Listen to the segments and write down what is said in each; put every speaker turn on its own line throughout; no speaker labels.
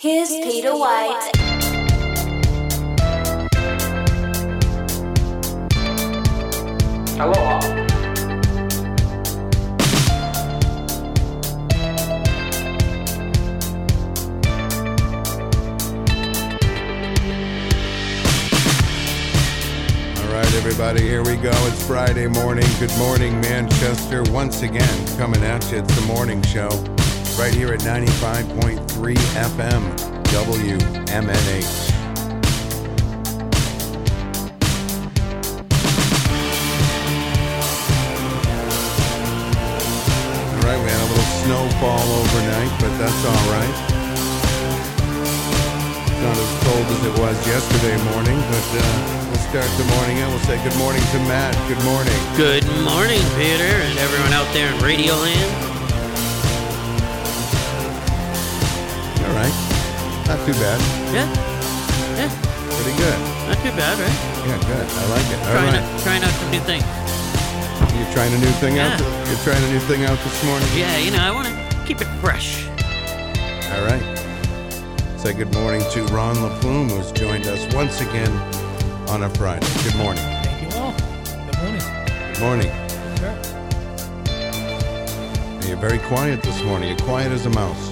Here's Peter White.
Aloha.
All right, everybody, here we go. It's Friday morning. Good morning, Manchester. Once again, coming at you. It's the morning show right here at 95.3 FM, WMNH. All right, we had a little snowfall overnight, but that's all right. Not as cold as it was yesterday morning, but uh, we'll start the morning and we'll say good morning to Matt. Good morning.
Good morning, Peter, and everyone out there in Radio Land.
All right. Not too bad.
Yeah, yeah,
Pretty good.
not too bad, right?
Yeah, good. I like it. All
Trying
right.
to trying out some new things.
You're trying a new thing out.
Yeah.
th- You're trying a new thing out this morning.
Yeah, you know, I want to keep it fresh.
All right. Say good morning to Ron LaPlume, who's joined us once again on a Friday. Good morning.
Thank you all. Good morning.
Good morning.
Sure.
You're very quiet this morning. You're quiet as a mouse.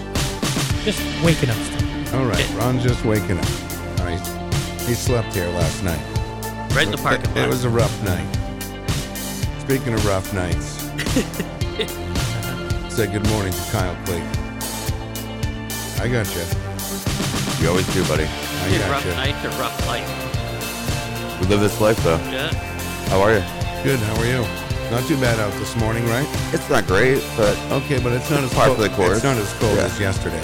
Just waking up. still.
All right. Ron's just waking up. All right. He slept here last night.
Right in the parking
It
lot.
was a rough night. Speaking of rough nights, say good morning to Kyle Clayton. I got you.
You always do, buddy.
I
Dude,
got
rough
you.
nights or rough life.
We live this life, though.
Yeah,
How are you?
Good. How are you? Not too bad out this morning, right?
It's not great, but
Okay, but it's not as
Par
cold.
for the course.
It's not as cold
Yeah.
as yesterday.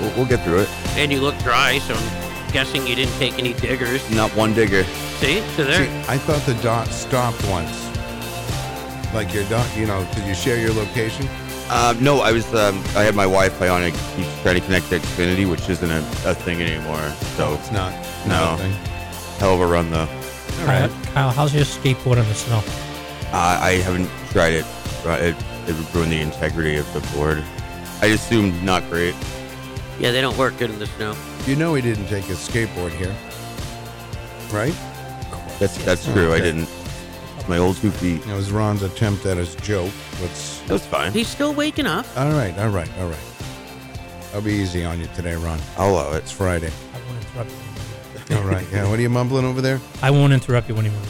we'll, we'll get through it.
and you look dry, so I'm guessing you didn't take any diggers.
Not one digger.
See,
See,
so there.
I thought the dot stopped once. Like your dot, you know, did you share your location?
Um, no, I was. Um, I had my Wi-Fi on. I keep trying to connect to Xfinity, which isn't a, a thing anymore. So
It's not.
No.
Nothing.
hell of a run, though.
All right.
Kyle, Uh, Kyle, how's your skateboard in the snow?
Uh, I haven't tried it. Uh, It it would ruin the integrity of the board. I assumed not great.
Yeah, they don't work good in the snow.
You know he didn't take his skateboard here, right?
That's that's true. I
Oh, Okay.
didn't. It's my old two feet.
It was Ron's attempt at his joke. Let's.
That was fine.
He's still waking up.
All right, all right, all right. I'll be easy on you today, Ron.
I'll allow
It's
it.
Friday.
I won't interrupt you.
All right. Yeah. What are you mumbling over there?
I won't interrupt you anymore.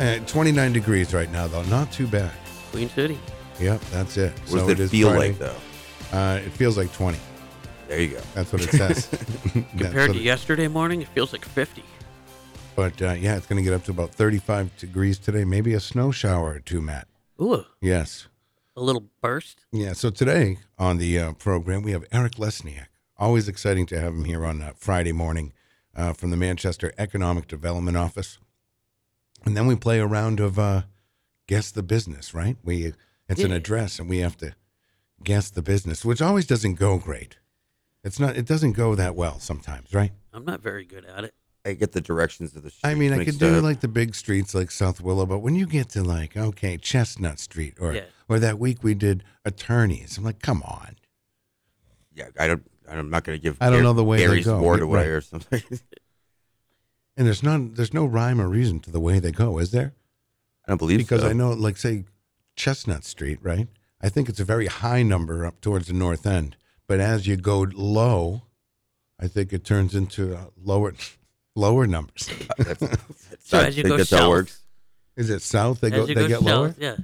Uh, 29 degrees right now, though. Not too bad.
Queen City.
Yep, that's it.
What does it feel like,
Friday.
though?
Uh, it feels like 20.
There you go.
That's what it says.
Compared
Compared
to yesterday morning, it feels like 50.
But uh, yeah, it's going to get up to about 35 degrees today. Maybe a snow shower or two, Matt.
Ooh,
Yes.
a little burst.
Yeah. So today on the uh, program, we have Eric Lesniak. Always exciting to have him here on uh, Friday morning uh, from the Manchester Economic Development Office. And then we play a round of uh, guess the business. Right? We it's an
Yeah.
address, and we have to guess the business, which always doesn't go great. It's not. It doesn't go that well sometimes, right?
I'm not very good at it.
I get the directions of the.
I mean, I
mixed
could do
up.
like the big streets like South Willow, but when you get to like okay Chestnut Street or
Yeah.
or that week we did attorneys, I'm like, come on.
yeah, I don't. I'm not going to give.
I don't
Gar-
know the way they
Gary's
go.
board
Yeah,
away
right.
or something.
And there's not there's no rhyme or reason to the way they go, is there?
I don't believe
Because
so.
I know, like say Chestnut Street, right? I think it's a very high number up towards the north end, but as you go low, I think it turns into uh, lower lower numbers.
That's, that's,
So
I
as you
think
go
that's how
south-
it works.
Is it south? They go
As
they
you go
get lower.
south, yeah.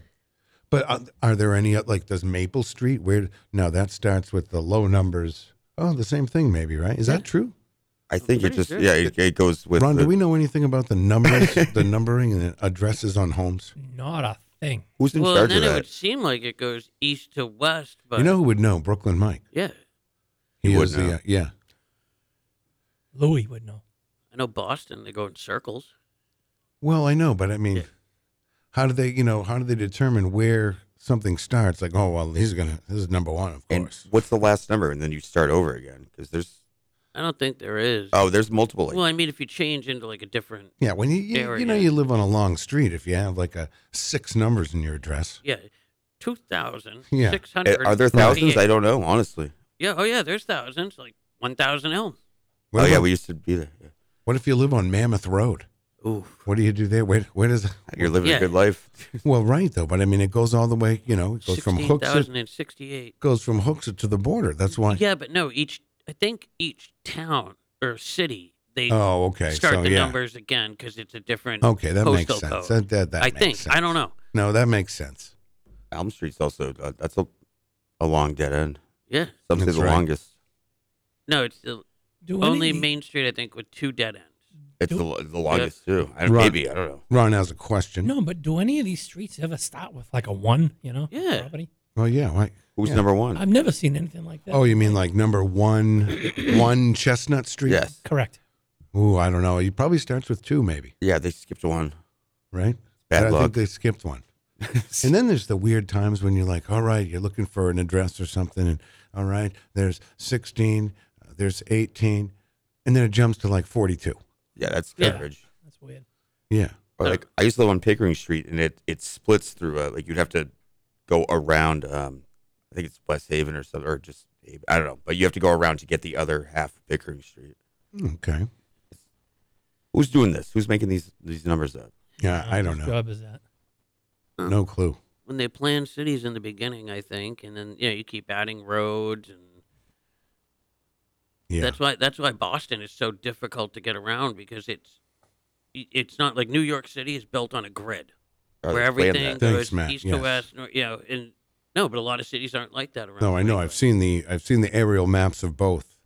But are, are there any uh, like does Maple Street where no that starts with the low numbers? Oh, the same thing maybe, right? Is that true?
I think it
pretty
just
sure.
yeah, it, it goes with.
Ron,
the,
do we know anything about the numbers, the numbering and the addresses on homes?
Not a thing.
who's in
Well,
charge
then
of
it
that?
would seem like it goes east to west, but
You know who would know? Brooklyn Mike.
yeah,
He,
He would
is the,
know.
uh, yeah.
Louis would know.
I know Boston. They go in circles.
Well, I know, but I mean,
Yeah.
how do they, you know, how do they determine where something starts? Like, oh, well, he's gonna, this is number one, of
And
course.
what's the last number? And then you start over again because there's
I don't think there is.
oh, there's multiple. Like,
well, I mean, if you change into like a different,
yeah, when you, you, you know,
area.
you live on a long street, if you have like a six numbers in your address,
yeah, two thousand
Yeah.
six
eh,
hundred.
are there thousands? I don't know, honestly.
yeah, oh yeah, there's thousands. Like one thousand Elm.
What,
oh yeah,
about-
we used to be there. Yeah.
what if you live on Mammoth Road?
Ooh,
What do you do there? Where, where does
you're living
Yeah.
a good life.
well, right though, but I mean, it goes all the way. You know, it goes from Hooksett
16,068.
goes from Hooksett to the border. That's why.
Yeah, but no, each I think each town or city they
Oh, okay.
start
so
the
yeah.
numbers again because it's a different.
Okay, that makes
Postal
sense.
code.
That, that, that
I
makes
think
sense.
I don't know.
No, that makes sense.
Elm Street's also uh, that's a, a long dead end.
Yeah,
Some say
That's
the
right.
longest.
no, it's the
Do
only
any-
Main Street I think with two dead ends.
It's
Do-
the, lo- the longest too. I,
Right.
Maybe I don't know.
Ron has a question.
No, but do any of these streets ever start with like a one? You know,
Yeah.
property?
Well, yeah. Why?
Who's
Yeah.
number one?
I've never seen anything like that.
Oh, you mean like number one, one Chestnut Street?
yes.
correct.
Ooh, I don't know. He probably starts with two, maybe.
Yeah, they skipped one.
Right?
Bad
I think
luck.
they skipped one. And then there's the weird times when you're like, all right, you're looking for an address or something, and all right, there's 16, uh, there's 18, and then it jumps to like 42.
yeah, that's
Yeah.
coverage.
That's weird.
Yeah.
Or like I used to live on Pickering Street, and it it splits through. A, like you'd have to go around. Um, I think it's West Haven or something, or just I don't know. But you have to go around to get the other half of Pickering Street.
Hmm, Okay.
Who's doing this? Who's making these these numbers up?
Yeah, I don't
Whose
know.
Job is that?
No clue.
When they plan cities in the beginning, I think, and then yeah, you keep adding roads, and
Yeah.
that's why that's why Boston is so difficult to get around because it's it- it's not like New York City is built on a grid.
Oh,
Or
where
they planned
everything
that.
Thanks,
goes
Matt,
east
yes.
to west, nor, you know, and no, but a lot of cities aren't like that around.
no, I know. I've seen the I've seen the aerial maps of both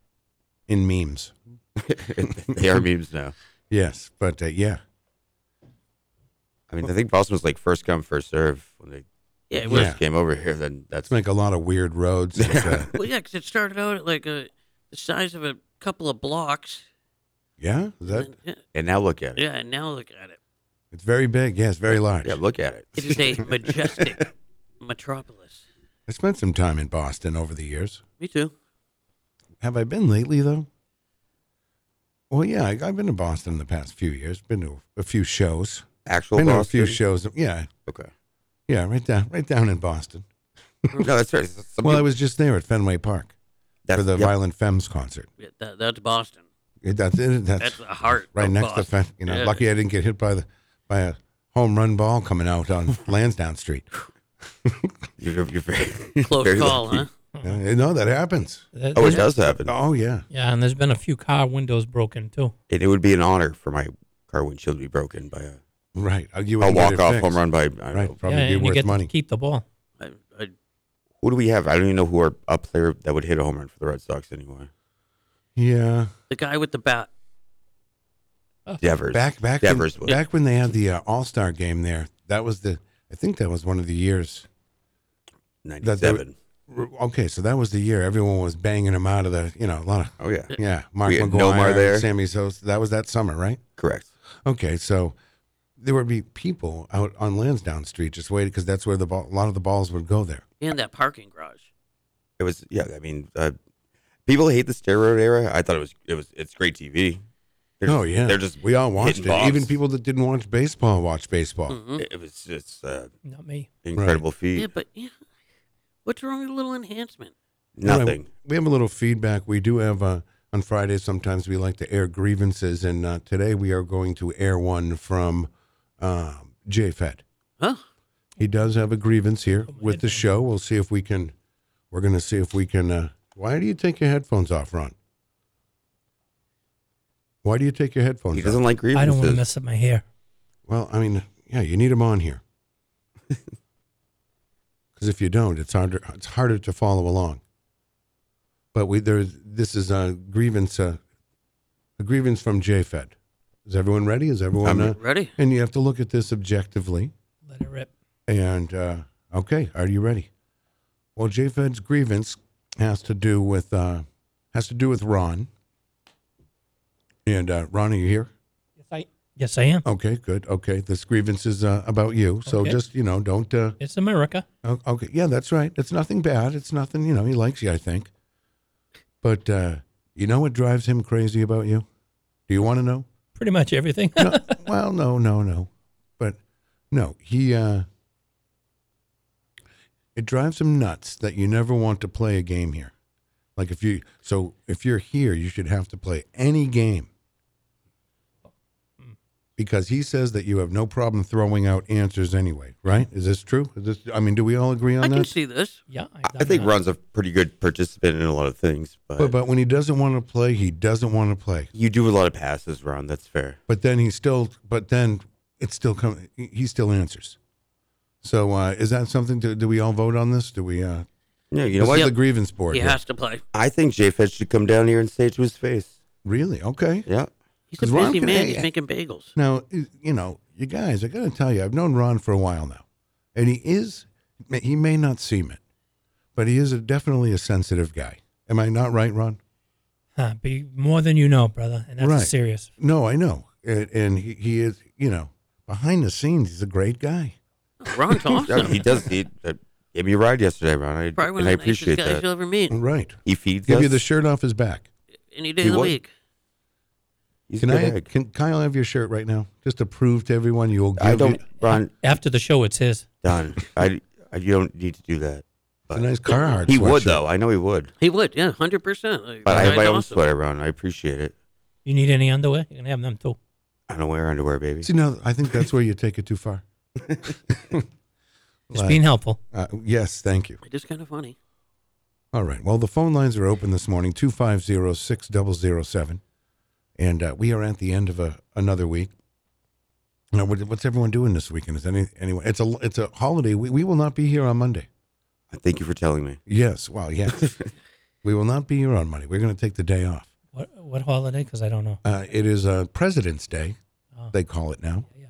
in memes.
they are memes now.
Yes, but uh, yeah.
I mean, I think Boston was like first come first serve when they
Yeah, it was.
first
Yeah.
came over here. Then that's
It's like a lot of weird roads. and, uh,
Well, yeah, because it started out at like a the size of a couple of blocks.
yeah, is that
and, yeah,
and now look at it.
yeah, and now look at it.
it's very big. Yes, very large.
Yeah, look at it.
It is a majestic metropolis.
I spent some time in Boston over the years.
Me too.
Have I been lately though? Well, yeah, I, I've been to Boston in the past few years. Been to a few shows.
actual
been to a
Boston.
few shows. Yeah,
Okay.
yeah, right down, right down in Boston.
No, that's right. Some
Well, I
people-
was just there at Fenway Park
that's,
for the
yeah,
Violent Femmes concert.
Yeah, that, that's Boston.
It, that's, it, that's,
That's the heart.
right
of
next
Boston.
to Fen. You know,
Yeah.
lucky I didn't get hit by the by a home run ball coming out on Lansdowne Street.
You're, you're very
Close
very
call,
lucky.
huh?
Yeah, no, that happens.
There-
Oh, it
there's-
does happen.
Oh yeah.
Yeah, and there's been a few car windows broken too.
And it would be an honor for my car windshield to be broken by a,
Right. Uh, You
a
would get
walk
it
off
fixed.
home run by. I don't
Right.
know.
Probably
yeah,
be
and you
worth
get
money.
to keep the ball.
I, I,
Who do we have? I don't even know who our up player that would hit a home run for the Red Sox anymore.
Yeah.
the guy with the bat.
Devers.
Back back when,
Devers was.
back when they had the uh, All Star game there. That was the. I think that was one of the years. that they-
97.
r- Okay, so that was the year everyone was banging him out of the. You know, a lot of
Oh, yeah.
yeah. Mark
We had
McGuire,
Nomar there.
Sammy Sosa. That was that summer, right?
Correct.
Okay, so there would be people out on Lansdowne Street just waiting because that's where the ball, a lot of the balls would go there.
And that parking garage.
It was, yeah, I mean, uh, people hate the steroid era. I thought it was, it was, it's great TV. They're
oh
just-
yeah,
They're just,
we all watched it.
hitting Hmm. bombs.
Even people that didn't watch baseball watched baseball.
Mhm.
it, it was just uh,
Not me.
incredible feat.
Yeah, but yeah, what's wrong with a little enhancement?
All right,
Nothing.
we have a little feedback. We do have uh, on Fridays. Sometimes we like to air grievances, and uh, today we are going to air one from uh, JFed.
Huh?
He does have a grievance here
Oh,
Put my
with the
headphones
show. We'll see if we can. We're going to see if we can. Uh, why do you take your headphones off, Ron? Why do you take your headphones
He
off?
doesn't like grievances.
I don't want to mess up my hair.
Well, I mean, yeah, you need them on here. Because if you don't, it's harder. It's harder to follow along. But we there. This is a grievance. Uh, a grievance from JFed. Is everyone ready? Is everyone?
I'm-
Uh,
Ready?
and you have to look at this objectively.
Let it rip.
And uh, okay, are you ready? Well, JFed's grievance has to do with uh, has to do with Ron. And uh, Ron, are you here?
Yes, I. Yes, I am.
Okay, good. Okay, this grievance is uh, about you. So
Okay.
just you know, don't. Uh,
It's America.
o- okay, yeah, that's right. It's nothing bad. It's nothing. You know, he likes you, I think. But uh, you know what drives him crazy about you? Do you want to know?
Pretty much everything.
No, well, no, no, no. But no, he. Uh, it drives him nuts that you never want to play a game here. Like if you so if you're here, you should have to play any game. Because he says that you have no problem throwing out answers anyway, right? Is this true? Is this I mean, do we all agree on
I
that?
can see this.
Yeah,
I- I think
Ron.
Ron's a pretty good participant in a lot of things, but,
But but when he doesn't want to play, he doesn't want to play.
you do a lot of passes, Ron. That's fair.
But then he still but then it's still coming he still answers. So uh, is that something to, do we all vote on this? Do we uh
No, you
you
know
know,
what?
like
Yep.
the grievance board?
He
here?
has to play.
I think J-Fed should come down here and say it to his face.
Really? Okay.
Yeah.
He's a
'Cause Ron
busy
can-
man.
hey,
He's making bagels.
Now, i- you know, you guys, I got to tell you, I've known Ron for a while now, and he is, he may not seem it, but he is a, definitely a sensitive guy. Am I not right, Ron?
Huh, be more than you know, brother, and that's
Right.
serious.
No, I know. And, and he, he is, you know, behind the scenes, he's a great guy.
Ron's
No,
awesome.
he does. He uh, gave me a ride yesterday, Ron. I,
Probably one
and I
of the nicest
appreciate
guys
that.
you'll ever meet
Right.
He feeds
Give
us.
you the shirt off his back.
any day
He
of the
would.
week.
He's
Can
a good
I,
egg.
can Kyle have your shirt right now? Just to prove to everyone you'll give
I don't,
it-
Ron,
After the show, it's his.
Don, I, I, you don't need to do that.
It's a nice Carhartt
He would,
sweatshirt.
though. I know he would.
He would, yeah, hundred percent.
But I have my own sweater, Ron. I appreciate it.
You need any underwear? You can have them too.
I don't wear underwear, baby.
See, now, I think that's where you take it too far.
Just
Like,
being helpful.
uh, yes, thank you.
It is kind of funny.
All right. Well, the phone lines are open this morning 250 6007. And uh, we are at the end of a, another week. Now, what, what's everyone doing this weekend? Is any anyone? It's a it's a holiday. We, we will not be here on Monday.
Thank you for telling me.
Yes. Well, yes. we will not be here on Monday. We're going to take the day off.
What what holiday? Because I don't know.
Uh, it is uh, President's Day.
Oh.
They call it now.
Yeah,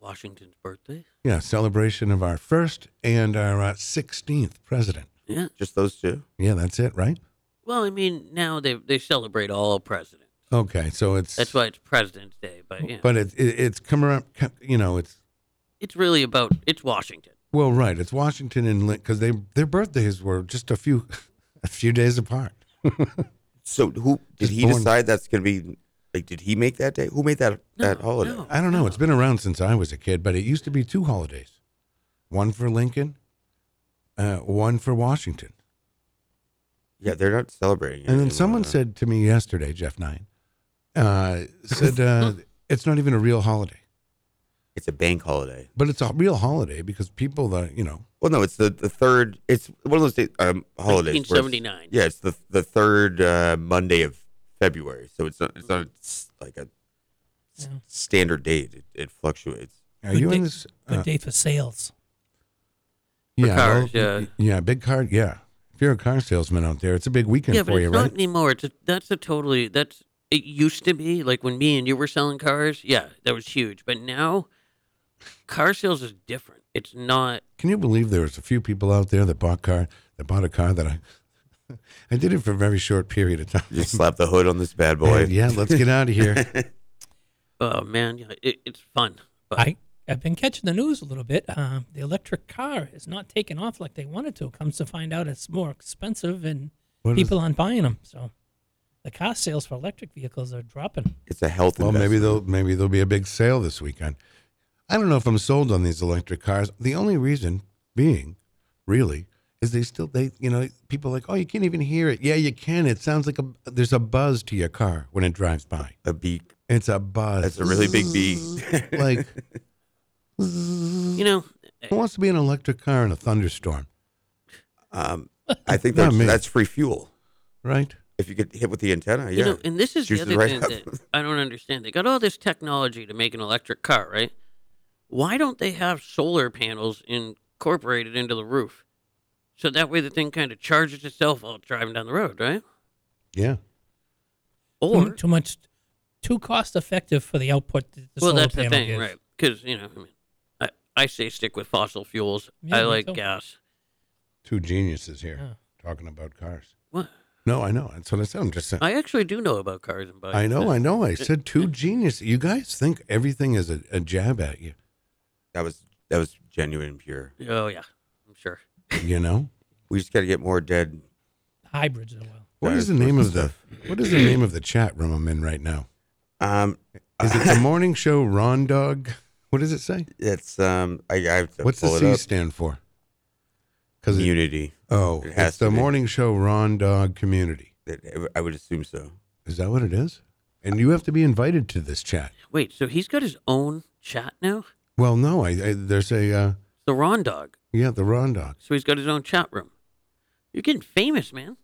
Washington's birthday.
Yeah, celebration of our first and our uh, sixteenth president.
Yeah.
Just those two?
Yeah, that's it, right?
Well, I mean, now they they celebrate all presidents.
Okay, so it's
That's why it's President's Day. But yeah,
But it, it it's come around. You know, it's
it's really about it's Washington.
Well, right. It's Washington and Lincoln because they their birthdays were just a few a few days apart.
So who did
Just
he
born.
decide that's going to be like? Did he make that day? Who made that that
No,
holiday?
no.
I don't know. It's been around since I was a kid, but it used to be two holidays, one for Lincoln, uh, one for Washington.
Yeah, they're not celebrating. it
And then
anymore,
someone
huh?
said to me yesterday, Jeff Nine, uh, said uh, it's not even a real holiday,
it's a bank holiday.
but it's a real holiday because people that you know.
Well, no, it's the, the third. It's one of those days, um, holidays. where it's-
1979.
Yeah, it's the the third uh, Monday of February. So it's not it's not s- like a s-
Yeah.
standard date. It, it fluctuates.
Are
Good
you in
day-
this?
good
uh,
day for sales.
For
yeah,
cars,
well,
yeah.
yeah, big car. Yeah, if you're a car salesman out there, it's a big weekend
Yeah,
for
but it's
you,
not
right?
anymore. It's a, that's a totally that's it used to be like when me and you were selling cars. Yeah, that was huge. But now, car sales is different. It's not.
Can you believe there was a few people out there that bought car that bought a car that I I did it for a very short period of time.
Just slap the hood on this bad boy.
And, yeah, let's get out of here.
Oh man, yeah, it, it's fun. But
I I've been catching the news a little bit. Um, the electric car is not taking off like they wanted to. Comes to find out, it's more expensive and
What is-
people aren't buying them. So the car sales for electric vehicles are dropping.
It's a health.
well, maybe
investment.
there'll maybe there'll be a big sale this weekend. I don't know if I'm sold on these electric cars. The only reason being, really, is they still they you know people are like oh you can't even hear it. Yeah, you can. It sounds like a there's a buzz to your car when it drives by.
a beak.
It's a buzz.
That's a really big beak.
like
you know,
who wants to be in an electric car in a thunderstorm,
Um, I think
Not
that's,
me.
that's free fuel.
right?
If you get hit with the antenna, yeah.
You know, and this is
Juice
the
is
other
right
thing
up.
that I don't understand. They got all this technology to make an electric car, right? Why don't they have solar panels incorporated into the roof? So that way the thing kind of charges itself while it's driving down the road, right?
Yeah.
Too mu-
Or,
too much, too cost effective for the output. That the
well,
solar
that's the
panel
thing,
gives.
right? Because, you know, I mean, I, I say stick with fossil fuels.
Yeah,
I
me
like
too.
gas.
two geniuses here
Yeah.
talking about cars.
What?
No, I know. That's what I said. I'm just saying. I,
I actually do know about cars and bikes.
know. I know. I
it-
said two geniuses. You guys think everything is a, a jab at you,
that was that was genuine and pure.
Oh, yeah. I'm sure.
you know?
We just got to get more dead. uh,
Hybrids are well.
What is the name of the What is the name of the chat room I'm in right now?
Um,
Is it the morning show Ron Dog? What does it say?
it's um, I, I have to
What's the
pull it
C
up.
stand for? Because
Community.
Oh,
It has
it's the
to be.
morning show Ron Dog Community.
It- I would assume so.
Is that what it is? And you have to be invited to this chat.
Wait, so he's got his own chat now?
Well, no, I, I there's a uh,
It's the Ron Dog.
yeah, the Ron Dog.
So he's got his own chat room. You're getting famous, man.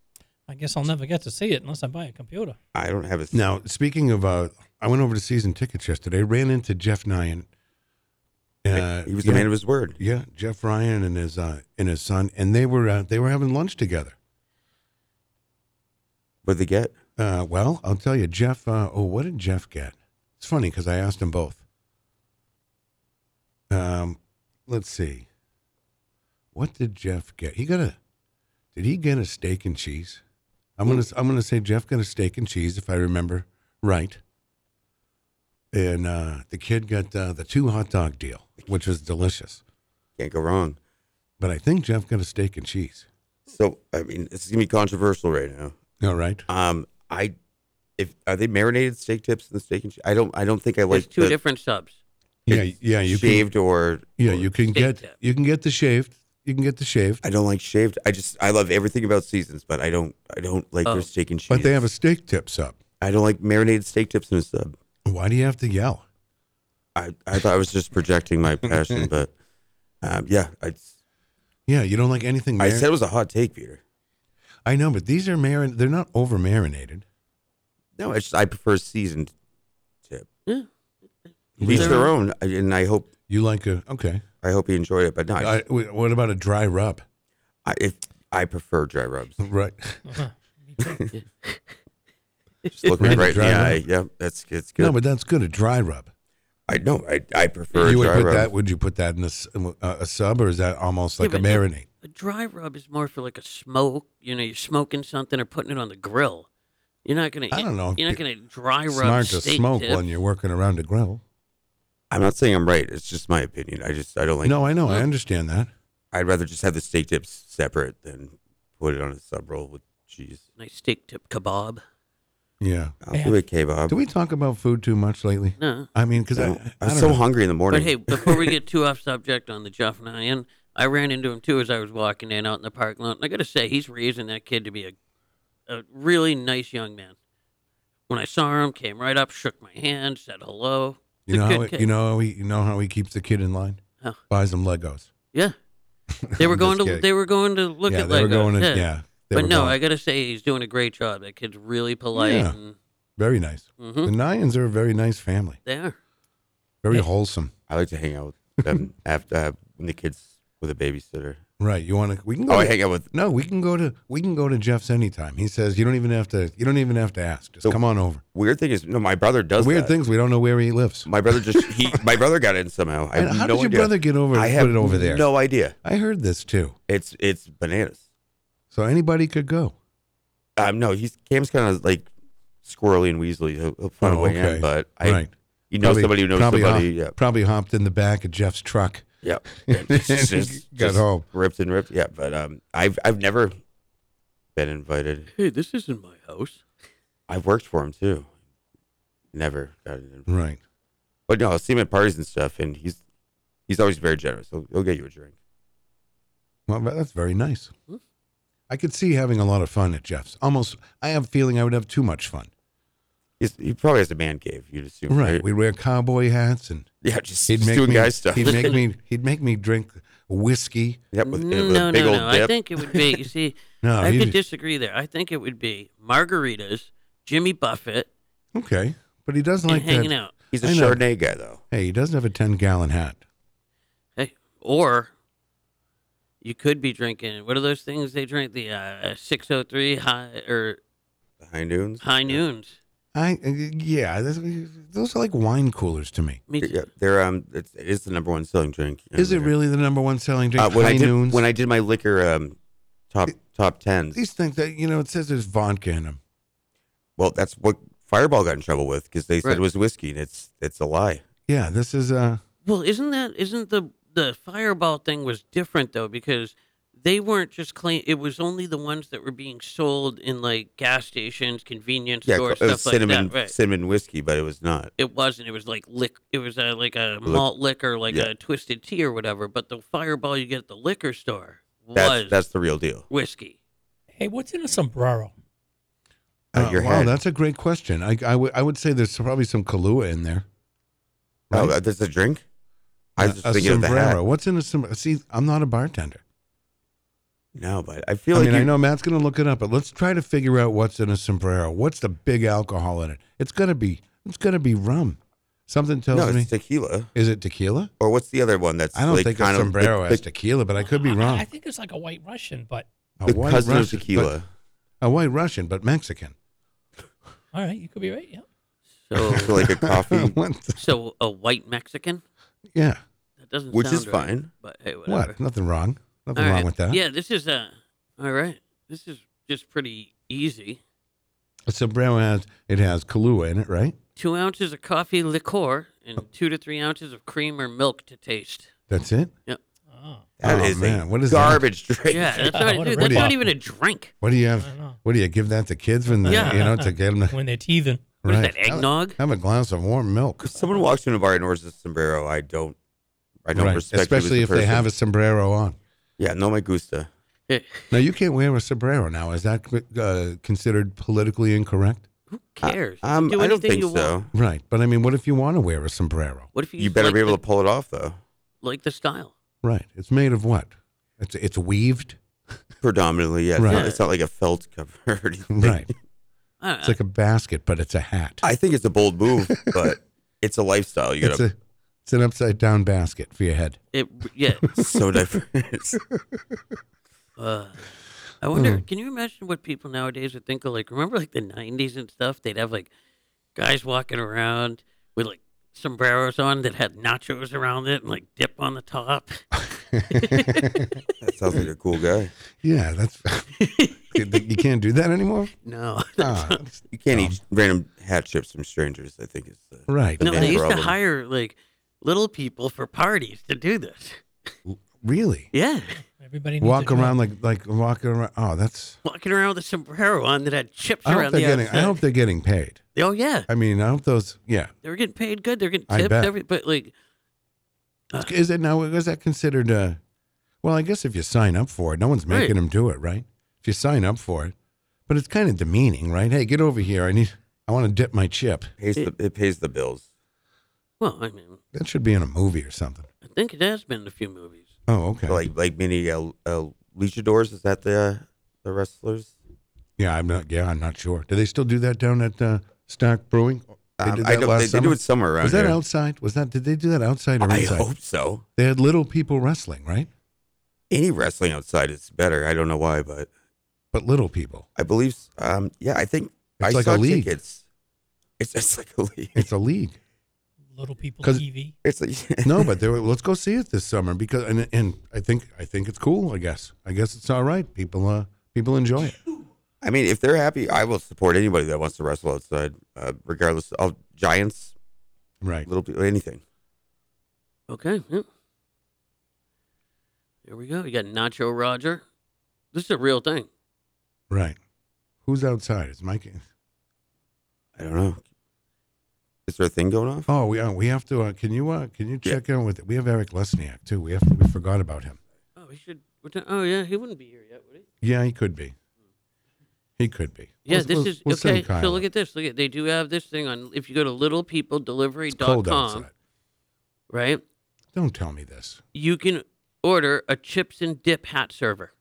I guess I'll never get to see it unless I buy a computer.
I don't have a.
Now, speaking of, uh, I went over to season tickets yesterday. Ran into Jeff Nyan. Uh,
he was
yeah,
the man of his word.
Yeah, Jeff Ryan and his uh, and his son, and they were uh, they were having lunch together.
What'd they get?
Uh, well, I'll tell you, Jeff. Uh, oh, what did Jeff get? It's funny because I asked them both. Um, let's see. What did Jeff get? He got a. Did he get a steak and cheese? I'm gonna I'm gonna say Jeff got a steak and cheese if I remember right. And uh, the kid got uh, the two hot dog deal, which was delicious.
Can't go wrong.
But I think Jeff got a steak and cheese.
So I mean, it's gonna be controversial right now.
All right.
Um, I if are they marinated steak tips and steak and sh- I don't I don't think I
There's
like
two
the
different subs.
Yeah, yeah. You can,
shaved or
yeah,
or-
you can
Oh, steak
get
tip.
you can get the shaved. You can get the shaved.
I don't like shaved. I just I love everything about seasons, but I don't I don't like
Oh.
their steak and cheese.
But they have a steak tip sub.
I don't like marinated steak tips in a sub.
Why do you have to yell?
I I thought I was just projecting my passion, but um, yeah, I
Yeah, you don't like anything.
I
Mar- I,
said it was a hot take, Peter.
know, but these are marin. They're not over marinated.
No, I just I prefer seasoned tip.
Yeah.
Each their own, I- and I hope
You like a okay.
I hope you enjoy it. But no, I,
I, wh- what about a dry rub?
I, if, I prefer dry rubs.
Right.
Uh-huh.
Just look me
Right,
right in the
dry
eye. Yeah, that's it's good.
No, but that's good. A dry rub.
I know. I I prefer
you would
dry
put
rub.
that. Would you put that in a, s- a- a sub, or is that almost
Yeah,
like a
but-
marinade?
A dry rub is more for like a smoke. You know, you're smoking something or putting it on the grill. You're not gonna.
I don't know.
You're not gonna dry rub
Smart to
steak
smoke
tip.
when you're working around a grill.
I'm not saying I'm right. It's just my opinion. I just I don't like.
no, I know. I
Yeah.
understand that.
I'd rather just have the steak tips separate than put it on a sub roll with cheese.
Nice steak tip kebab.
Yeah.
I'll
Man.
do a kebab.
Do we talk about food too much lately?
No.
I mean, because I,
No,
I
I'm
don't
so
know.
hungry in the morning.
But hey, before we get too off subject on the Jeff Nyan, I ran into him too as I was walking in out in the parking lot. And I got to say, he's raising that kid to be a, a really nice young man. When I saw him, came right up, shook my hand, said hello.
You know,
Good
how,
kid.
you know, how he, you know how he keeps the kid in line.
Huh.
Buys him Legos.
Yeah, they were
I'm
going to
just kidding.
they were going to look
yeah,
at
they
Legos.
were going to,
yeah.
yeah. they
but
were
no,
going-
I got to say he's doing a great job. That kid's really polite.
Yeah.
and
very nice.
hmm
The Nyans are a very nice family,
They are.
very
Yeah.
wholesome.
I like to hang out with them after uh, when the kids with a babysitter.
Right? You want to? We can go.
Oh, I
to-
hang out with.
no, we can go to we can go to Jeff's anytime. He says you don't even have to you don't even have to ask. Just
So-
come on over.
Weird thing is, no, my brother does.
Weird
that.
things we don't know where he lives.
My brother just he. My brother got in somehow. I have
And how
no
did your
idea.
brother get over
I have
put it over there?
No idea.
I heard this too.
It's it's bananas.
So anybody could go.
Um, no, he's Cam's kind of like squirrely and weaselly. He'll, he'll find
Oh,
a way
okay.
in, but I,
right.
you know
Probably-
somebody who knows
probably
somebody.
Hopped, Probably hopped in the back of Jeff's truck.
Yeah, yeah. It's just,
Got
just
home.
ripped and ripped. Yeah, but um, I've I've never been invited.
Hey, this isn't my house.
I've worked for him too. Never got an invite.
Right.
But no, I'll see him at parties and stuff, and he's he's always very generous. He'll, he'll get you a drink.
Well, that- that's very nice.
Hmm.
I could see having a lot of fun at Jeff's. Almost, I have a feeling I would have too much fun.
He's, he probably has a man cave. You'd assume,
Right.
right?
We'd wear cowboy hats and
yeah, just,
he'd
just
make
doing
me,
guy stuff.
He'd make me. He'd make me drink whiskey.
Yep, with, with
no,
a big
no,
old
no.
dip.
I think it would be. You see,
No.
I
he'd-
could disagree there. I think it would be margaritas, Jimmy Buffett,
okay, but he does
and
like
hanging
that.
out.
he's a
I know.
Chardonnay guy though.
Hey, he doesn't have a ten-gallon hat.
Hey, or you could be drinking. What are those things they drink? The uh, six oh three high or
The high noons.
high
Yeah.
noons.
I uh, yeah, that's, those are like wine coolers to me.
Me too.
Yeah, they're um, it's, it is the number one selling drink. in
Is it
America.
really the number one selling drink?
Uh, when
High
I did
noons.
when I did my liquor um, top top tens,
These things that you know, it says there's vodka in them.
well, that's what Fireball got in trouble with because they said
Right.
it was whiskey, and it's it's a lie.
Yeah, this is uh
Well, isn't that isn't the the fireball thing was different though because they weren't just claim. It was only the ones that were being sold in like gas stations, convenience
Yeah,
stores,
it was
stuff like
cinnamon
that. Right.
cinnamon whiskey, but it was not.
it wasn't. It was like lick. It was uh, like a
Lic-
malt liquor, like
Yeah.
a twisted tea or whatever. But the fireball you get at the liquor store
That's
was
that's the real deal.
whiskey.
Hey, what's in a sombrero?
Uh, your
wow,
head.
that's a great question. I, I, w- I would say there's probably some Kahlua in there.
Oh,
Right?
uh, that's a drink. I was just
a
thinking of the
sombrero.
hat.
What's in a sombrero? See, I'm not a bartender.
No, but I feel like
I mean,
you,
I know Matt's going to look it up, but let's try to figure out what's in a sombrero. What's the big alcohol in it? It's going to be it's going to be rum. Something tells
no,
me.
it's tequila.
is it tequila?
Or what's the other one that's
I don't
like
think a
kind of the-
sombrero
the,
has tequila, but I could be
I-
wrong.
I, think it's like a white Russian, but
A
the
white
cousin
Russian,
of
but-
tequila.
a white Russian, but Mexican.
all right, you could be right. Yeah.
So,
So like a coffee,
What the-
so a white Mexican.
yeah.
That doesn't.
which is
sound right,
fine.
But hey, whatever.
What? Nothing wrong. Nothing
All
wrong
right.
with that.
Yeah, this is uh, all right. This is just pretty easy.
A sombrero has it has Kahlua in it, right?
Two ounces of coffee liqueur and two to three ounces of cream or milk to taste.
That's it.
Oh,
That
Oh,
is a
man, what is that?
garbage drink.
Yeah, that's,
Yeah,
not,
what a
dude, that's not
ripoff.
even a drink.
What do you
I
have?
don't know.
What do you give that to kids when they,
Yeah.
you know, to get them to
When they're teething.
What is
right.
that, eggnog?
Have a glass of warm milk.
If someone walks into a bar and orders a sombrero, I don't, I don't
Right.
respect.
Especially if they have a sombrero on.
yeah, no me gusta.
Eh,
Now you can't wear a sombrero now. Is that uh, considered politically incorrect?
Who cares? You
Um,
can do
I don't
anything
think
you
so.
Want.
Right. But I mean, what if you want to wear a sombrero?
What if you,
You better
like
be able
the,
to pull it off though.
like the style?
Right. It's made of what? It's it's weaved.
Predominantly, yeah. It's,
Right.
not, it's not like a felt cover. Or anything.
Right.
I don't
It's
know.
like a basket, but it's a hat.
I think it's a bold move, but it's a lifestyle. You
It's
gotta
a it's an upside down basket for your head.
it, yeah.
so diverse. Hmm.
Uh, I wonder. Can you imagine what people nowadays would think of? Like, remember, like the '90s and stuff. They'd have like guys walking around with like sombreros on that had nachos around it and like dip on the top.
that sounds like a cool guy.
Yeah, that's you can't do that anymore.
No,
Ah, that's-
You can't eat random hat chips from strangers. I think is the,
right.
no.
man
They used to
problem.
hire like little people for parties to do this.
Really?
Yeah,
Everybody needs
Walk
a drink.
around like like walking around. Oh, that's.
walking around with a sombrero on that had chips
I hope
around
they're
the
getting. I
outside.
hope they're getting paid.
oh yeah,
I mean, I hope those. Yeah.
they were getting paid good. They're getting
I
tips.
bet.
Every, but like,
Is it now? Is that considered? Uh, well, I guess if you sign up for it, no one's making
Right.
them do it, right? If you sign up for it, but it's kind of demeaning, right? Hey, get over here. I need. I want to dip my chip.
pays the it pays the bills.
well, I mean,
That should be in a movie or something.
I think it has been in a few movies.
Oh, okay.
Like like many uh, uh, luchadors. Is that the uh, the wrestlers?
yeah, I'm not. Yeah, I'm not sure. Do they still do that down at uh, Stock Brewing? They
Um,
did
I
that
don't-
last
they, they
summer?
do it somewhere around
Was that
here.
outside? Was that? Did they do that outside or
I
inside?
hope so.
They had little people wrestling, right?
Any wrestling outside is better. I don't know why, but
But little people.
I believe. s- Um, yeah, I think
It's
I
like
saw
a league.
tickets. It's it's like a league.
It's a league.
Little people
'Cause-
TV.
It's like
no, but there, let's go see it this summer because and and I think I think it's cool. I guess I guess it's all right. People uh people enjoy it.
I mean, if they're happy, I will support anybody that wants to wrestle outside, uh, regardless of giants,
Right.
little people, anything.
Okay. Yeah. There we go. You got Nacho Roger. This is a real thing.
Right. Who's outside? Is Mike?
I don't know. Is there a thing going off?
Oh, we uh, we have to. Uh, can you uh, can you check in with? We have Eric Lesniak too. We have we forgot about him.
Oh, he should. what ti- Oh, yeah. He wouldn't be here yet, would he?
Yeah, he could be. He could be.
Yeah,
We'll-
this
we'll-
is
we'll send
okay. So
Kyle
look
up.
at this. Look at they do have this thing on. If you go to
it's cold
littlepeople.delivery.com,
outside.
right?
Don't tell me this.
You can order a chips and dip hat server.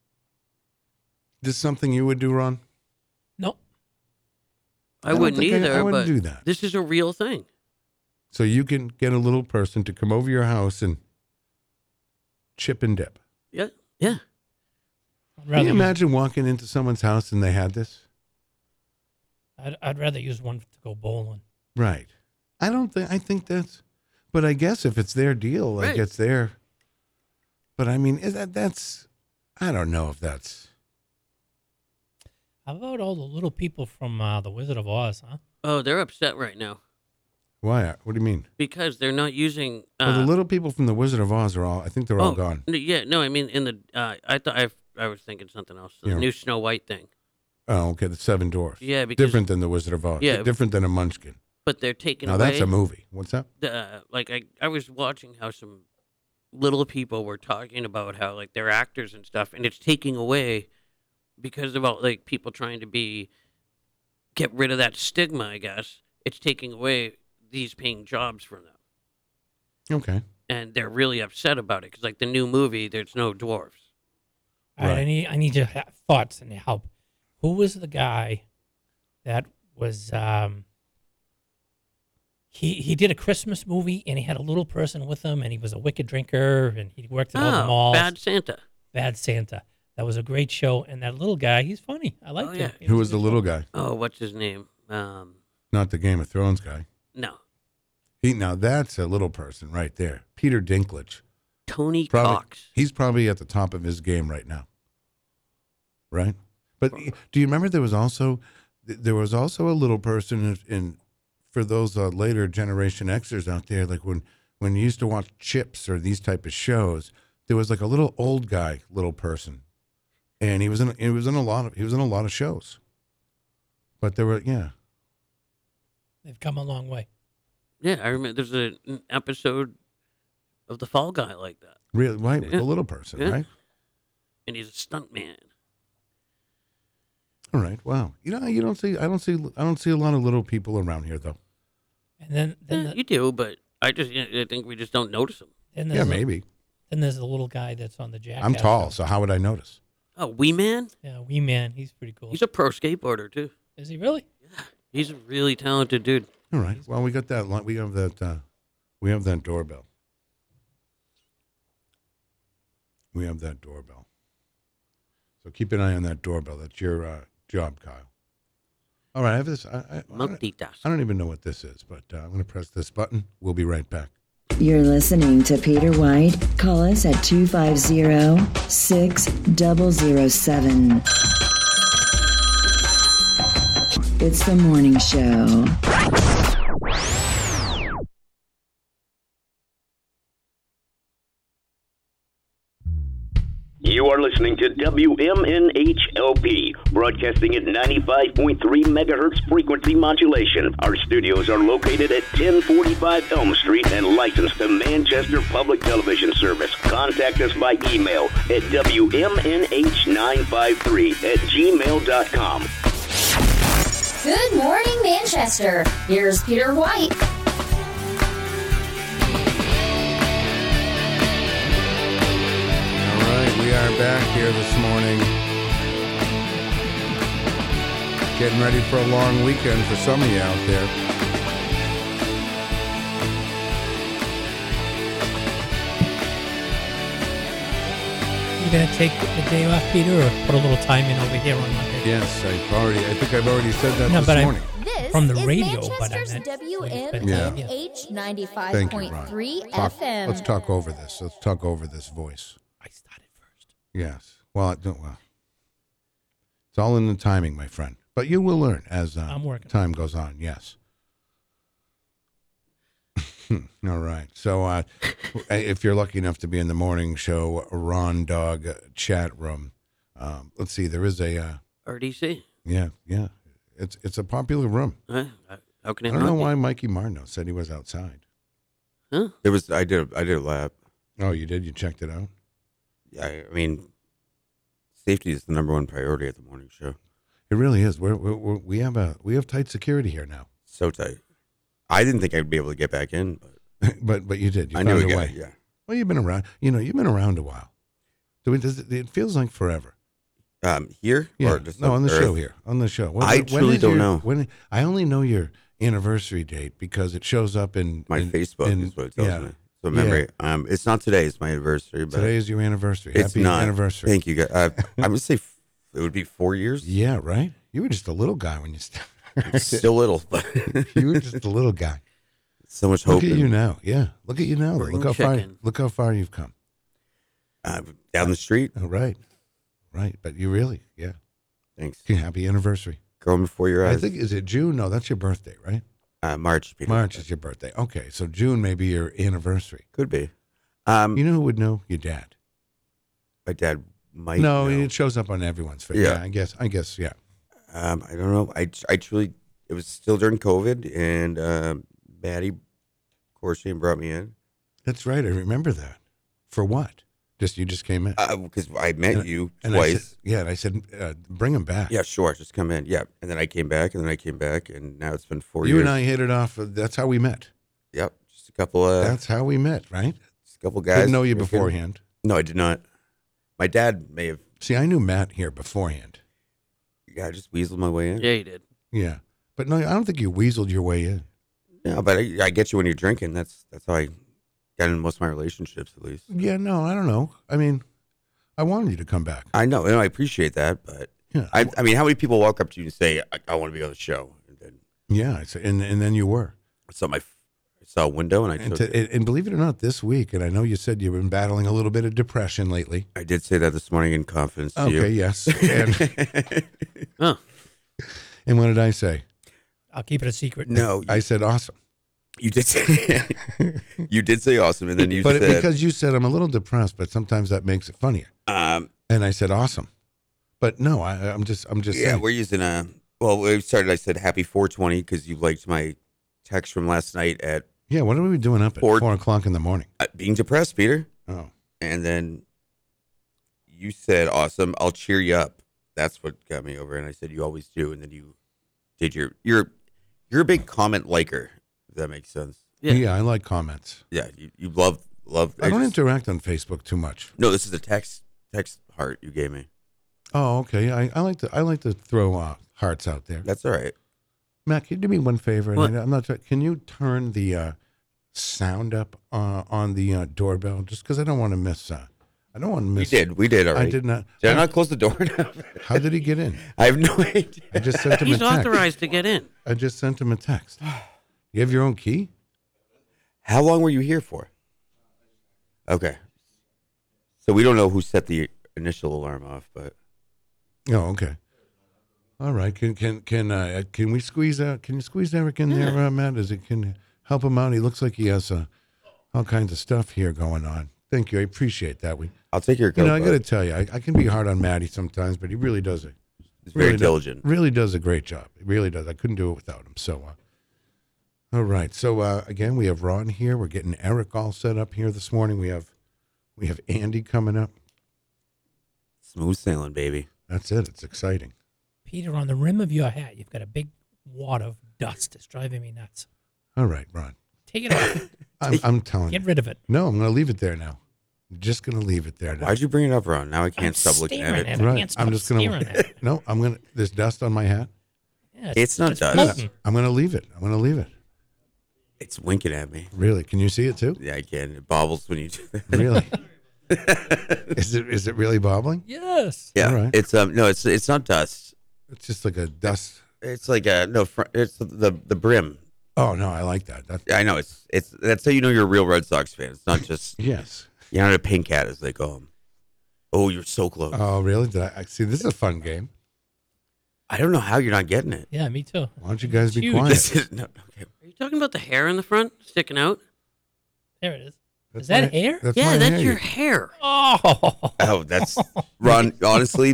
This is something you would do, Ron?
No,
I,
don't
wouldn't
think I- I
either,
wouldn't
but
do that.
this is a real thing.
So you can get a little person to come over your house and chip and dip.
Yeah, yeah.
I'd
Can
rather
you
use-
imagine walking into someone's house and they had this?
I'd, I'd rather use one to go bowling.
Right. I don't think I think that's but I guess if it's their deal, like
Right.
it's their but I mean is that that's I don't know if that's
How about all the little people from uh, the Wizard of Oz? Huh?
Oh, they're upset right now
why what do you mean?
because they're not using. Uh,
well the little people from the Wizard of Oz are all I think they're all
oh,
gone.
n- Yeah, no, I mean in the. Uh, I thought I I was thinking something else. The
Yeah.
new Snow White thing.
Oh, okay, the seven dwarfs.
Yeah, because-
different than the Wizard of Oz.
Yeah.
Different than a munchkin.
but they're taking
Now
away uh,
that's a movie. What's up?
the like I, I was watching how some little people were talking about how like they're actors and stuff, and it's taking away because of all like people trying to be get rid of that stigma. I guess it's taking away these paying jobs from them,
Okay.
and they're really upset about it because like the new movie, there's no dwarves.
All right, I
Right.
need I need your ha- thoughts and help. Who was the guy that was? um He he did a Christmas movie and he had a little person with him and he was a wicked drinker and he worked at all the
Oh,
malls.
Bad Santa.
Bad Santa. That was a great show and that little guy, he's funny. I liked
Oh,
him.
yeah.
He
Who was
a
the
good-
little guy?
Oh, what's his name? Um,
Not the Game of Thrones guy.
no,
He now that's a little person right there. Peter Dinklage.
Tony
Probably-
Cox.
He's probably at the top of his game right now. Right? But do you remember there was also th- there was also a little person in, in for those uh, later generation Xers out there like when when you used to watch Chips or these type of shows, there was like a little old guy, little person. And he was in he was in a lot of he was in a lot of shows. But there were yeah.
They've come a long way.
Yeah, I remember. There's a, an episode of the Fall Guy like that,
Really right with
Yeah.
the little person,
Yeah.
right?
and he's a stunt man.
All right. Wow. You know, you don't see. I don't see. I don't see a lot of little people around here, though.
And then then the,
Eh, you do, but I just I think we just don't notice him.
then
yeah,
there's a-
maybe.
then there's the little guy that's on the jacket.
I'm tall, so how would I notice?
Oh, Wee Man.
Yeah, Wee Man, he's pretty cool.
He's a pro skateboarder too.
Is he really?
He's a really talented dude.
All right. Well, we got that. li- We have that. Uh, we have that doorbell. We have that doorbell. So keep an eye on that doorbell. That's your uh, job, Kyle. All right. I have this. I, I, I, don't,
Multitask.
I don't even know what this is, but uh, I'm going to press this button. We'll be right back.
You're listening to Peter White. Call us at 250 6007. It's the morning show.
You are listening to WMNHLP, broadcasting at 95.3 megahertz frequency modulation. Our studios are located at 1045 Elm Street and licensed to Manchester Public Television Service. Contact us by email at WMNH953 at gmail.com.
Good morning, Manchester. Here's Peter White.
All right, we are back here this morning. Getting ready for a long weekend for some of you out there.
You gonna take the day off, Peter, or put a little time in over here on Monday?
Yes, I've already. I think I've already said that
No,
this
but I-
morning.
This
From the
is
radio, but I
Manchester's
meant-
WMNH 95.3
Thank you, Ron. Talk-
FM.
let's talk over this. Let's talk over this voice.
I started first.
Yes. Well, I don't. Well, it's all in the timing, my friend. But you will learn as uh,
I'm working.
time goes on. Yes. all right. So, uh, if you're lucky enough to be in the morning show, Ron Dog chat room. Um, let's see. There is a. Uh,
RDC.
yeah, yeah. It's it's a popular room.
Huh? How can
I
it
don't know
not
why Mikey Marno said he was outside.
be? Huh?
There was I did I did a lap.
Oh, you did. You checked it out.
Yeah, I, I mean, safety is the number one priority at the morning show.
It really is. We're, we're, we're, we have a we have tight security here now,
So tight. I didn't think I'd be able to get back in, but
but but you did. You
I knew
found
a
a
guy.
way.
Yeah,
Well, you've been around. You know, you've been around a while. Do we, does it, it feels like forever.
um, here
Yeah.
or just
no, on the show
Earth?
here, on the show.
I truly
is
don't
your-
know.
When I only know your anniversary date because it shows up in
My
in-
Facebook
in-
is what it tells
yeah.
me. So memory. Um, it's not today. It's my anniversary. But
Today is your anniversary.
it's
Happy
not
anniversary.
Thank you. guys. Uh, I would say f- it would be four years.
Yeah, right. You were just a little guy when you started.
Still little, but
you were just a little guy.
so much hope.
Look at you
and,
now. Yeah, look at you now.
Spring
Look how far.
chicken.
Look how far you've come.
uh, down the street.
Oh, right. Right. But you really, yeah.
Thanks.
Okay, Happy anniversary.
Going before your
I
eyes.
think, is it June? No, that's your birthday, right?
uh, March. Peter.
March is your birthday. Okay. So June may be your anniversary.
Could be. Um,
You know who would know? Your dad.
my dad might.
No,
know.
it shows up on everyone's face.
Yeah.
Yeah. I guess. I guess. Yeah.
Um, I don't know. I, I truly, it was still during COVID, and um, Maddie Corshane brought me in.
That's right. I remember that. For what? Just you just came in.
Because Uh, I met
And-
you
and I
twice.
said, yeah, and I said, uh, bring him back.
yeah, sure. Just come in. Yeah. And then I came back, and then I came back, and now it's been four
you
years.
and I hit it off. uh, That's how we met.
Yep. Just a couple of
That's how we met, right?
just a couple guys.
Didn't know you
drinking.
beforehand.
No, I did not. My dad may have.
See, I knew Matt here beforehand.
Yeah, I just weaseled my way in.
Yeah, you did.
Yeah, but no, I don't think you weaseled your way in.
No, but I, I get you when you're drinking. That's that's how I got in most of my relationships, at least.
Yeah, no, I don't know. I mean, I wanted you to come back.
I know, and I appreciate that, but
Yeah,
I, I mean, how many people walk up to you and say, "I, I want to be on the show," and then
yeah. I said, and and then you were.
I saw my I saw a window and I
And,
took.
to,
it.
and, and believe it or not, this week, and I know you said you've been battling a little bit of depression lately.
I did say that this morning in confidence to
Okay,
you.
yes. And,
Huh.
and what did I say?
I'll keep it a secret.
no, you,
I said awesome.
you did say you did say awesome, and then you
but it-
said,
because you said I'm a little depressed, but sometimes that makes it funnier.
um,
And I said awesome. But no, I, I'm just I'm just
"Yeah,
saying.
we're using a." Well, we started. I said, "Happy 420" because you liked my text from last night at
Yeah, what are we doing up at
Or-
four o'clock in the morning?
uh, being depressed, Peter.
Oh,
and then you said awesome i'll cheer you up that's what got me over and i said you always do and then you did your you're you're a big comment liker if that makes sense
yeah.
Yeah.
I like comments.
yeah you, you love love
I don't
just-
interact on Facebook too much.
no this is a text text heart you gave me
Oh, okay. I, I like to I like to throw uh, hearts out there.
that's all right
Matt, can you do me one favor? And
What?
I- I'm not. sure- Can you turn the uh, sound up uh, on the uh, doorbell? Just because I don't want to miss. Uh, I don't want to
we
miss.
did we did all right
I did not.
did i
how-
not close the door now
How did he get in?
i have no idea
I just sent him
He's
a text.
authorized to get in.
I just sent him a text. You have your own key?
how long were you here for okay so we don't know who set the initial alarm off but
Oh, okay. All right. Can can can uh, can we squeeze out? Can you squeeze Eric in there, uh, Matt? Is it can help him out? He looks like he has uh, all kinds of stuff here going on. Thank you. I appreciate that. We,
i'll take your
you know, I
GoPro.
got to tell you, I, I can be hard on Maddie sometimes, but he really does a
it's very
really
diligent
Does, really does a great job. He really does. I couldn't do it without him. So, uh, all right. So uh, again, we have Ron here. We're getting Eric all set up here this morning. We have we have Andy coming up.
Smooth sailing, baby.
That's it. It's exciting.
Peter, on the rim of your hat, you've got a big wad of dust. It's driving me nuts.
All right, Ron.
Take it off.
I'm, I'm telling you.
Get rid of it.
No, I'm going to leave it there now. I'm just going to leave it there now.
Why'd you bring it up, Ron? Now I can't stop looking at
staring
it.
I
right.
can't
I'm
stop
just going
staring at
to.
it.
No, I'm going to. There's dust on my hat.
Yeah,
It's not dust.
floating.
I'm going to leave it. I'm going to leave it.
It's winking at me.
Really? Can you see it too?
Yeah, I can. It bobbles when you do that.
Really? is it is it really bobbling?
Yes.
Yeah,
All right.
it's um no, it's it's not dust.
It's just like a dust.
It's like a no, fr- it's the the brim.
Oh no, I like that. That's,
I know it's it's that's how you know you're a real Red Sox fan. It's not just
yes.
you're not a pink hat as they call them. Oh, you're so close.
Oh really? Did I, I see? This is a fun game.
I don't know how you're not getting it.
Yeah, me too.
Why don't you guys be
Huge.
quiet?
This is no, okay.
Are you talking about the hair in the front sticking out?
There it is.
That's
Is that
my-
hair?
That's
yeah,
my
that's
hair.
your hair.
Oh.
Oh, that's Ron. Honestly,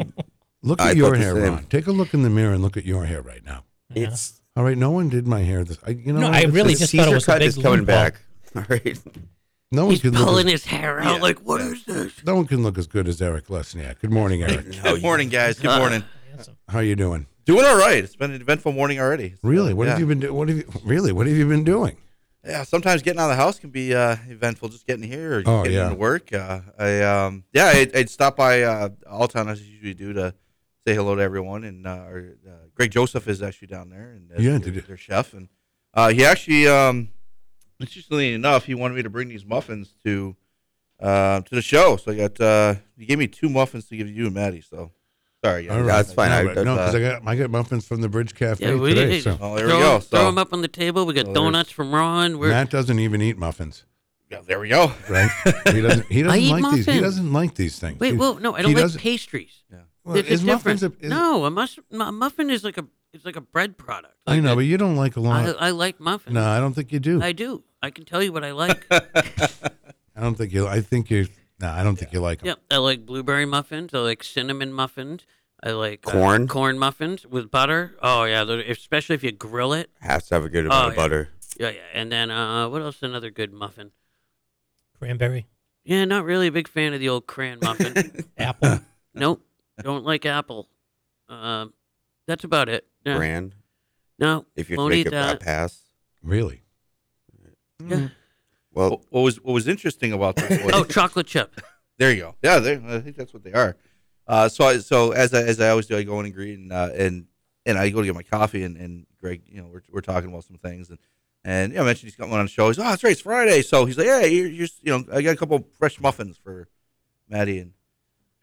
Look
I
at
thought
your
the
hair,
same.
Ron. Take a look in the mirror and look at your hair right now.
it's
All right, no one did my hair. This, I, you know,
No,
what?
I
It's-
really
it's-
just thought it
Caesar
was a
cut
big
is coming
loophole.
back. All right.
no one
He's
could look
pulling
as-
his hair out. Like, what is this?
No one can look as good as Eric Lesniak. Good morning, Eric.
No,
Good morning, guys. Good
Uh,
morning.
Handsome.
How you doing?
Doing all right. It's been an eventful morning already.
Really? What
yeah.
have you been? Do- what have you really? What have you been doing?
Yeah. Sometimes getting out of the house can be uh, eventful. Just getting here or
Oh,
getting
yeah.
into work. Uh, I um, yeah, I, I'd stop by uh, Alltown as I usually do to say hello to everyone. And uh, our, uh, Greg Joseph is actually down there and uh,
Yeah,
their,
did you-
their chef. And uh, he actually, um, interestingly enough, he wanted me to bring these muffins to uh, to the show. So I got uh, he gave me two muffins to give you and Maddie. So sorry. guys.
All right.
that's fine.
No,
I-
but- no,
that's,
'cause
uh,
I got I got muffins from the Bridge Cafe
Yeah, we-
today. So
Oh, there
throw,
we go.
Throw
So-
him up on the table. We got
So there's-
donuts from Ron. We're
Matt doesn't even eat muffins,
Yeah, there we go.
right? he doesn't. He doesn't
eat
like these. He
muffins.
doesn't like these things.
wait,
He-
whoa, no, I
he
don't like
doesn't-
pastries.
well,
They're just
is
different.
muffins a- is-
no, a, mus- a muffin is like a it's like a bread product.
I know, but
Like,
you don't like a lot.
I, I like muffins.
no, I don't think you do.
I
I,
do. I can tell you what I like.
don't think you. I think you. No, I don't think you like them.
yep, I like blueberry muffins. I like cinnamon muffins. I like uh,
Corn?
corn muffins with butter. Oh yeah, they're- especially if you grill it.
Has to have a good amount
Oh,
of
yeah.
butter.
Yeah, yeah. And then uh, what else? Another good muffin.
Cranberry.
Yeah, not really a big fan of the old crayon muffin.
Apple.
nope, don't like apple. Um, that's about it. No,
brand.
no
If you
won't
make
eat
a, a
that.
pass,
Really?
Yeah.
well,
What, what was what was interesting about this? Was,
Oh, chocolate chip.
There you go. Yeah, they, I think that's what they are. Uh, so, I, so as I, as I always do, I go in and greet and uh, and and I go to get my coffee and, and Greg, you know, we're, we're talking about some things and and you know, I mentioned he's got one on the show. He's oh, that's right, it's Friday. So he's like, yeah, you're, you're s- you know, I got a couple fresh muffins for Maddie and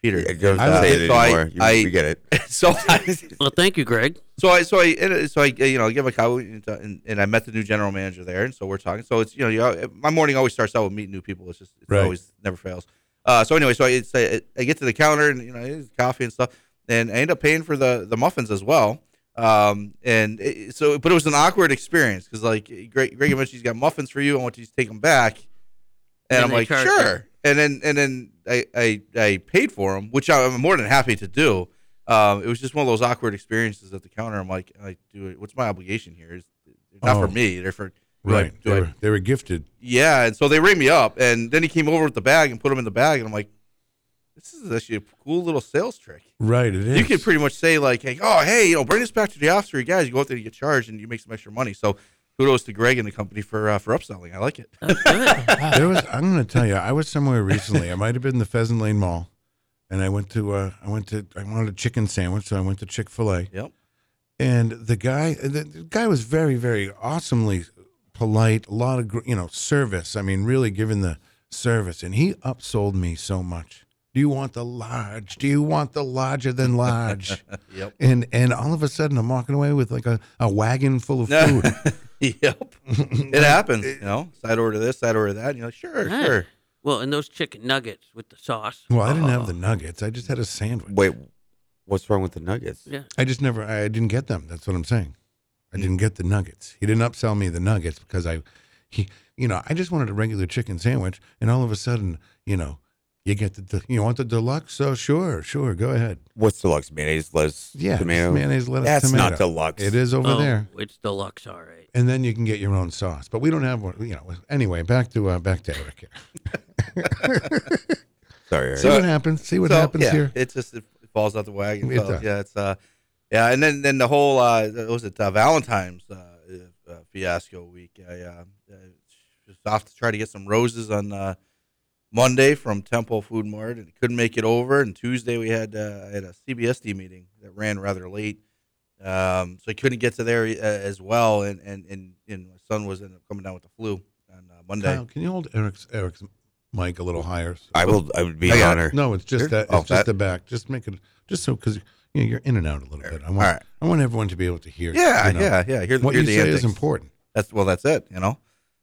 Peter.
it goes
I
not
would-
say it
so I-
anymore. you,
I-
you get it.
so I,
Well, thank you, Greg.
so I so I and, uh, so I you know I give a call and, and, and I met the new general manager there, and so we're talking. So it's you know, you know my morning always starts out with meeting new people. It's just it's
Right.
always never fails. Uh, so anyway, so I, it's, I I get to the counter and you know it's coffee and stuff, and I end up paying for the the muffins as well. Um, and it, so but it was an awkward experience because like Greg Greg mentioned she's got muffins for you. I want you to take them back, and,
And
I'm
they
like
charge
sure.
them.
And then and then I I, I paid for them, which I'm more than happy to do um, it was just one of those awkward experiences at the counter. I'm like, I do it. What's my obligation here? Is not
Oh.
for me. They're for do I-
Right.
do
they,
I-
were, they were gifted.
yeah. And so they ring me up, and then he came over with the bag and put them in the bag, and I'm like, this is actually a cool little sales trick.
Right. It is.
You could pretty much say like, hey, oh hey, you know, bring this back to the officer, you guys. You go out there, you get charged, and you make some extra money. So kudos to Greg and the company for uh, for upselling. I like it.
That's good.
there was I'm going to tell you I was somewhere recently I might have been the Pheasant Lane Mall and I went to uh, I went to I wanted a chicken sandwich so I went to Chick-fil-A
Yep.
and the guy the, the guy was very very awesomely polite a lot of gr- you know service I mean really giving the service and he upsold me so much do you want the large do you want the larger than large
Yep.
and and all of a sudden I'm walking away with like a, a wagon full of food
yep. It happens. You know, side order this, side order that. And you're like, sure,
Yeah.
sure.
Well, and those chicken nuggets with the sauce.
well I didn't have
Oh,
the nuggets I just had a sandwich
Uh-huh. Wait, what's wrong with the Nuggets?
Yeah.
I just never. I didn't get them. That's what I'm saying. I didn't get the nuggets. He didn't upsell me the nuggets because I, he, you know, I just wanted a regular chicken sandwich, and all of a sudden, you know, you get the, de- you want the deluxe. So sure, sure, go ahead.
What's deluxe mayonnaise, lettuce,
Yeah, just
tomato?
mayonnaise, lettuce,
That's
tomato.
not deluxe.
It is over
oh,
there,
It's deluxe, all right.
and then you can get your own sauce. But we don't have one. You know. Anyway, back to uh, back to Eric. Here.
Sorry, Eric.
See what happens. See what
So,
happens
yeah,
here.
It just it falls out the wagon.
It
So,
does.
yeah, it's uh, yeah, and then then the whole uh, what was it uh, Valentine's uh, uh, fiasco week? I uh, uh, was off to try to get some roses on uh, Monday from Temple Food Mart, and couldn't make it over. And Tuesday we had uh, I had a CBSD meeting that ran rather late. Um, so I couldn't get to there uh, as well, and, and and and my son was ended up coming down with the flu on uh, Monday.
Kyle, can you hold Eric's Eric's mic a little higher?
I will. I would be
I
an
got it.
honor.
No, it's just
Here?
that. It's
Oh,
just
that-
the back. Just make it just so because you know, you're in and out a little bit. I want
All right.
I want everyone to be able to hear.
Yeah,
you know,
yeah, yeah. Hear, the-
What
hear
you
the
say
antics.
is important.
That's well, that's it, you know.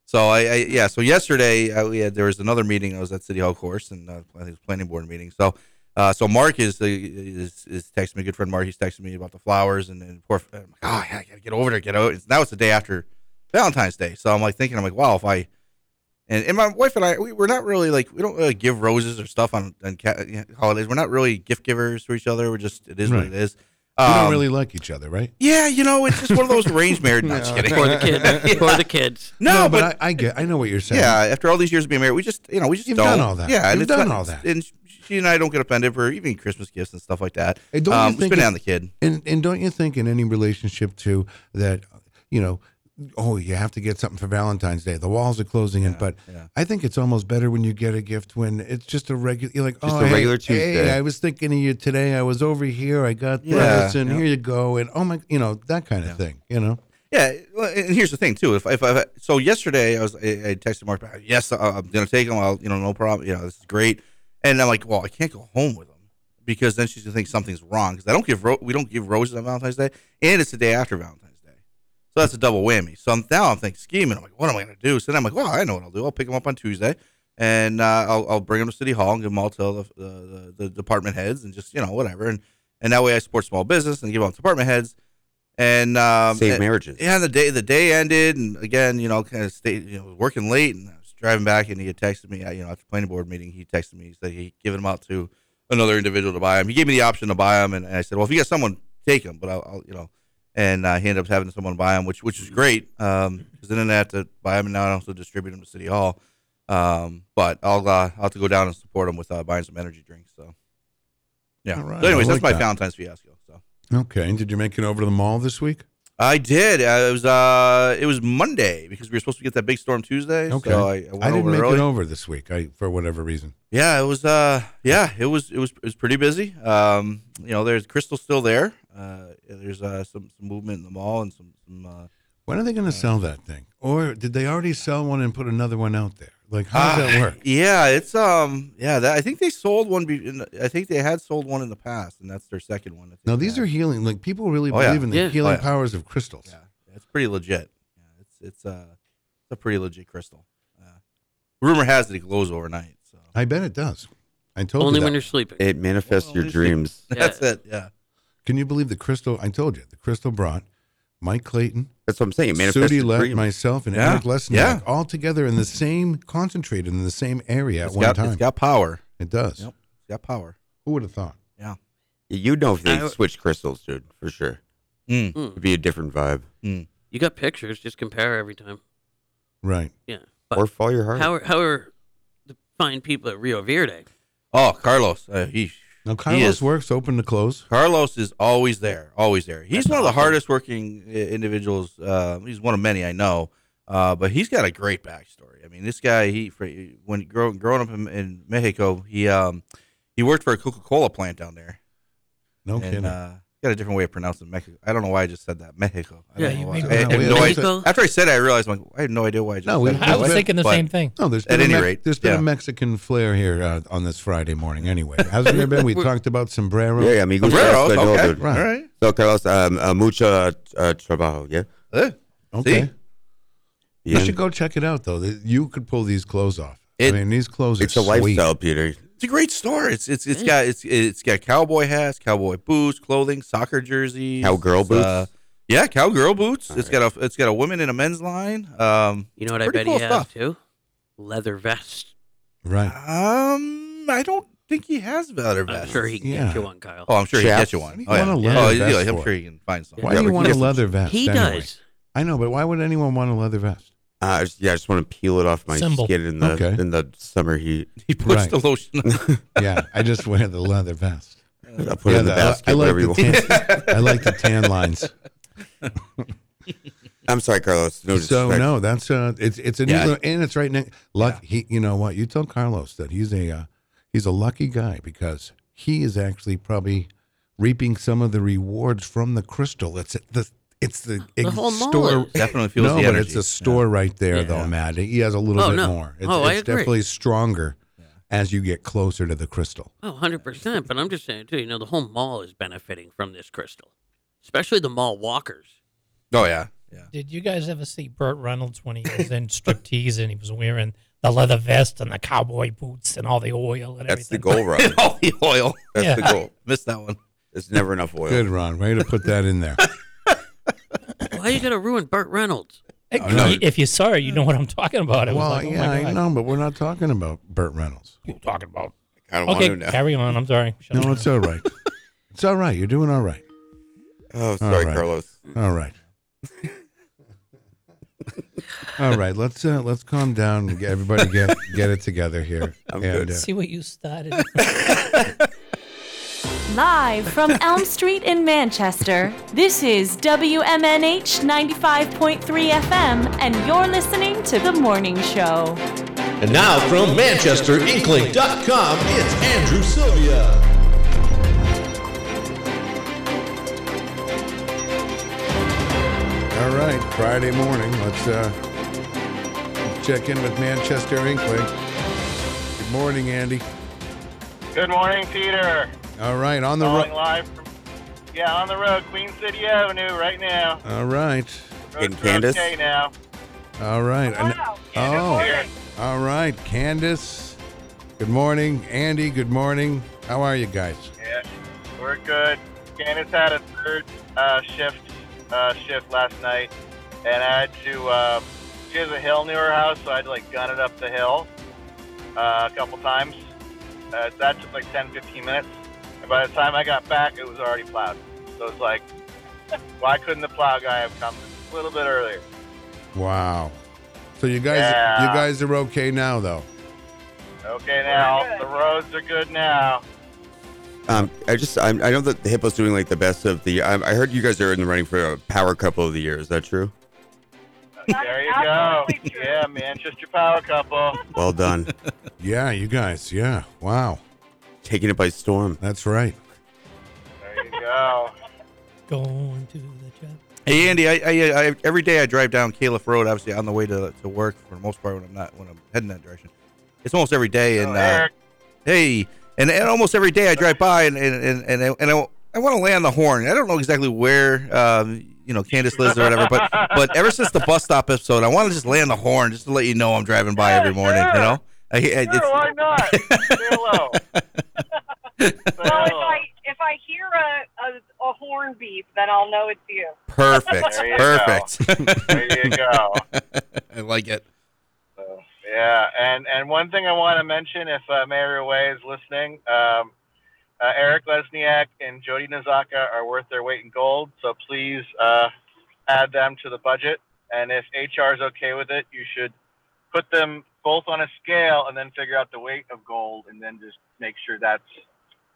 So I, I yeah. So yesterday I, we had there was another meeting. I was at City Hall, of course, and uh, I think it was planning board meeting. So, uh, so Mark is the is is texting me. Good friend Mark. He's texting me about the flowers and and poor. I'm like, oh, yeah, I gotta get over there. Get out. It's, now it's the day after Valentine's Day. So I'm like thinking, I'm like, wow, if I and, and my wife and I, we, we're not really like we don't really give roses or stuff on on ca- you know, holidays. We're not really gift givers to each other. We're just it is what
Right.
it is.
You don't
Um,
really like each other, right?
Yeah, you know, it's just one of those arranged marriage. no, just kidding.
For the kids. For the kids.
No, but
I, I get. I know what you're saying.
Yeah, after all these years of being married, we just you know we just
You've
don't.
done all that.
Yeah, and
You've
it's
done
not-
all that.
And she and I don't get offended for even Christmas gifts and stuff like that.
Hey, don't
um,
you
we
think
spend it
it-
on the kid.
And and don't you think in any relationship too that you know. Oh, you have to get something for Valentine's Day. The walls are closing in, but
yeah.
I think it's almost better when you get a gift when it's just a regular. You're like,
Just
oh,
a
hey-
regular
Hey,
Tuesday."
I was thinking of you today. I was over here. I got
Yeah,
this, and
yeah.
here you go. And oh my, you know that kind of thing. You know,
Yeah, well, and here's the thing too. If if I so yesterday I was I, I texted Mark back. Yes, I- I'm gonna take him. I'll you know no problem. You know this is great. And I'm like, well, I can't go home with him because then she's gonna think something's wrong because I don't give ro- we don't give roses on Valentine's Day and it's the day after Valentine's Day, so that's a double whammy. So I'm, now I'm thinking scheming. I'm like, what am I gonna do? So then I'm like, well, I know what I'll do. I'll pick him up on Tuesday. And uh, I'll, I'll bring him to City Hall and give him all to the, the, the department heads and just you know whatever and and that way I support small business and give out department heads and um,
Save
and-
marriages.
yeah, the day the day ended, and again, you know, kind of stayed, you know, working late, and I was driving back, and he had texted me, uh, you know, at the planning board meeting, he texted me, he said he given them out to another individual to buy them. He gave me the option to buy them, and, and I said, well, if you got someone, take them, but I'll, I'll you know, and uh, he ended up um, having someone buy them, which which is great, because then I didn't have to buy them, and now I also distribute them to City Hall. Um, but I'll uh, I'll have to go down and support them with uh, buying some energy drinks. So yeah.
All right,
so anyways,
I
that's my
like that.
Valentine's fiasco. So
Okay. And did you make it over to the mall this week?
I did. Uh, it was uh, it was Monday because we were supposed to get that big storm Tuesday.
Okay.
So I, I went
I didn't
over
make
early.
it over this week. I for whatever reason.
Yeah, it was. Uh, yeah, it was. It was. It was pretty busy. Um, you know, there's Crystal's still there. Uh, there's uh, some some movement in the mall and some some. Uh,
When are they going to sell that thing? Or did they already sell one and put another one out there? Like how does that
Ah,
work?
Yeah, it's um. Yeah, that, I think they sold one. Be, in the- I think they had sold one in the past, and that's their second one. I think
Now these
now.
are healing. Like people really
Oh, yeah.
believe in the
Yeah.
healing
Oh, yeah.
powers of crystals.
Yeah, it's pretty legit. Yeah, it's it's uh, it's a pretty legit crystal. Uh, rumor has it it glows overnight. So
I bet it does. I told
Only
you
when
that.
you're sleeping.
It manifests your dreams.
that's it. Yeah.
Can you believe the crystal? I told you the crystal brought Mike Clayton,
That's what I'm saying. It manifests
Sudi
your
Lett,
dreams.
myself, and
Yeah.
Eric Lesniak
Yeah.
all together in the same concentrated in the same area at
It's
one
got,
time.
It's got power.
it does.
Yep. It's got power.
Who would have thought?
you know if they
I-
switch crystals, dude, for sure.
Mm.
It'd
Mm.
be a different vibe.
Mm.
You got pictures. Just compare every time.
Right.
Yeah.
or
But
follow your heart.
how are, how are the fine people at Rio Verde?
Oh, Carlos. Uh, he,
Now
he
Carlos
is,
works open to close.
Carlos is always there, always there. He's
That's
one of the
awesome.
hardest working i- individuals. Uh, he's one of many I know, uh, but he's got a great backstory. I mean, this guy, he for- when grow, growing up in, in Mexico, he um, he worked for a Coca Cola plant down there.
No kidding.
And, uh, got a different way of pronouncing Mexico. I don't know why I just said that Mexico. I
Yeah,
don't
you
know why.
made
I
it
have
up.
no idea.
Mexico?
After I said it, I realized I'm like, I have no idea why I just.
No, we-
said that.
I was
But-
thinking the
but-
same thing.
no, there's
at
been a
any
Mex-
rate,
there's been
yeah.
a Mexican flair here uh, on this Friday morning. Anyway, hasn't there been? We talked about sombrero.
Yeah, yeah, amigos.
Sombreros,
That's what I know,
okay,
dude.
Right.
all right.
So, Carlos, um, uh, mucho uh, trabajo, yeah?
Uh,
Eh,
Okay,
See?
Yeah.
you should go check it out though. Th- You could pull these clothes off.
It-
I mean, these clothes
It's
are
a
sweet.
lifestyle, Peter.
It's a great store. It's it's it's got it's it's got cowboy hats, cowboy boots, clothing, soccer jerseys,
Cowgirl
It's, uh,
boots?
yeah, cowgirl boots. It's got a it's got a women and a men's line. Um,
You know what I
Pretty
bet
cool
he has
stuff.
too? Leather vest.
Right.
um, I don't think he has Valor
I'm
vests.
sure he can
Yeah.
get you one, Kyle.
Oh, I'm sure he
Chaps.
gets you one.
What do you
Oh, yeah.
want a
yeah.
leather
Oh, yeah,
vest
I'm
for?
sure he can find some.
Why
Yeah,
do you
but
want a
yes,
leather vest?
he
anyway?
does.
I know, but why would anyone want a leather vest?
Uh, I just, yeah, I just want to peel it off my
Symbol.
skin in the
Okay.
in the summer heat.
He puts
Right.
the lotion.
Yeah, I just wear the leather vest.
I put it
yeah,
in the
I-
basket,
I, like
whatever you
the
want.
tan, I like the tan lines.
I'm sorry, Carlos. No
so
disrespect.
no, that's uh, it's it's a new
Yeah.
little- and it's right next. Luck, he, you know what? You tell Carlos that he's a uh, he's a lucky guy because he is actually probably reaping some of the rewards from the crystal. It's at the it's the,
The whole mall
store.
is.
Definitely feels
No,
the
but
energy.
it's a store right there,
Yeah.
though, Matt. He has a little
Oh,
bit
no.
more. It's,
Oh, I
it's
agree.
definitely stronger as you get closer to the crystal.
Oh, 100%. But I'm just saying, too, you know, the whole mall is benefiting from this crystal, especially the mall walkers.
Yeah. Oh yeah, yeah.
Did you guys ever see Burt Reynolds when he was in striptease and he was wearing the leather vest and the cowboy boots and all the oil and
That's the
everything?
goal, Rob.
All the oil.
That's the
Yeah.
goal.
Missed that one.
There's never enough oil.
Good, Ron. Way to put that in there.
Why you got to ruin Burt Reynolds?
Hey,
Oh, no.
If you saw it, you know what I'm talking about. It was
well,
like, oh my
yeah, I
God.
know, but we're not talking about Burt Reynolds.
What are you talking about?
I don't
Okay,
want to know.
carry on. I'm sorry. Shut
No,
up.
it's all right. it's all right. You're doing all right.
Oh, sorry,
right.
Carlos.
All right. all right. Let's uh, let's calm down. and get- Everybody get get it together here.
I'm
uh,
good.
See what you started.
Live from Elm Street in Manchester, this is WMNH 95.3 FM, and you're listening to The Morning Show.
And now from Manchester, Inkling.com, it's Andrew Sylvia.
All right, Friday morning. Let's uh, check in with Manchester Inkling. Good morning, Andy.
Good morning, Peter.
All right, on the
Calling
ro-
live from, yeah, on the road, Queen City Avenue right now.
All right,
Road
And
to
Candace?
Okay now.
all right. And-
Here.
oh, all right, Candace. Good morning, Andy. Good morning. How are you guys?
Yeah, we're good. Candace had a third uh, shift uh, shift last night, and I had to. Uh, she has a hill near her house, so I had to like gun it up the hill uh, a couple times. Uh, that took like 10, 15 minutes, and by the time I got back, it was already plowed. So it's like, why couldn't the plow guy have come a little bit earlier?
Wow. So you guys,
Yeah.
you guys are okay now, though.
Okay, now the roads are good now.
Um, I just I'm, I know that the hippo's doing like the best of the. I, I heard you guys are in the running for a power couple of the year. Is that true?
There you go. Yeah, Manchester Power Couple.
Well done.
yeah, you guys. Yeah. Wow.
Taking it by storm.
That's right.
There you go.
Going to the job.
Hey Andy, I, I, I every day I drive down Caliph Road, obviously on the way to, to work for the most part when I'm not when I'm heading that direction. It's almost every day, and uh,
Eric.
hey, and, and almost every day I drive by and and and, and I, and I, I want to land the horn. I don't know exactly where um, you know Candace lives or whatever, but but ever since the bus stop episode, I want to just land the horn just to let you know I'm driving by every morning. You know, I, I,
Sure,
it's-
why not? Say hello.
Well,
Oh.
if I if I hear a, a, a horn beep, then I'll know it's you.
perfect,
There you
perfect.
go. There you go.
I like it.
So, yeah, and and one thing I want to mention, if uh, Mayor Way is listening, um, uh, Eric Lesniak and Jody Nazaka are worth their weight in gold. So please uh, add them to the budget, and if HR is okay with it, you should put them both on a scale and then figure out the weight of gold, and then just make sure that's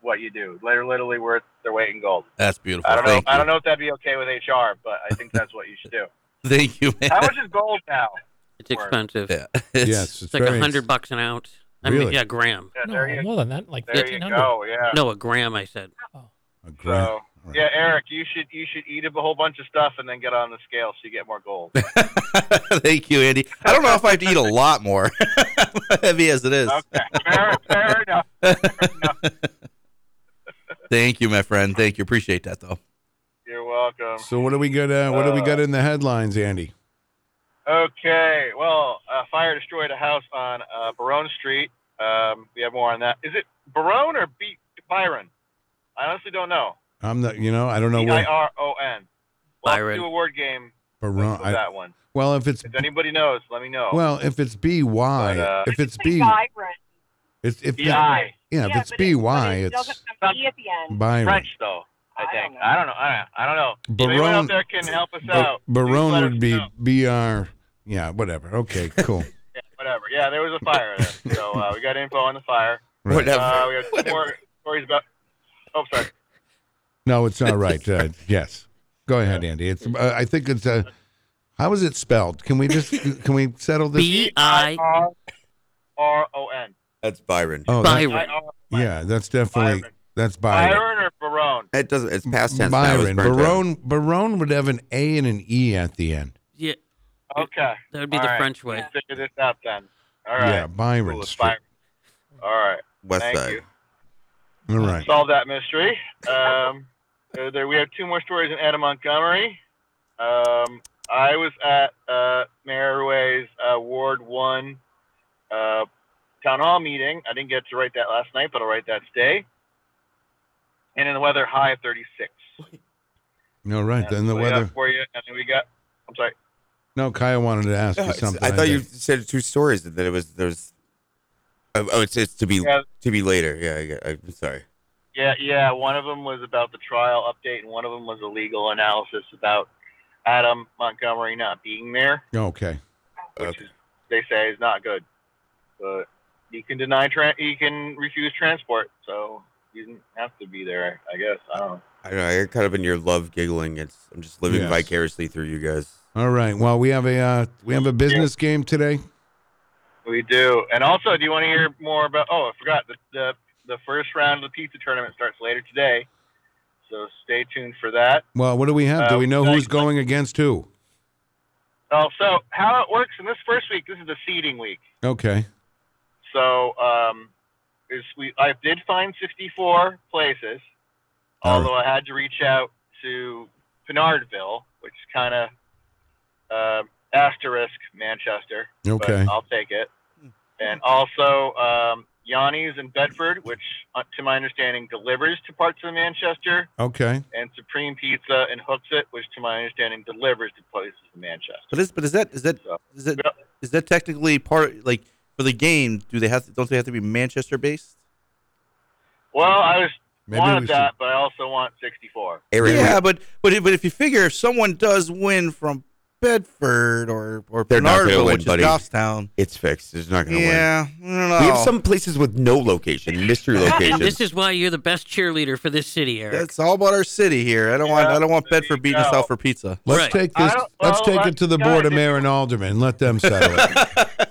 what you do. They're literally worth their weight in gold.
That's beautiful.
I don't know.
Thank
I
you.
don't know if that'd be okay with HR, but I think that's what you should do.
Thank you, man.
How much is gold now?
It's expensive.
Yeah.
Yes, it's
it's like a
very
hundred bucks an ounce. I mean,
Really?
yeah, gram.
Yeah,
No,
there you
more than that, like
there you
1500.
go. Yeah.
No, a gram. I said.
Oh.
A grand-
So yeah, Eric, you should you should eat up a whole bunch of stuff and then get on the scale so you get more gold.
Thank you, Andy. I don't know if I have to eat a lot more, heavy as it is.
Okay, fair, fair enough.
Thank you, my friend. Thank you. Appreciate that, though.
You're welcome.
So what do we got? Uh, what do we got in the headlines, Andy?
Okay, well, uh, fire destroyed a house on uh, Barone Street. Um, we have more on that. Is it Barone or B- Byron? I honestly don't know.
I'm not. You know, I don't know
B
where.
i r o n. We'll have to
Byron.
do a word game
Barone-
with
I-
that one.
well, if it's
If anybody knows, let me know.
well, if it's B Y,
But, uh,
if it's
It's
B,
vibrant.
it's if
B-I.
yeah, if
Yeah,
it's
but it-
B Y,
It
it's
doesn't have an E at the end.
Byron.
French though. I,
I
think
don't know.
I don't know. I don't know. I don't know. If anyone
Barone-
out there can help us
Ba-
out. please
Barone
let us
would be
know.
B R. Yeah, whatever. Okay, cool.
whatever. Yeah, there was a fire there. So uh, we got info on the fire.
Right.
Whatever.
Uh, we have two more stories about. Oh, sorry.
No, it's not right. Uh, yes, go ahead, Andy. It's. Uh, I think it's Uh, how is it spelled? Can we just can we settle this?
B I
R R O N.
That's Byron.
oh, that-
Byron.
yeah, that's definitely
Byron.
that's Byron.
Byron or Barone?
It doesn't. It's past tense. now. It's
Byron.
burned down.
Barone. Barone would have an A and an E at the end.
Yeah,
Okay.
that would be
All
the
right.
French way.
Figure this out then. All right.
Yeah, Byron
Cool, it's
Street.
Byron. All right.
West
Thank
Side.
you.
All right.
Solve that mystery. Um, uh, there we have two more stories in Anna Montgomery. Um, I was at uh, Mayor Rue's uh, Ward One uh, town hall meeting. I didn't get to write that last night, but I'll write that today. And in the weather, high of 36.
All right. Then the
That's what we got
weather.
for you. And then we got. I'm sorry.
No, Kaya wanted to ask
No,
you
it's-
something.
I thought you
think.
said two stories that it was there's. Oh, oh, it's it's to be
Yeah.
to be later. Yeah, I get- I'm sorry.
Yeah, yeah. One of them was about the trial update, and one of them was a legal analysis about Adam Montgomery not being there.
Okay.
which
Okay.
is, they say is not good. But he can deny, tra- he can refuse transport, so he doesn't have to be there. I guess I don't. know.
I don't know. I got caught up in your love giggling. It's I'm just living
Yes.
vicariously through you guys.
All right. Well, we have a uh, we have a business game today.
We do, and also, do you want to hear more about? Oh, I forgot the the, the first round of the pizza tournament starts later today, so stay tuned for that.
Well, what do we have? do
Uh,
we know
thank-
who's going against who?
Oh, so how it works in this first week? This is the seeding week.
Okay.
So um, is we I did find 64 places,
All right.
although I had to reach out to Pinardville, which is kind of uh, asterisk Manchester. but
Okay.
I'll take it. And also um, Yanni's in Bedford, which, uh, to my understanding, delivers to parts of Manchester,
Okay.
and Supreme Pizza in Hooksett, which, to my understanding, delivers to places in Manchester.
But is but is that is that
So,
is that
yeah.
is that technically part like for the game? Do they have to, don't they have to be Manchester based?
Well, I was
Maybe we
wanted
should-
that, but I also want 64.
Aaron,
yeah, but but if, but if you figure if someone does win from Bedford or or
They're not going to
Penardville,
win,
which
buddy.
is Goffstown.
It's fixed. It's not going to
Yeah,
win.
I don't know.
We have some places with no location, mystery location.
And this is why you're the best cheerleader for this city, Eric.
It's all about our city here. I don't want I don't want Bedford beating us out for pizza.
Let's take this. let's
well,
take it to the board of mayor and aldermen. Let them settle it.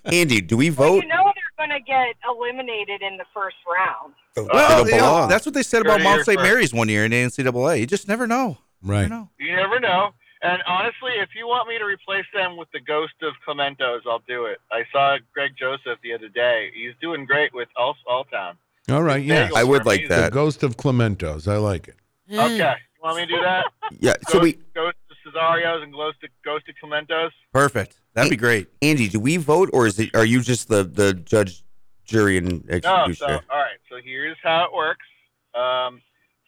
Andy, do we
Oh.
vote?
You know they're going to get eliminated in the first round.
Well,
It'll
you know,
belong.
that's what they said about
Good
Mount
ear
St.
first.
Mary's one year in the NCAA. You just never know.
Right.
You never know.
And honestly, if you want me to replace them with the ghost of Clementos, I'll do it. I saw Greg Joseph the other day. He's doing great with All Alltown.
All right. Yes.
I would like
The
that.
ghost of Clementos. I like it.
Okay. Want me to do that?
Yeah, so
Ghost-
we-
Ghost of Cesarios and Ghost of, ghost of Clementos?
Perfect. That'd be great.
Andy, do we vote or is it are you just the, the judge, jury, and
No, so,
executioner?
all right. So here's how it works. Um,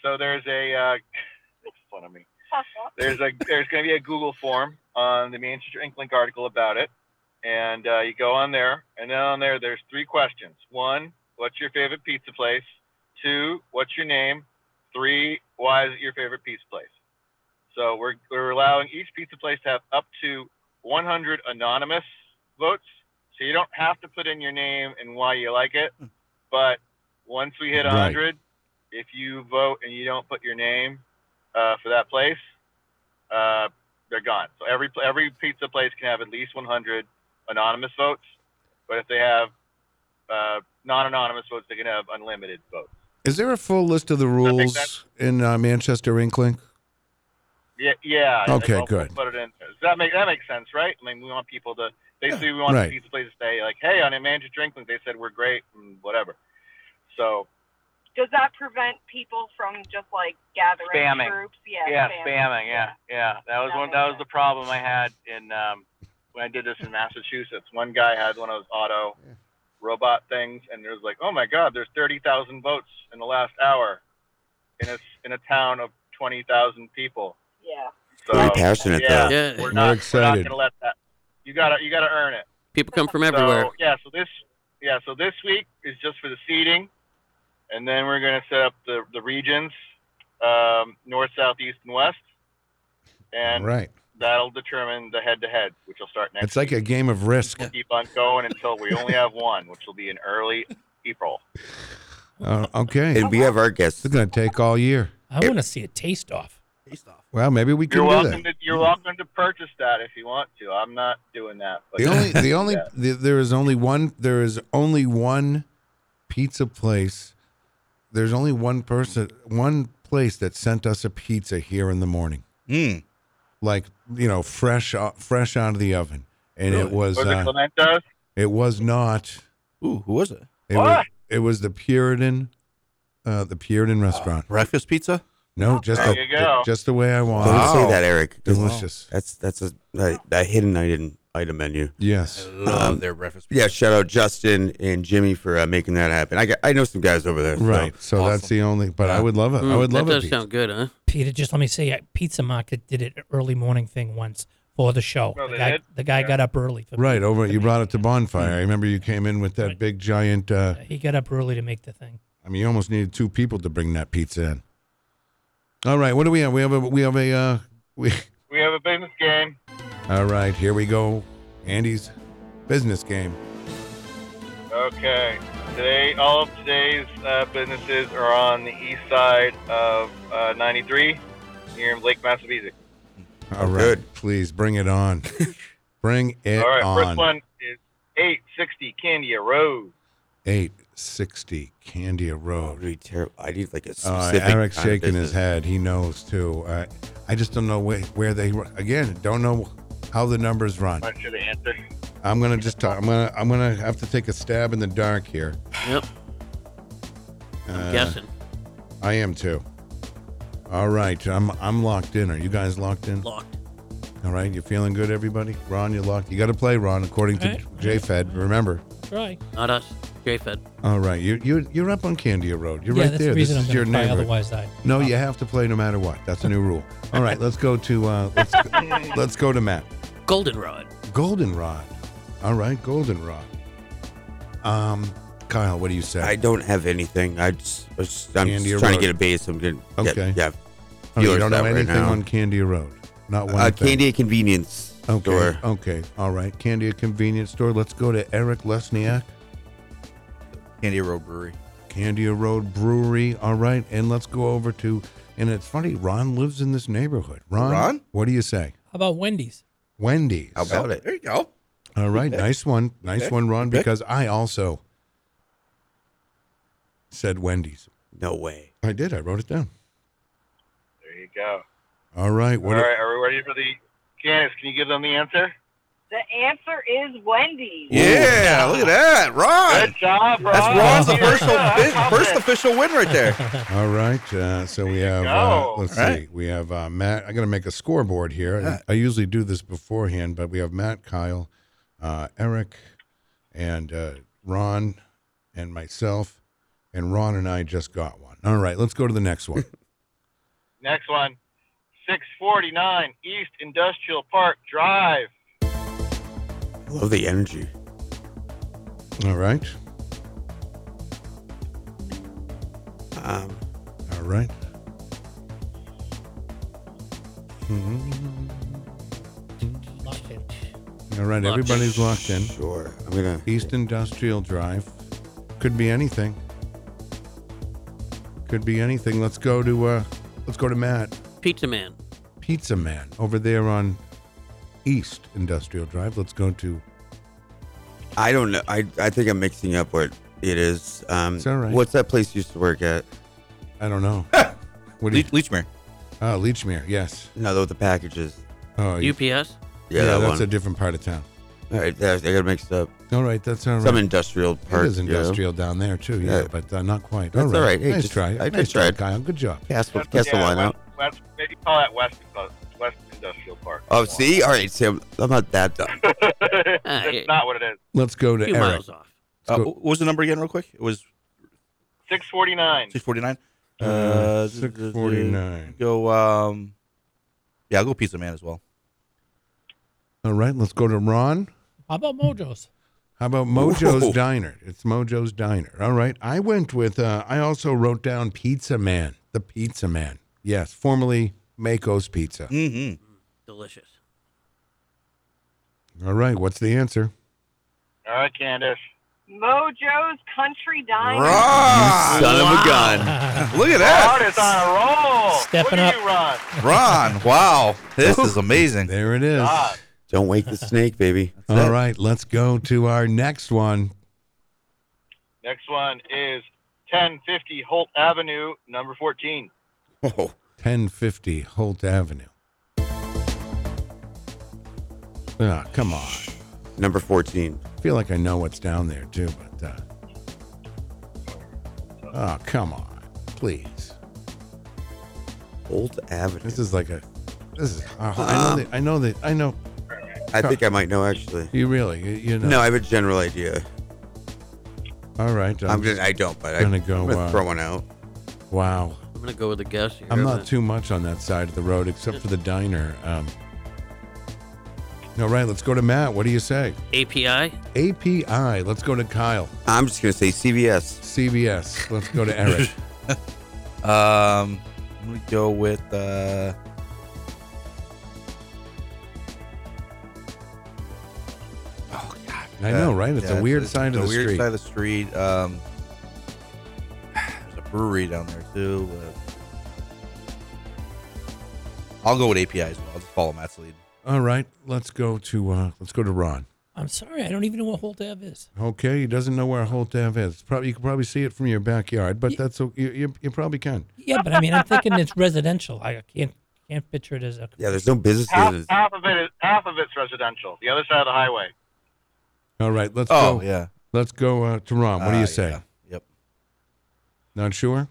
so there's a, uh, it's fun of me. There's a, there's going to be a Google form uh, on the Manchester Inklink article about it. And uh, you go on there, and then on there, there's three questions. One, what's your favorite pizza place? Two, what's your name? Three, why is it your favorite pizza place? So we're, we're allowing each pizza place to have up to 100 anonymous votes. So you don't have to put in your name and why you like it. But once we hit
Right.
100, if you vote and you don't put your name uh, for that place, uh, they're gone. So every pl- every pizza place can have at least 100 anonymous votes. But if they have uh, non-anonymous votes, they can have unlimited votes.
Is there a full list of the rules in uh, Manchester Inklink?
Yeah, yeah. I-
Okay,
I'll
good.
Put it in. Does that make that makes sense, right? I mean, we want people to basically we want
right.
the pizza place to say like, "Hey, on a manager Drinkling, they said we're great and whatever." So
Does that prevent people from just like gathering
Spamming.
groups?
yeah, spamming. Yeah, yeah. That was
That
one.
makes
That was the problem I had in um, when I did this in Massachusetts. One guy had one of those auto robot things, and there's like, oh my god, there's thirty thousand votes in the last hour in a s- in a town of twenty thousand people.
Yeah.
So,
Very passionate,
yeah,
though. Yeah.
We're
We're
not, We're not
excited.
gonna let that. You gotta you gotta earn it.
People come from
So,
everywhere.
yeah, so this yeah, so this week is just for the seeding, and then we're gonna set up the the regions, um, north, south, east, and west, and
Right.
that'll determine the head to head, which will start next.
It's like a game of risk.
We'll keep on going until we only have one, which will be in early April.
Uh, okay.
And we have our guests.
It's going to take all year.
I want to see a taste off.
Well, maybe we
You're
can do
welcome
that.
to you're welcome to purchase that if you want to. I'm not doing that. But
The only, the only,
Yeah.
the, there is only one. There is only one pizza place. There's only one person, one place that sent us a pizza here in the morning.
Mm.
Like you know, fresh, o- fresh out of the oven, and it
Really?
was.
Was it
uh,
Clementos?
It was not.
Ooh, who was it?
It
Ah!
was, it was the Puritan, uh, the Puritan restaurant.
breakfast pizza?
No, just
There
the,
you go.
just the way I want.
Don't
it.
say that, Eric.
Delicious.
That's that's a that, that hidden item item menu. Um,
Yes.
I love their breakfast
Yeah, shout out Justin and Jimmy for uh, making that happen. I got, I know some guys over there. so-
Right. So that's the only. But I would love it. I
Hmm,
Mm,
would
that
love
does
it.
sound
good, huh?
Peter, just let me say, uh, Pizza Market did it early morning thing once for the show.
Oh,
the
they
guy,
did?
the guy got up early. For,
Right over. You brought it to bonfire. I remember you came in with that big giant. Uh,
He got up early to make the thing.
I mean, you almost needed two people to bring that pizza in. All right. What do we have? We have a. We have a. Uh, we.
we have a business game.
All right. Here we go. Andy's business game.
Okay. Today, all of today's uh, businesses are on the east side of uh, 93 near Lake Massabesic.
All right. Please bring it on. bring it
All right,
on.
first one is 860 Candia Road.
Eight sixty Candia Road.
Be oh, terrible. I need like a
Uh,
specific.
Eric's
kind of
shaking his
business.
head. He knows too. I, I just don't know where, where they run. again. Don't know how the numbers run.
I'm not sure the answer.
I'm gonna just talk. I'm gonna I'm gonna have to take a stab in the dark here.
Yep.
Uh,
guessing.
I am too. All right, I'm I'm locked in. Are you guys locked in?
Locked.
All right, you feeling good, everybody? Ron, you locked. You got to play, Ron, according to
All right.
JFed. Remember.
Try.
Not us. JFed.
All right, you you you're up on Candia Road. You're
Yeah,
right
that's the
there.
reason
this
I'm
is your
gonna play,
neighbor.
otherwise I-
No, you have to play no matter what. That's a new rule. All right, let's go to uh, let's go, let's go to Matt.
Goldenrod.
Goldenrod. All right, goldenrod. Um, Kyle, what do you say?
I don't have anything. I just, I just I'm
Candy
just
or
trying
road?
to get a base. I'm getting
Okay.
Yeah.
Oh, you
Feelers
don't know
out right
anything
now.
on Candia Road. Not one.
Uh,
thing.
candy at convenience
Okay.
store.
Okay. All right. Candy at convenience store. Let's go to Eric Lesniak.
Candy Road Brewery.
Candia Road Brewery. All right. And let's go over to, and it's funny, Ron lives in this neighborhood. Ron?
Ron?
What do you say?
How about Wendy's?
Wendy's.
How about it? There you go.
All right.
Good pick.
Nice one.
Good
Nice
pick.
one, Ron,
Good pick.
because I also said Wendy's.
No way.
I did. I wrote it down.
There you go.
All right. What
All right, are we ready for the Candace? Can you give them the answer?
The answer is Wendy's.
Yeah, look at that, Ron.
Good job, Ron.
That's Ron's
Yeah,
first,
that's
offi- first
confident.
official win right there.
All right. Uh, so we have, uh,
go.
let's
All
see, we have uh, Matt. I got to make a scoreboard here. and
Matt.
I usually do this beforehand, but we have Matt, Kyle, uh, Eric, and uh, Ron, and myself. And Ron and I just got one. All right. Let's go to the next one.
Next one, 649 East Industrial Park Drive.
I love the energy.
All right.
Um,
All right.
Locked in.
All right,
Locked.
everybody's locked in.
Sure. I'm gonna.
East Industrial Drive. Could be anything. Could be anything. Let's go to uh let's go to Matt.
Pizza Man.
Pizza Man over there on East Industrial Drive. Let's go to
I don't know. I I think I'm mixing up what it is. Um,
It's all right.
What's that place you used to work at?
I don't know. what do you
Le- Leechmere.
uh, Leechmere, yes.
No, the, the packages.
Oh you-
UPS.
Yeah, that
that's
one.
a different part of town.
all right, that- I got mixed up.
All right, that's all right.
Some industrial part.
it is industrial down there too, yeah,
Yeah.
but uh, not quite.
That's all right. Hey,
nice
just-
try.
I
nice
just
try,
tried.
Kyle. Good job.
Castle, Castle
Yeah,
line
West-
out.
West- maybe call that West, uh, West Industrial Park.
Oh, see, all right, Sam, I'm not that dumb.
That's not what it is.
Let's go to
Few
Eric.
miles off.
Let's
Uh,
go-
what was the number again, real quick? It was
649.
649.
Uh,
z- z- z-
649.
Go, um, yeah, I'll go Pizza Man as well.
All right, let's go to Ron.
How about Mojo's?
How about Mojo's
Whoa.
Diner? It's Mojo's Diner. All right. I went with, uh, I also wrote down Pizza Man, the Pizza Man. Yes, formerly Mako's Pizza.
Mm-hmm.
Delicious.
All right. What's the answer?
All right, Candace.
Mojo's Country Diner.
Son of a gun. Look at that.
Ron is on a roll.
Stepping
Oh, Look
up.
at you, Ron.
Ron, wow. This is amazing.
There it is.
Ah.
Don't wake the snake, baby.
All right. Let's go to our next one.
Next one is 1050 Holt Avenue, number 14.
Oh,
1050 Holt Avenue. Ah, come on.
number 14.
I feel like I know what's down there too, but. Uh, oh, come on. Please.
Old Avenue. Ah.
This is like a. This is. I know that. I know that. I know.
I think I might know, actually.
You really. You, you know.
No, I have a general idea.
All right.
I'm just, I don't, but I,
gonna go,
I'm gonna
uh,
throw one out.
Wow.
I'm gonna go with a guess. Here,
I'm not too much on that side of the road, except for the diner. Um, all right, let's go to Matt. What do you say?
API.
API. Let's go to Kyle.
I'm just gonna say CVS.
CVS. Let's go to Eric.
Um, I'm going to go with, uh, oh, God.
I know, right? It's
Yeah,
a weird
it's-
side
it's
of
a
the
weird
street.
side of the street. Um, there's a brewery down there too. but- I'll go with API as well. I'll just follow Matt's lead.
All right, let's go to uh, let's go to Ron.
I'm sorry, I don't even know what Holt Ave is.
Okay, he doesn't know where Holt Ave is. Probably you can probably see it from your backyard, but that's o you, you, you probably can.
Yeah, but I mean, I'm thinking it's residential. I can't can't picture it as a.
Yeah, there's no business.
Half,
there.
half of it is half of it's residential. The other side of the highway.
All right, let's
Oh
go.
yeah.
Let's go uh, to Ron. What do
Ah,
you say?
yeah. Yep.
Not sure.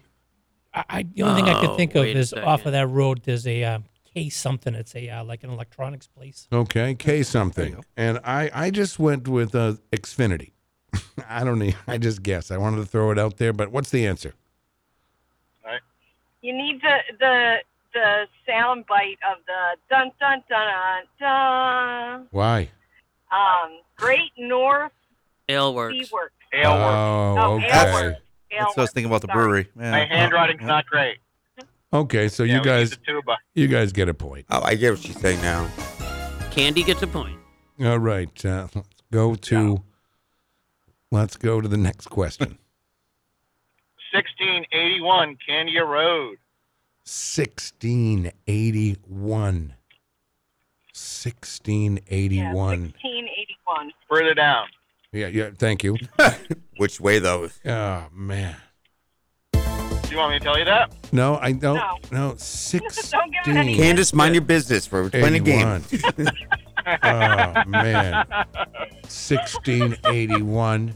I, I the only thing I could
Oh,
think of
wait a
is off
second.
of that road. There's a um, K something. It's a uh, like an electronics place.
Okay, K something. And I, I just went with uh, Xfinity. I don't know. I just guess. I wanted to throw it out there, but what's the answer?
You need the the the sound bite of the dun dun dun dun
Why?
dun. Um, Great North
Ale
Sea
works.
Works.
Aleworth.
Oh,
Ale
okay.
Works. Ale
That's what I was
Works,
thinking about the
sorry.
brewery. Yeah.
My handwriting's
Yeah.
not great.
Okay, so
Yeah,
you
we need
guys,
the tuba.
you guys get a point.
Oh, I get what she's saying now.
Candy gets a point.
All right, uh, let's go to, let's go to the next question.
1681 Candia Road.
1681. 1681.
1881.
Further down.
Yeah, yeah, thank you.
Which way though?
Oh, man.
Do you want me to tell you that?
No, I don't.
No.
No, 16.
Don't give
Candice,
Candace, mind your business. We're playing a game.
oh, man. 1681.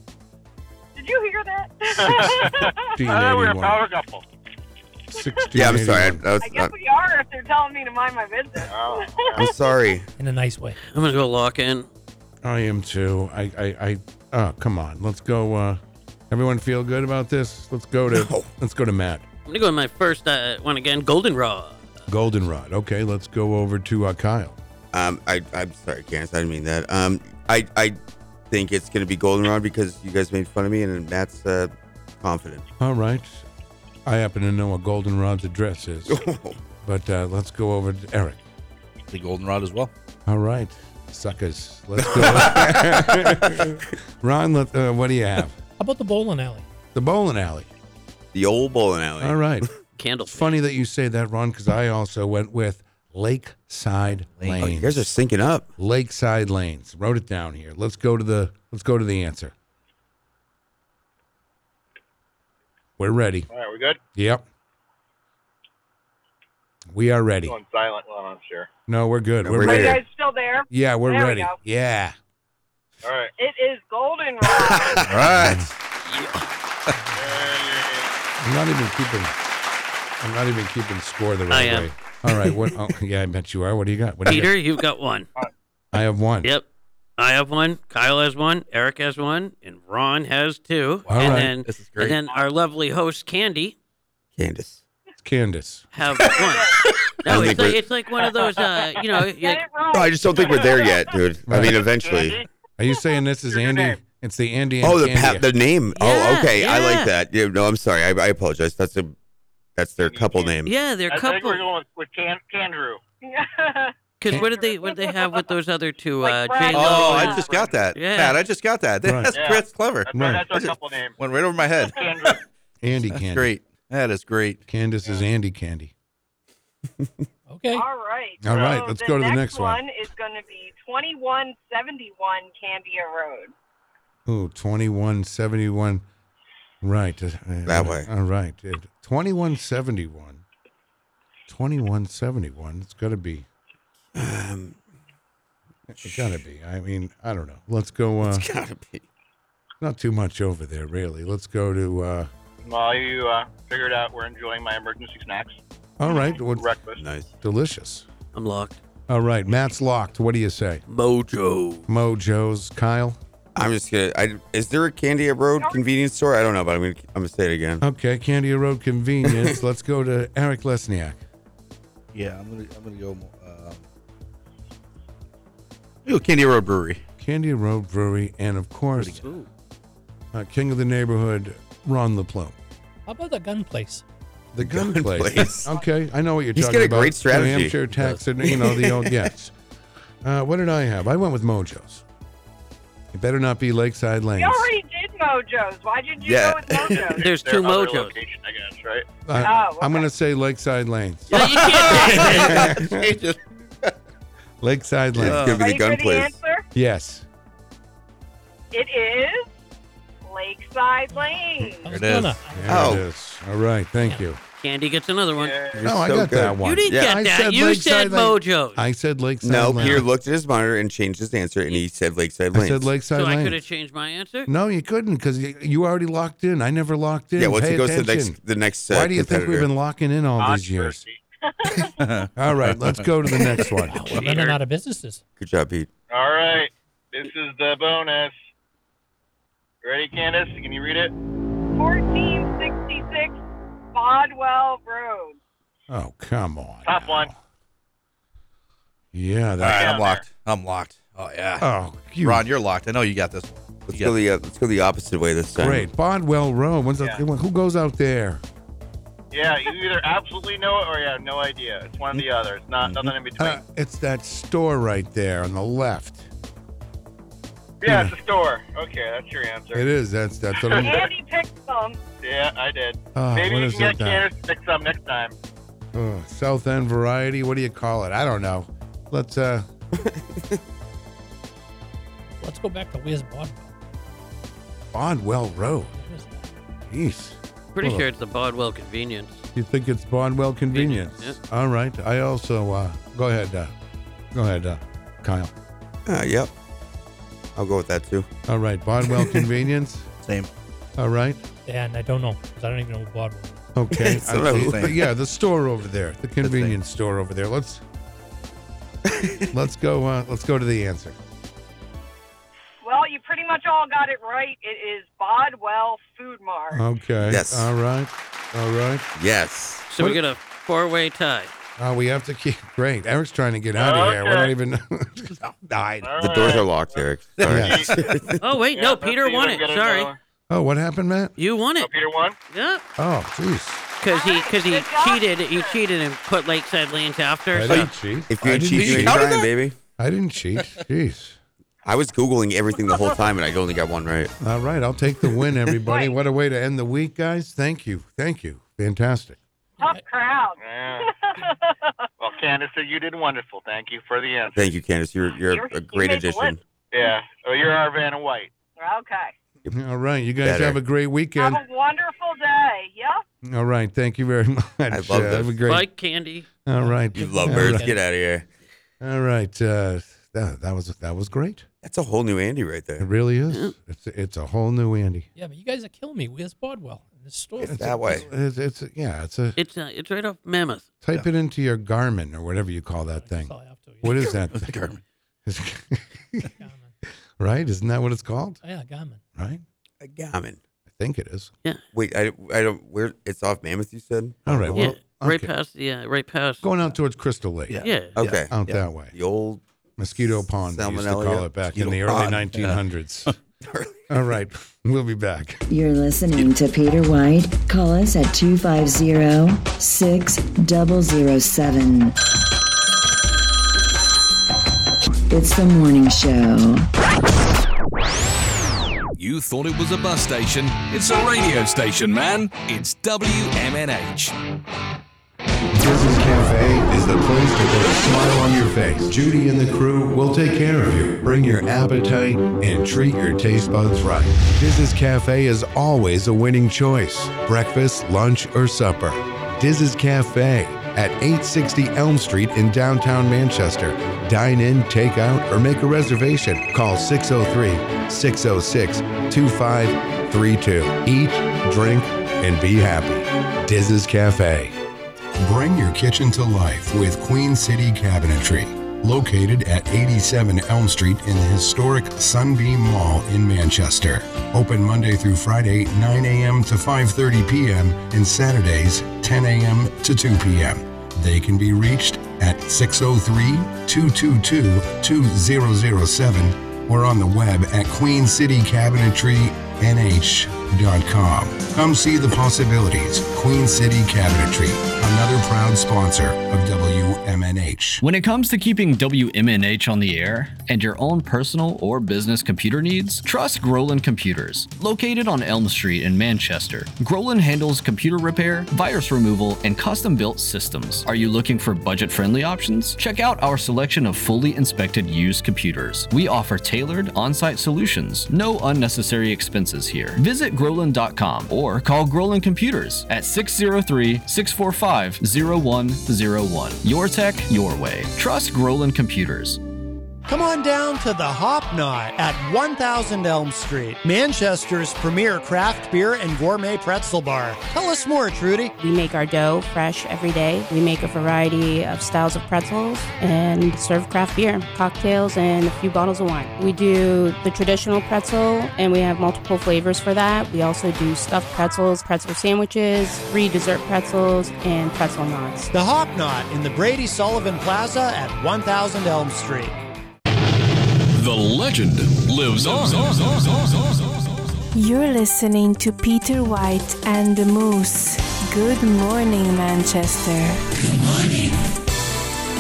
Did you hear that?
thought we Ah, were a
1681.
power couple.
Yeah, I'm sorry. I, I was, uh,
I guess we are if they're telling me to mind my business.
Uh,
I'm sorry.
in a nice way.
I'm gonna go lock in.
I am too. I, I, I, oh, come on. Let's go. Uh, everyone feel good about this? Let's go to, let's go to Matt.
I'm gonna go with my first uh, one again, Goldenrod.
Goldenrod. Okay, let's go over to uh, Kyle.
Um, I, I'm sorry, Candace. I didn't mean that. Um, I, I think it's gonna be goldenrod because you guys made fun of me, and Matt's uh, confident.
All right. I happen to know what Goldenrod's address is. but uh, let's go over to Eric.
The goldenrod as well.
All right. Suckers. Let's go. Ron, let, uh, what do you have?
How about the bowling alley?
The bowling alley.
The old bowling alley.
All right.
Candle.
Funny that you say that, Ron, because I also went with Lakeside Lanes.
Oh, you guys are syncing up.
Lakeside Lanes. Wrote it down here. Let's go to the let's go to the answer. We're ready.
All right, we good?
Yep. We are ready.
Going silent. Well, I'm sure.
No, we're good.
No,
We're
we're
Are you
ready.
guys still there?
Yeah, we're
There we
ready.
go.
yeah.
All right.
It is goldenrod.
All right.
I'm not even keeping. I'm not even keeping score the right
I am.
way. All right. What? Oh, yeah, I bet you are. What do you got? What do you
Peter, you've got one.
got? I have one.
Yep. I have one. Kyle has one. Eric has one, and Ron has two.
All
and
right.
then
This is great.
and then our lovely host Candy
Candace.
It's Candace.
have one.
I
No,
think
it's like
we're-
it's like one of those uh, you know, like,
Get it right.
No, I just don't think we're there yet, dude. I mean, eventually.
Andy?
Are you saying this is Andy? It's the Andy. And
Oh, the pa-
Candy.
the name.
Yeah,
oh, okay. I
yeah.
like that. Yeah, no, I'm sorry. I, I apologize. That's a that's their couple name.
yeah, they're
I think
couple.
we're going with, with Can- Candrew.
Because what did they what did they have with those other two?
Like
uh,
Brad
Jane
and
Oh,
Lilly
I
and-
just got that.
Yeah.
Pat, I just got that.
Right.
That's,
Yeah.
that's clever.
That's,
Right.
our, that's our
That's a-
couple name.
Went right over my head.
Candrew.
Andy
That's
Candy.
great. That is great.
Candace is Andy Candy.
Okay.
All right.
All right,
So
let's go to the next one.
one is going to be 2171 Candia Road.
Ooh, 2171. Right. uh,
That way.
All right. It- 2171. 2171. It's got to be.
Um,
It's got to be. I mean, I don't know. Let's go. Uh,
it's gotta be.
not too much over there, really. Let's go to. Uh,
While you uh, figure it out, we're enjoying my emergency snacks.
all right. What,
Breakfast.
Nice.
delicious.
I'm locked.
All right. Matt's locked. What do you say?
Mojo.
Mojo's. Kyle?
I'm just gonna. I, is there a Candia Road convenience store? I don't know, but I'm gonna. I'm gonna say it again.
Okay. Candia Road Convenience. Let's go to Eric Lesniak.
Yeah, I'm gonna I'm gonna go. Um, go Candy Road Brewery.
Candia Road Brewery. And of course,
Ooh.
uh, King of the Neighborhood, Ron LaPlume.
How about the gun place?
The gun,
gun
place.
place.
Okay, I know what you're
He's
talking
got a
about.
great strategy.
New Hampshire tax and you know the old yes. Uh, what did I have? I went with Mojo's. It better not be Lakeside Lanes.
You already did Mojos. Why did you
Yeah.
go with Mojos?
There's two
Their other
mojos.
Location, I guess, right?
I-
Oh,
I'm
okay.
going to say Lakeside Lanes.
Yeah, you can't-
It's
Lakeside Lanes.
gonna be
Ready
the gun
for the
place.
answer?
Yes.
It is Lakeside Lane.
I
There
was
it is.
gonna-
There
Oh.
it is. All right. Thank you.
Candy gets another one.
Yeah.
You're
No, I
so
got
good.
that one.
You didn't
Yeah.
get
I
that.
said
you said
Lakeside Lane.
Mojo.
I said Lakeside
No,
Lanes.
Peter looked at his monitor and changed his answer, and he said Lakeside
I
Lane.
said Lakeside
so I could have
Lanes.
changed my answer.
No, you couldn't because you, you already locked in. I never locked in.
yeah, once
Pay
he goes to the
attention.
next, the next. Uh,
Why do you think we've
competitor.
been locking in all these years?
Controversy.
All right, let's go to the next one.
We're running out of businesses.
Good job, Pete.
All right. This is the bonus. Ready, Candace? Can you read it?
1466 Bodwell Road.
Oh, come on.
Top one.
Yeah,
All right,
that.
I'm locked. I'm locked. Oh yeah.
Oh, you
Ron, you're locked. I know you got this one.
Let's
Yeah.
go the uh, let's go the opposite way this time.
great. Bodwell Road. When's that-
Yeah.
Who goes out there?
Yeah, you either absolutely know it or you have no idea. It's one or the other. It's not nothing in between.
Uh, it's that store right there on the left.
yeah, it's a store. Okay, that's your answer.
It is. That's that's what I'm.
Andy picked some.
Yeah, I did.
Oh,
Maybe
what
you
is
can get
it now?
Candace to pick some next time.
Oh, South End variety. What do you call it? I don't know. Let's uh.
Let's go back to where's Bob?
Bondwell Road. Jeez.
Pretty
Well,
sure it's the Bodwell Convenience.
You think it's Bondwell Convenience?
Convenience,
All right. I also uh, go ahead. Uh, go ahead, uh, Kyle.
Uh, yep. I'll go with that too.
All right, Bondwell Convenience.
Same.
All right.
Yeah, and I don't know 'cause I don't even know who Bob was.
Okay.
It's what I was
I-
saying.
yeah, the store over there, the convenience store over there. Let's let's go. Uh, let's go to the answer.
Well, you pretty much all got it right. It is Bodwell Food Mart.
Okay.
Yes.
All right. All right.
Yes.
So we got a four-way tie.
Uh, we have to keep. Great. Eric's trying to get out of here. We're not
Okay.
even. I,
The doors are locked, Eric. Sorry.
Oh wait, no, Peter won it. Sorry,
oh, what happened, Matt?
you won it.
Peter won.
Yep.
Oh, jeez.
Because he because he cheated. He cheated and put Lakeside Lanes after.
I
so-
didn't cheat.
If
I
you
didn't
cheat, you
cheat.
ain't
How did
trying,
that-
baby.
I didn't cheat. Jeez.
I was Googling everything the whole time and I only got one right.
All right. I'll take the win, everybody. what a way to end the week, guys. Thank you. Thank you. Fantastic.
Tough crowd.
Yeah. well, Candace, you did wonderful. Thank you for the answer.
Thank you, Candace. You're you're,
You're-
a
you
great
made the
addition.
Yeah. Oh, you're our Vanna White.
Okay.
All right. You guys
Better.
have a great weekend.
Have a wonderful day. Yep.
All right. Thank you very much. I
love
Have
this.
a great.
Like candy.
All right.
You
All
lovebirds,
right.
get out of here.
All right. Uh, that, that was that was great.
That's a whole new Andy right
It
there.
really is. It's it's a whole new Andy.
Yeah, but you guys are killing me. Where's Bodwell? In this store.
It's that way.
It's, it's yeah. It's a
It's uh, it's right off Mammoth.
type it into your Garmin or whatever you call that thing.
all I have to, yeah.
What is that?
Garmin.
Garmin. right? Isn't that what it's called?
Oh, yeah, Garmin.
Right?
A gammon.
I think it is.
Wait, I, I don't. Where it's off Mammoth, you said.
All right.
Yeah,
Well,
right
okay.
past. Yeah, right past.
Going out towards Crystal Lake.
yeah.
Okay.
Out
Yeah.
that way.
The old.
Mosquito Pond, we used to
Salmonella,
call
yeah.
it back in
Mosquito
the
pond.
early
Yeah.
1900s. All right. We'll be back.
You're listening to Peter White. Call us at 250 6007. It's the morning show.
You thought it was a bus station. It's a radio station, man. It's WMNH.
Prison Cafe is the place to put a smile on your face. Judy and the crew will take care of you. Bring your appetite and treat your taste buds right. Diz's Cafe is always a winning choice breakfast, lunch, or supper. Diz's Cafe at 860 Elm Street in downtown Manchester. Dine in, take out, or make a reservation. Call 603 606 2532. Eat, drink, and be happy. Diz's Cafe. Bring your kitchen to life with Queen City Cabinetry, located at 87 Elm Street in the historic Sunbeam Mall in Manchester. Open Monday through Friday, 9 a.m. to 5:30 p.m. and Saturdays, 10 a.m. to 2 p.m. They can be reached at 603-222-2007 or on the web at queencitycabinetrynh.com. Come see the possibilities. Queen City Cabinetry, another proud sponsor of WMNH.
When it comes to keeping WMNH on the air and your own personal or business computer needs, trust Groland Computers. Located on Elm Street in Manchester, Groland handles computer repair, virus removal, and custom built systems. Are you looking for budget friendly options? Check out our selection of fully inspected used computers. We offer tailored on site solutions, no unnecessary expenses here. Visit Groland.com or call Groland Computers at 603 645 0101. Your tech, your way. Trust Groland Computers.
Come on down to the Hop Knot at 1000 Elm Street, Manchester's premier craft beer and gourmet pretzel bar. Tell us more, Trudy.
We make our dough fresh every day. We make a variety of styles of pretzels and serve craft beer, cocktails, and a few bottles of wine. We do the traditional pretzel, and we have multiple flavors for that. We also do stuffed pretzels, pretzel sandwiches, free dessert pretzels, and pretzel knots.
The Hop Knot in the Brady Sullivan Plaza at 1000 Elm Street.
The legend lives on.
You're listening to Peter White and the Moose Good morning, Manchester. Good morning.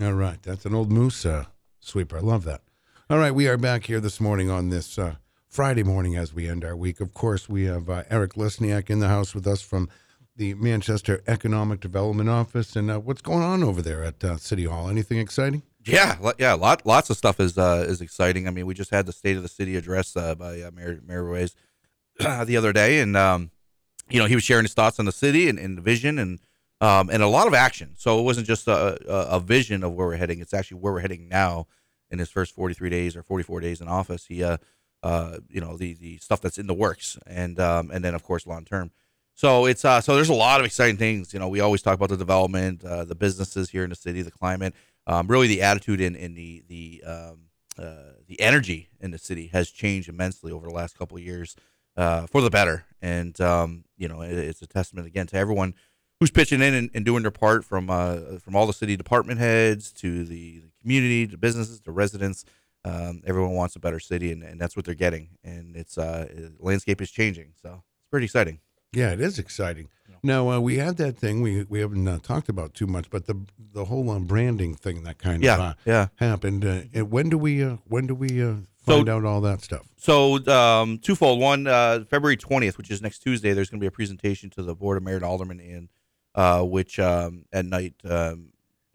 All right, that's an old moose uh, sweeper. I love that. All right, we are back here this morning on this uh, Friday morning as we end our week. Of course, we have uh, Eric Lesniak in the house with us from the Manchester Economic Development Office. And uh, what's going on over there at uh, City Hall? Anything exciting?
Yeah, lo- yeah, lot, lots of stuff is uh, is exciting. I mean, we just had the state of the city address uh, by uh, Mayor Mayor Ways the other day, and um, you know he was sharing his thoughts on the city and, and the vision and um, and a lot of action. So it wasn't just a, a, a vision of where we're heading; it's actually where we're heading now. In his first 43 days or 44 days in office, he uh, uh, you know the the stuff that's in the works, and um, and then of course long term. So it's uh, so there's a lot of exciting things. You know, we always talk about the development, uh, the businesses here in the city, the climate. Um, really, the attitude and in, the the um, uh, the energy in the city has changed immensely over the last couple of years uh, for the better. And um, you know, it, it's a testament again to everyone who's pitching in and, and doing their part from uh, from all the city department heads to the, the community, to businesses, to residents. Um, everyone wants a better city, and, and that's what they're getting. And it's uh, landscape is changing, so it's pretty exciting.
Yeah, it is exciting. Now uh, we had that thing we we haven't uh, talked about too much, but the the whole um, branding thing that kind
Yeah,
of uh,
yeah.
happened. Uh, and when do we uh, when do we uh,
So-
find out all that stuff?
So um, twofold. One, uh, February twentieth, which is next Tuesday, there's going to be a presentation to the board of mayor and aldermen in, uh, which um, at night, um,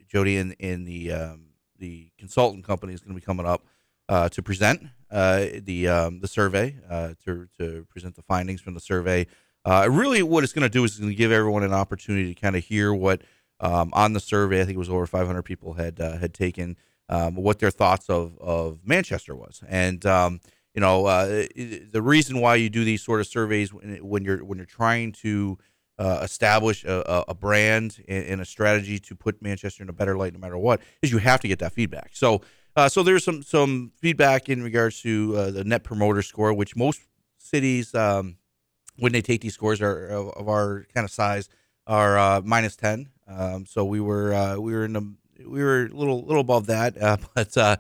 Jody and, and the um, the consultant company is going to be coming up uh, to present uh, the um, the survey uh, to to present the findings from the survey. Uh, really, what it's going to do is going to give everyone an opportunity to kind of hear what um, on the survey. I think it was over 500 people had uh, had taken um, what their thoughts of of Manchester was, and um, you know uh, it- it- the reason why you do these sort of surveys when, when you're when you're trying to uh, establish a, a- a brand and, and a strategy to put Manchester in a better light, no matter what, is you have to get that feedback. So. Uh, so there's some some feedback in regards to uh, the net promoter score, which most cities um, when they take these scores are of, of our kind of size are uh, minus ten. Um, so we were uh, we were in the we were a little little above that, uh, but uh,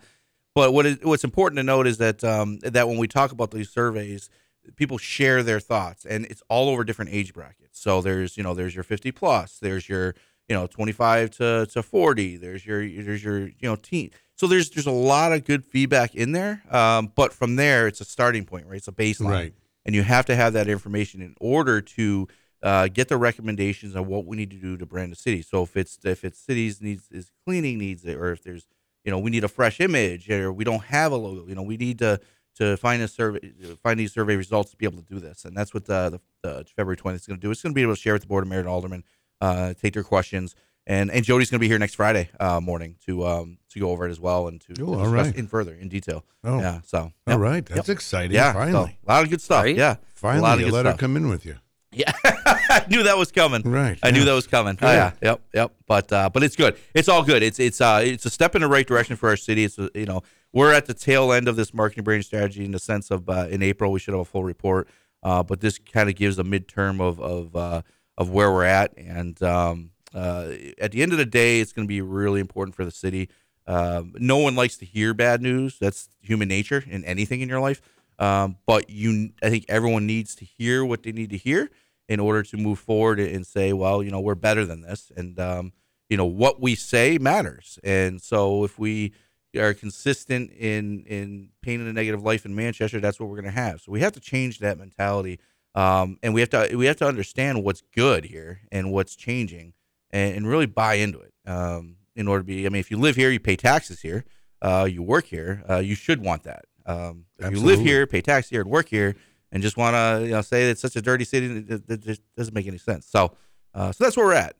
but what is, what's important to note is that um, that when we talk about these surveys, people share their thoughts, and it's all over different age brackets. So there's you know there's your 50 plus, there's your you know 25 to, to 40, there's your there's your you know teen. So there's there's a lot of good feedback in there, um, but from there it's a starting point, right? It's a baseline,
Right.
and you have to have that information in order to uh, get the recommendations on what we need to do to brand the city. So if it's if it's cities needs is cleaning needs it, or if there's you know we need a fresh image, or we don't have a logo, you know we need to to find a survey find these survey results to be able to do this, and that's what the, the, the February twentieth is going to do. It's going to be able to share with the board of mayor and aldermen, uh, take their questions. And, and Jody's going to be here next Friday uh, morning to um, to go over it as well and to
Oh, all
discuss
right.
in further in detail.
Oh.
yeah. So
All
yep.
right, that's
Yep.
exciting.
Yeah, so,
finally,
a lot of good stuff. Yeah,
finally,
a lot of
you
good
let
stuff.
her come in with you.
Yeah, I knew that was coming.
Right,
I knew
yeah.
that was coming.
Good.
Oh, yeah, yep, yep. But uh, but it's good. It's all good. It's it's uh, it's a step in the right direction for our city. It's uh, you know we're at the tail end of this marketing brand strategy in the sense of uh, in April we should have a full report. Uh, but this kind of gives a midterm of of uh, of where we're at, and um, uh, at the end of the day, it's going to be really important for the city. Um, no one likes to hear bad news. That's human nature in anything in your life. Um, but you, I think everyone needs to hear what they need to hear in order to move forward and say, well, you know, we're better than this, and um, you know what we say matters. And so if we are consistent in in painting a negative life in Manchester, that's what we're going to have. So we have to change that mentality, um, and we have to we have to understand what's good here and what's changing, and, and really buy into it. Um, in order to be, I mean, if you live here, you pay taxes here, uh, you work here, uh, you should want that. Um, if you live
Absolutely.
here here, pay tax here, and work here, and just want to you know say it's such a dirty city that that just doesn't make any sense. So, uh, so that's where we're at.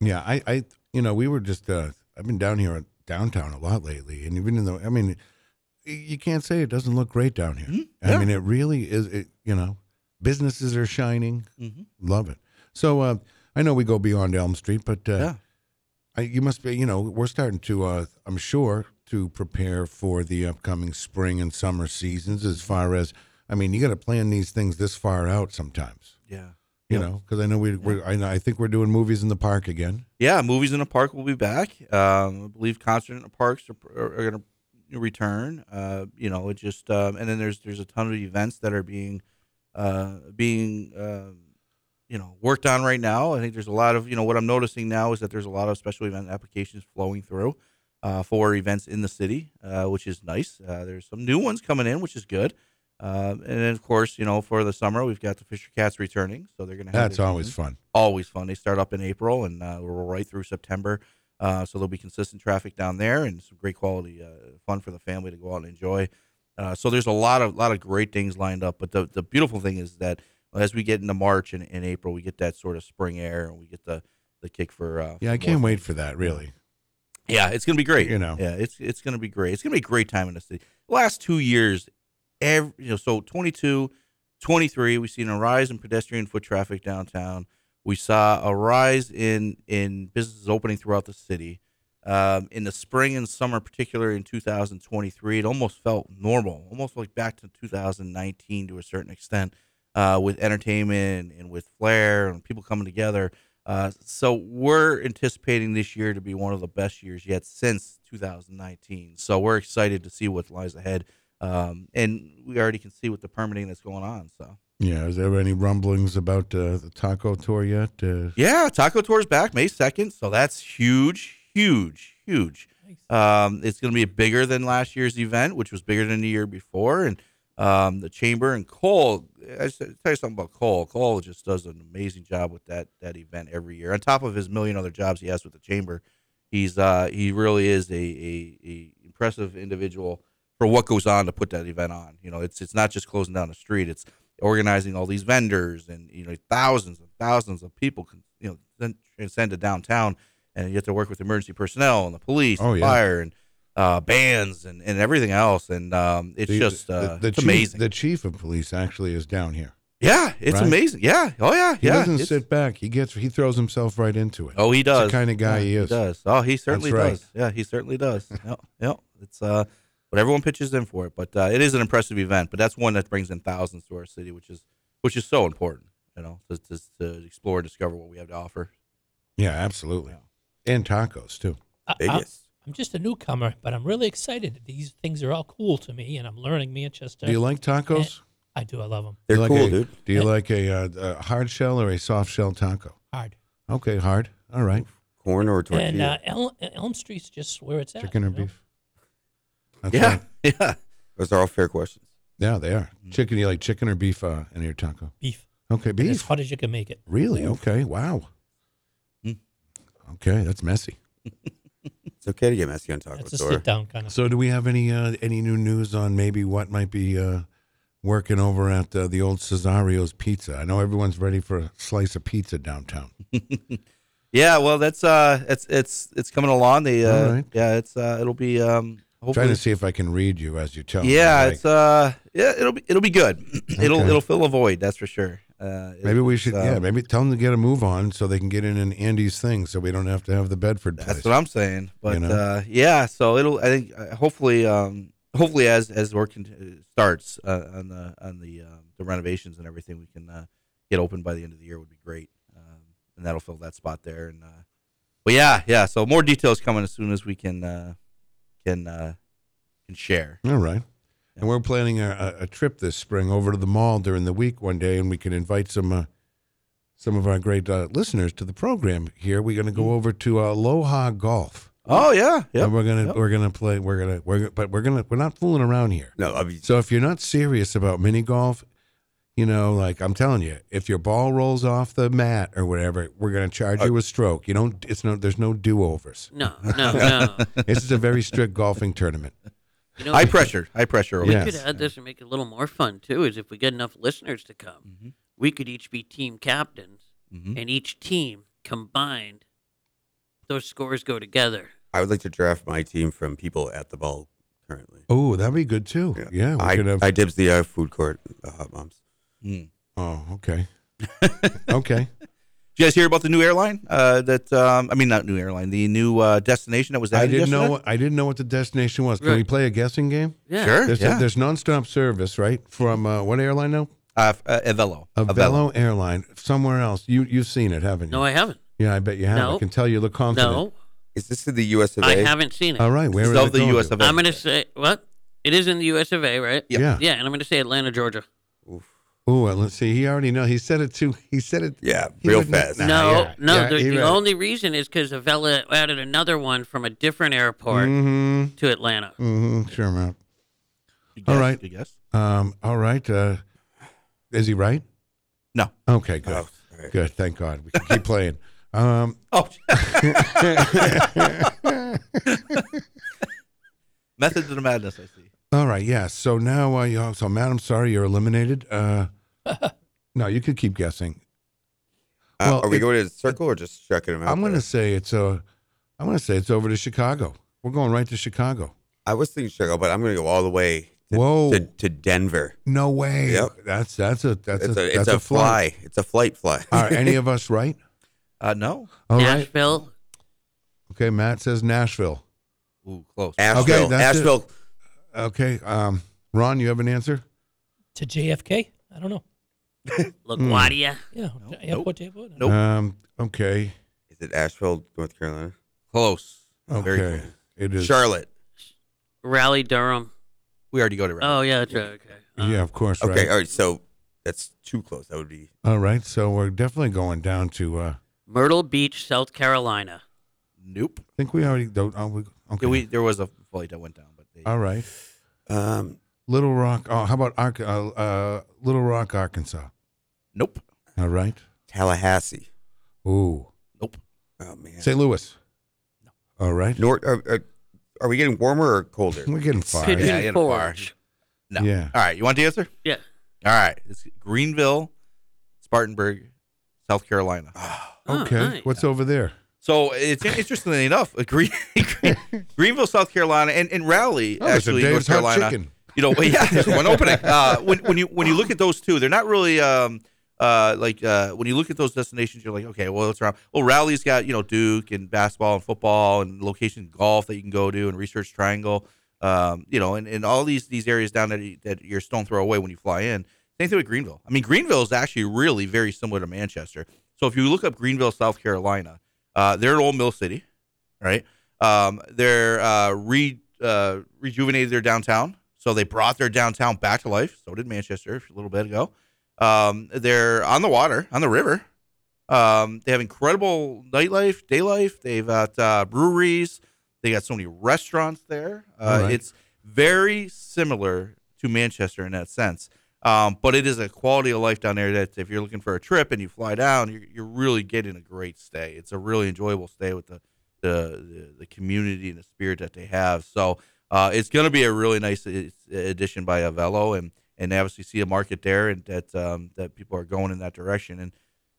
Yeah, I, I, you know, we were just. Uh, I've been down here downtown a lot lately, and even though I mean, you can't say it doesn't look great down here. I mean, it really is. It, you know, businesses are shining.
Mhm.
Love it. So uh, I know we go beyond Elm Street, but uh, I, you must be. You know, we're starting to. Uh, I'm sure to prepare for the upcoming spring and summer seasons. As far as I mean, you got to plan these things this far out sometimes.
Yeah.
You
Yep.
know, because I know we. We're, I, know, I think we're doing movies in the park again.
Yeah, movies in the park will be back. Um, I believe concert in the parks are, are, are going to return. Uh, you know, it just um, and then there's there's a ton of events that are being uh, being um you know worked on right now. I think there's a lot of you know what I'm noticing now is that there's a lot of special event applications flowing through uh, for events in the city, uh, which is nice. Uh, there's some new ones coming in, which is good. Um, and then, of course, you know, for the summer, we've got the Fisher Cats returning, so they're going to have.
That's
their
always
season.
fun.
Always fun. They start up in April and uh, we're right through September, uh, so there'll be consistent traffic down there and some great quality uh, fun for the family to go out and enjoy. Uh, so there's a lot of lot of great things lined up. But the the beautiful thing is that as we get into March and, and April, we get that sort of spring air and we get the the kick for. Uh,
Yeah, I
for more
can't wait for that. Really,
yeah, it's gonna be great.
You know.
yeah, it's it's gonna be great. It's gonna be a great time in the city. Last two years, every you know, so 22, 23, we've seen a rise in pedestrian foot traffic downtown. We saw a rise in in businesses opening throughout the city. Um, in the spring and summer, particularly in 2023, it almost felt normal, almost like back to 2019 to a certain extent, uh, with entertainment and with flair and people coming together. Uh, so we're anticipating this year to be one of the best years yet since 2019. So we're excited to see what lies ahead, um, and we already can see what the permitting that's going on. So
yeah. Is there any rumblings about uh, the taco tour yet? Uh,
yeah, Taco Tour's back May 2nd, so that's huge, huge, huge. Um, it's going to be bigger than last year's event, which was bigger than the year before, and um, the chamber and Cole. I just I'll tell you something about Cole. Cole just does an amazing job with that that event every year. On top of his million other jobs he has with the chamber, he's uh, he really is a, a, a impressive individual for what goes on to put that event on. You know, it's it's not just closing down the street. It's organizing all these vendors and you know thousands and thousands of people can you know then transcend to downtown, and you have to work with emergency personnel and the police,
Oh,
and
yeah.
fire, and uh, bands and, and everything else. And um, it's
the-
just uh, it's
chief,
amazing.
The chief of police actually is down here.
Yeah, it's
Right?
amazing. Yeah. Oh yeah.
He
yeah.
doesn't
It's-
sit back. He gets he throws himself right into it.
Oh, he
It's the
does.
kind of guy
Yeah,
he is.
does. Oh, he certainly
That's right.
does. Yeah, he certainly does. yep. Yep. It's uh but everyone pitches in for it, but uh, it is an impressive event, but that's one that brings in thousands to our city, which is which is so important, you know, to to, to explore and discover what we have to offer.
Yeah, absolutely. And tacos too.
Biggest. I'm just a newcomer, but I'm really excited. These things are all cool to me, and I'm learning Manchester.
Do you like tacos?
I do. I love them.
Do you like
cool,
a-
dude.
Do you like a, uh, a hard shell or a soft shell taco?
Hard.
Okay, hard. All right.
Corn or
And uh, El- Elm Street's just where it's at.
Chicken or
you know?
beef? That's
yeah,
right.
yeah.
Those are all fair questions.
Yeah, they are. Chicken. You like chicken or beef uh, in your taco?
Mm. Beef.
Okay,
And As
beef.
hot as you can make it. Mm.
Really? Okay. Wow. Okay, that's messy.
It's okay to get messy on Taco
That's a
Tour.
sit-down kind of-
So, do we have any uh, any new news on maybe what might be uh, working over at uh, the old Cesario's Pizza? I know everyone's ready for a slice of pizza downtown.
Yeah, well that's uh it's it's it's coming along. They uh
All right.
yeah, it's uh it'll be um hopefully
Trying to see if I can read you as you tell me.
Yeah,
Like,
it's uh yeah, it'll be it'll be good. it'll
Okay.
it'll fill a void, that's for sure. Uh it-
maybe we should.
so-
yeah, maybe tell them to get a move on so they can get in an Andy's thing, so we don't have to have the Bedford. Place.
That's what I'm saying. But
know?
uh, yeah, so it'll. I think uh, hopefully, um, hopefully as as work cont- starts uh, on the on the um, the renovations and everything, we can uh, get open by the end of the year would be great, um, and that'll fill that spot there. And uh, but yeah, yeah. So more details coming as soon as we can uh, can uh, can share.
All right. And we're planning a, a, a trip this spring over to the mall during the week one day, and we can invite some uh, some of our great uh, listeners to the program. Here, we're going to
Mm-hmm.
go over to uh, Aloha Golf.
Oh yeah, yeah.
And we're gonna we're gonna play. We're gonna we're gonna- but we're gonna we're not fooling around here.
No, I
so if you're not serious about mini golf, you know, like I'm telling you, if your ball rolls off the mat or whatever, we're gonna charge you a stroke. You don't. It's no. There's no do overs.
No, no, no.
this is a very strict golfing tournament.
You know,
high pressure, high pressure.
We
Yes.
could add this and make it a little more fun too. Is if we get enough listeners to come, we could each be team captains, and each team combined, those scores go together.
I would like to draft my team from people at the ball currently.
Oh, that'd be good too. Yeah, we
I,
could have.
I dibs the uh, food court, the hot moms.
oh, okay. okay.
Did you guys hear about the new airline? Uh, that um, I mean, not new airline, the new uh, destination that was.
I
added
didn't
yesterday?
know. I didn't know what the destination was. Can we
Right.
play a guessing game?
Yeah. Sure,
There's,
yeah.
there's nonstop service, right? From uh, what airline now?
Uh, f- uh, Evelo.
Avello Airline, somewhere else. You you've seen it, haven't you?
No, I haven't.
Yeah, I bet you have. I
No.
can tell you look confident.
No,
Is this in the U.S. of A?
I haven't seen it.
All right, where
It's
is
of
it
the
going
US
to?
of A.
I'm going to say, what? It is in the US of A, right?
Yeah. Yeah.
Yeah, and I'm going to say Atlanta, Georgia.
Oh, well, let's see. He already know. He said it too. He said it.
Yeah,
he
real
wouldn't-
fast.
nah,
no,
yeah,
no.
yeah,
the
he
the
read it.
only reason is because Avella added another one from a different airport
Mhm.
to Atlanta.
Mm-hmm. Sure, man. All
guess,
right.
you guess?
Um, all right. Uh, is he right?
No.
Okay. Good.
Oh, all right.
Good. Thank God. We can keep playing. Um,
Oh. Method to the madness, I see.
all right. Yeah. So now, uh, you so Matt, I'm sorry you're eliminated. Uh, no, you could keep guessing.
Uh,
Well,
are we
it-
going in a circle or just checking them out?
I'm going to
there?
say it's uh, I'm going to say it's over to Chicago. We're going right to Chicago.
I was thinking Chicago, but I'm going to go all the way to,
Whoa.
to, to Denver.
No way.
Yep.
That's that's a that's
It's
a,
a, it's
that's
a,
flight.
fly. It's a flight fly.
Are any of Oh, us right?
Uh, no.
All right.
Nashville.
Okay. Matt says Nashville.
Ooh, close.
Asheville.
that's it.
Asheville.
Okay. Um, Ron, you have an answer?
to JFK. I don't know.
LaGuardia.
Yeah, airport to airport.
Nope.
Um, okay.
Is it Asheville, North Carolina?
Close.
Very
Okay.
close.
It is.
Charlotte.
Raleigh, Durham.
We already go to.
Oh, yeah, that's right. Okay.
Uh-huh.
Yeah, of course.
Okay.
Right.
All right. So that's too close. That would be
All right. So we're definitely going down to. Uh,
Myrtle Beach, South Carolina.
Nope.
I think we already. Don't, oh, we, okay.
Yeah, we, there was a flight that went down, but they,
All right.
um,
Little Rock. Oh, how about Ark, uh, uh, Little Rock, Arkansas?
nope.
All right.
Tallahassee.
Ooh.
Nope.
Oh man.
St. Louis. All right.
North. Are, are, uh, are we getting warmer or colder?
We're getting far.
Pigeon
Yeah, you gotta fire.
Forge.
No.
Yeah.
All right. You want the answer?
Yeah.
All right. It's Greenville, Spartanburg, South Carolina.
Oh,
Ah, Okay.
nice.
What's over there?
So it's interestingly enough, uh, Green, Greenville, South Carolina, and, and Raleigh,
Oh, there's a
actually,
Dave's
North
Hot
Carolina.
Chicken.
You know, yeah, there's one opening. Uh, when, when you when you look at those two, they're not really um, uh, like uh, when you look at those destinations, you're like, okay, well, it's around. Well, Raleigh's got you know Duke and basketball and football and location golf that you can go to and Research Triangle, um, you know, and, and all these these areas down that you- that you're a stone throw away when you fly in. Same thing with Greenville. I mean, Greenville is actually really very similar to Manchester. So if you look up Greenville, South Carolina, uh, they're an old mill city, right? Um, they're uh, re, uh, rejuvenated their downtown, so they brought their downtown back to life. So did Manchester a little bit ago. Um, they're on the water, on the river. Um, they have incredible nightlife, day life. They've got uh, breweries. They got so many restaurants there. Uh,
All right.
It's very similar to Manchester in that sense. Um, but it is a quality of life down there that if you're looking for a trip and you fly down, you're, you're really getting a great stay. It's a really enjoyable stay with the the, the, the community and the spirit that they have. So uh, it's going to be a really nice uh, addition by Avello, and and they obviously see a market there, and that um, that people are going in that direction. And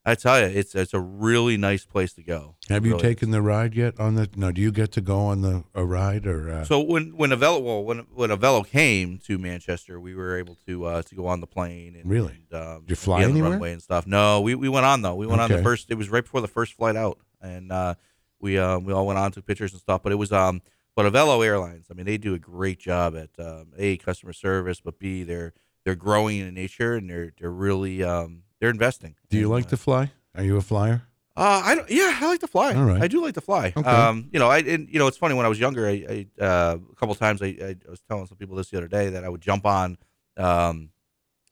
I tell you, it's it's a really nice place to go.
Have you
Really.
taken the ride yet? On the no, do you get to go on the a ride or? Uh,
So when when Avello well, when when Avello came to Manchester, we were able to uh, to go on the plane. And,
Really?
And, um,
Did you fly
yeah, the
anywhere?
runway and stuff. No, we, we went on though. We went on
Okay.
the first. It was right before the first flight out, and uh, we uh, we all went on took pictures and stuff. But it was um but Avello Airlines. I mean, they do a great job at um, a customer service, but b they're they're growing in nature and they're they're really um, they're investing.
do you
And,
like
uh,
to fly? Are you a flyer?
uh, I don't, yeah, I like to fly.
All right.
I do like to fly.
Okay.
Um, you know, I and, you know it's funny when I was younger, I, I uh, a couple times I, I was telling some people this the other day that I would jump on um,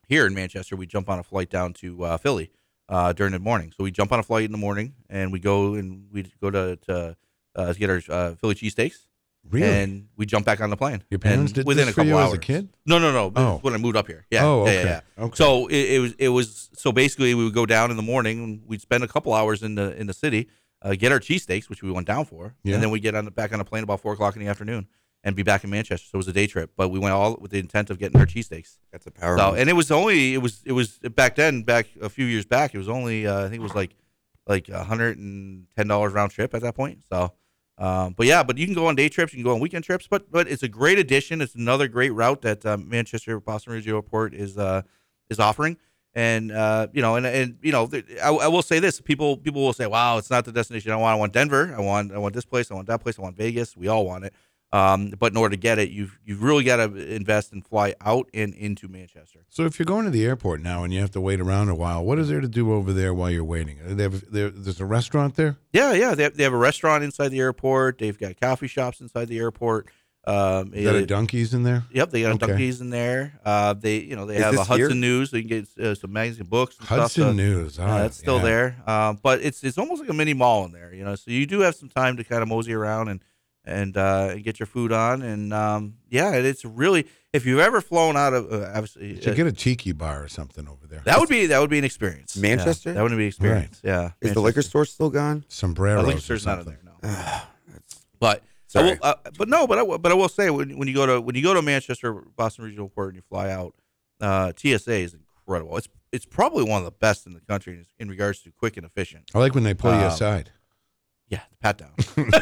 here in Manchester. We jump on a flight down to uh, Philly uh, during the morning. So we jump on a flight in the morning and we go and we go to to, uh, to get our uh, Philly cheesesteaks.
Really?
And we jump back on the plane.
Your parents
And
did
within
this
a
for
couple
you
hours.
as a kid?
No, no, no.
Oh.
When I moved up here. Yeah.
Oh,
Yeah, yeah,
okay.
yeah.
Okay.
So it, it was it was so basically we would go down in the morning and we'd spend a couple hours in the in the city, uh, get our cheesesteaks, which we went down for,
Yeah.
and then we get on the, back on a plane about four o'clock in the afternoon and be back in Manchester. So it was a day trip, but we went all with the intent of getting our cheesesteaks.
that's a power.
So
move.
and it was only it was it was back then back a few years back it was only uh, I think it was like like hundred and ten dollars round trip at that point. So, um, but yeah, but you can go on day trips, you can go on weekend trips, but but it's a great addition. It's another great route that um, Manchester Boston Ridge Airport is uh, is offering. And uh, you know, and and you know, there- I, I will say this: people people will say, "Wow, it's not the destination I want. I want Denver. I want I want this place. I want that place. I want Vegas. We all want it." Um, but in order to get it, you've you've really got to invest and fly out and into Manchester.
So if you're going to the airport now and you have to wait around a while, what is there to do over there while you're waiting? They have, there, there's a restaurant there.
Yeah, yeah. They have, they have a restaurant inside the airport. They've got coffee shops inside the airport. Um,
Is that a Dunkies in there?
Yep, they got
Okay.
a Dunkies in there. Uh, they you know they
Is
have a
this
Hudson
here?
News. They can get uh, some magazine books. And
Hudson
stuff, so-
News, all
yeah,
right,
it's still
yeah.
there. Uh, but it's it's almost like a mini mall in there. You know, so you do have some time to kind of mosey around and and uh, and get your food on. And um, yeah, and it's really if you've ever flown out of uh, obviously
You should get a tiki bar or something over there.
that would be that would be an experience. Yeah,
Manchester?
that would be an experience. Yeah,
Is the liquor store still gone?
Sombreros.
I think there's not in there. No. But I will, uh, but no, but I, will- but I will say when, when you go to when you go to Manchester Boston Regional Airport and you fly out, uh, TSA is incredible. It's it's probably one of the best in the country in, in regards to quick and efficient.
I like when they pull you
Um,
aside.
Yeah, the pat down.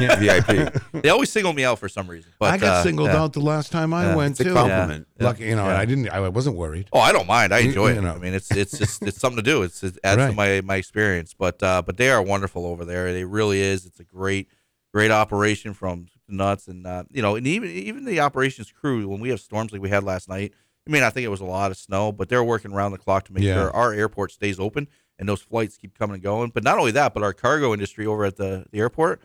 Yeah. VIP.
They always single me out for some reason. But
I got
uh,
singled
yeah.
out the last time I
Yeah.
went too.
Yeah.
Lucky, you know,
Yeah.
I didn't. I wasn't worried.
Oh, I don't mind. I
You-
enjoy
you
it.
know.
I mean, it's it's just it's something to do. It's it adds to
Right.
my my experience. But uh, but they are wonderful over there. They really is. It's a great great operation from nuts and uh, you know and even even the operations crew when we have storms like we had last night. I mean, I think it was a lot of snow, but they're working around the clock to make
Yeah.
sure our airport stays open and those flights keep coming and going. But not only that, but our cargo industry over at the, the airport,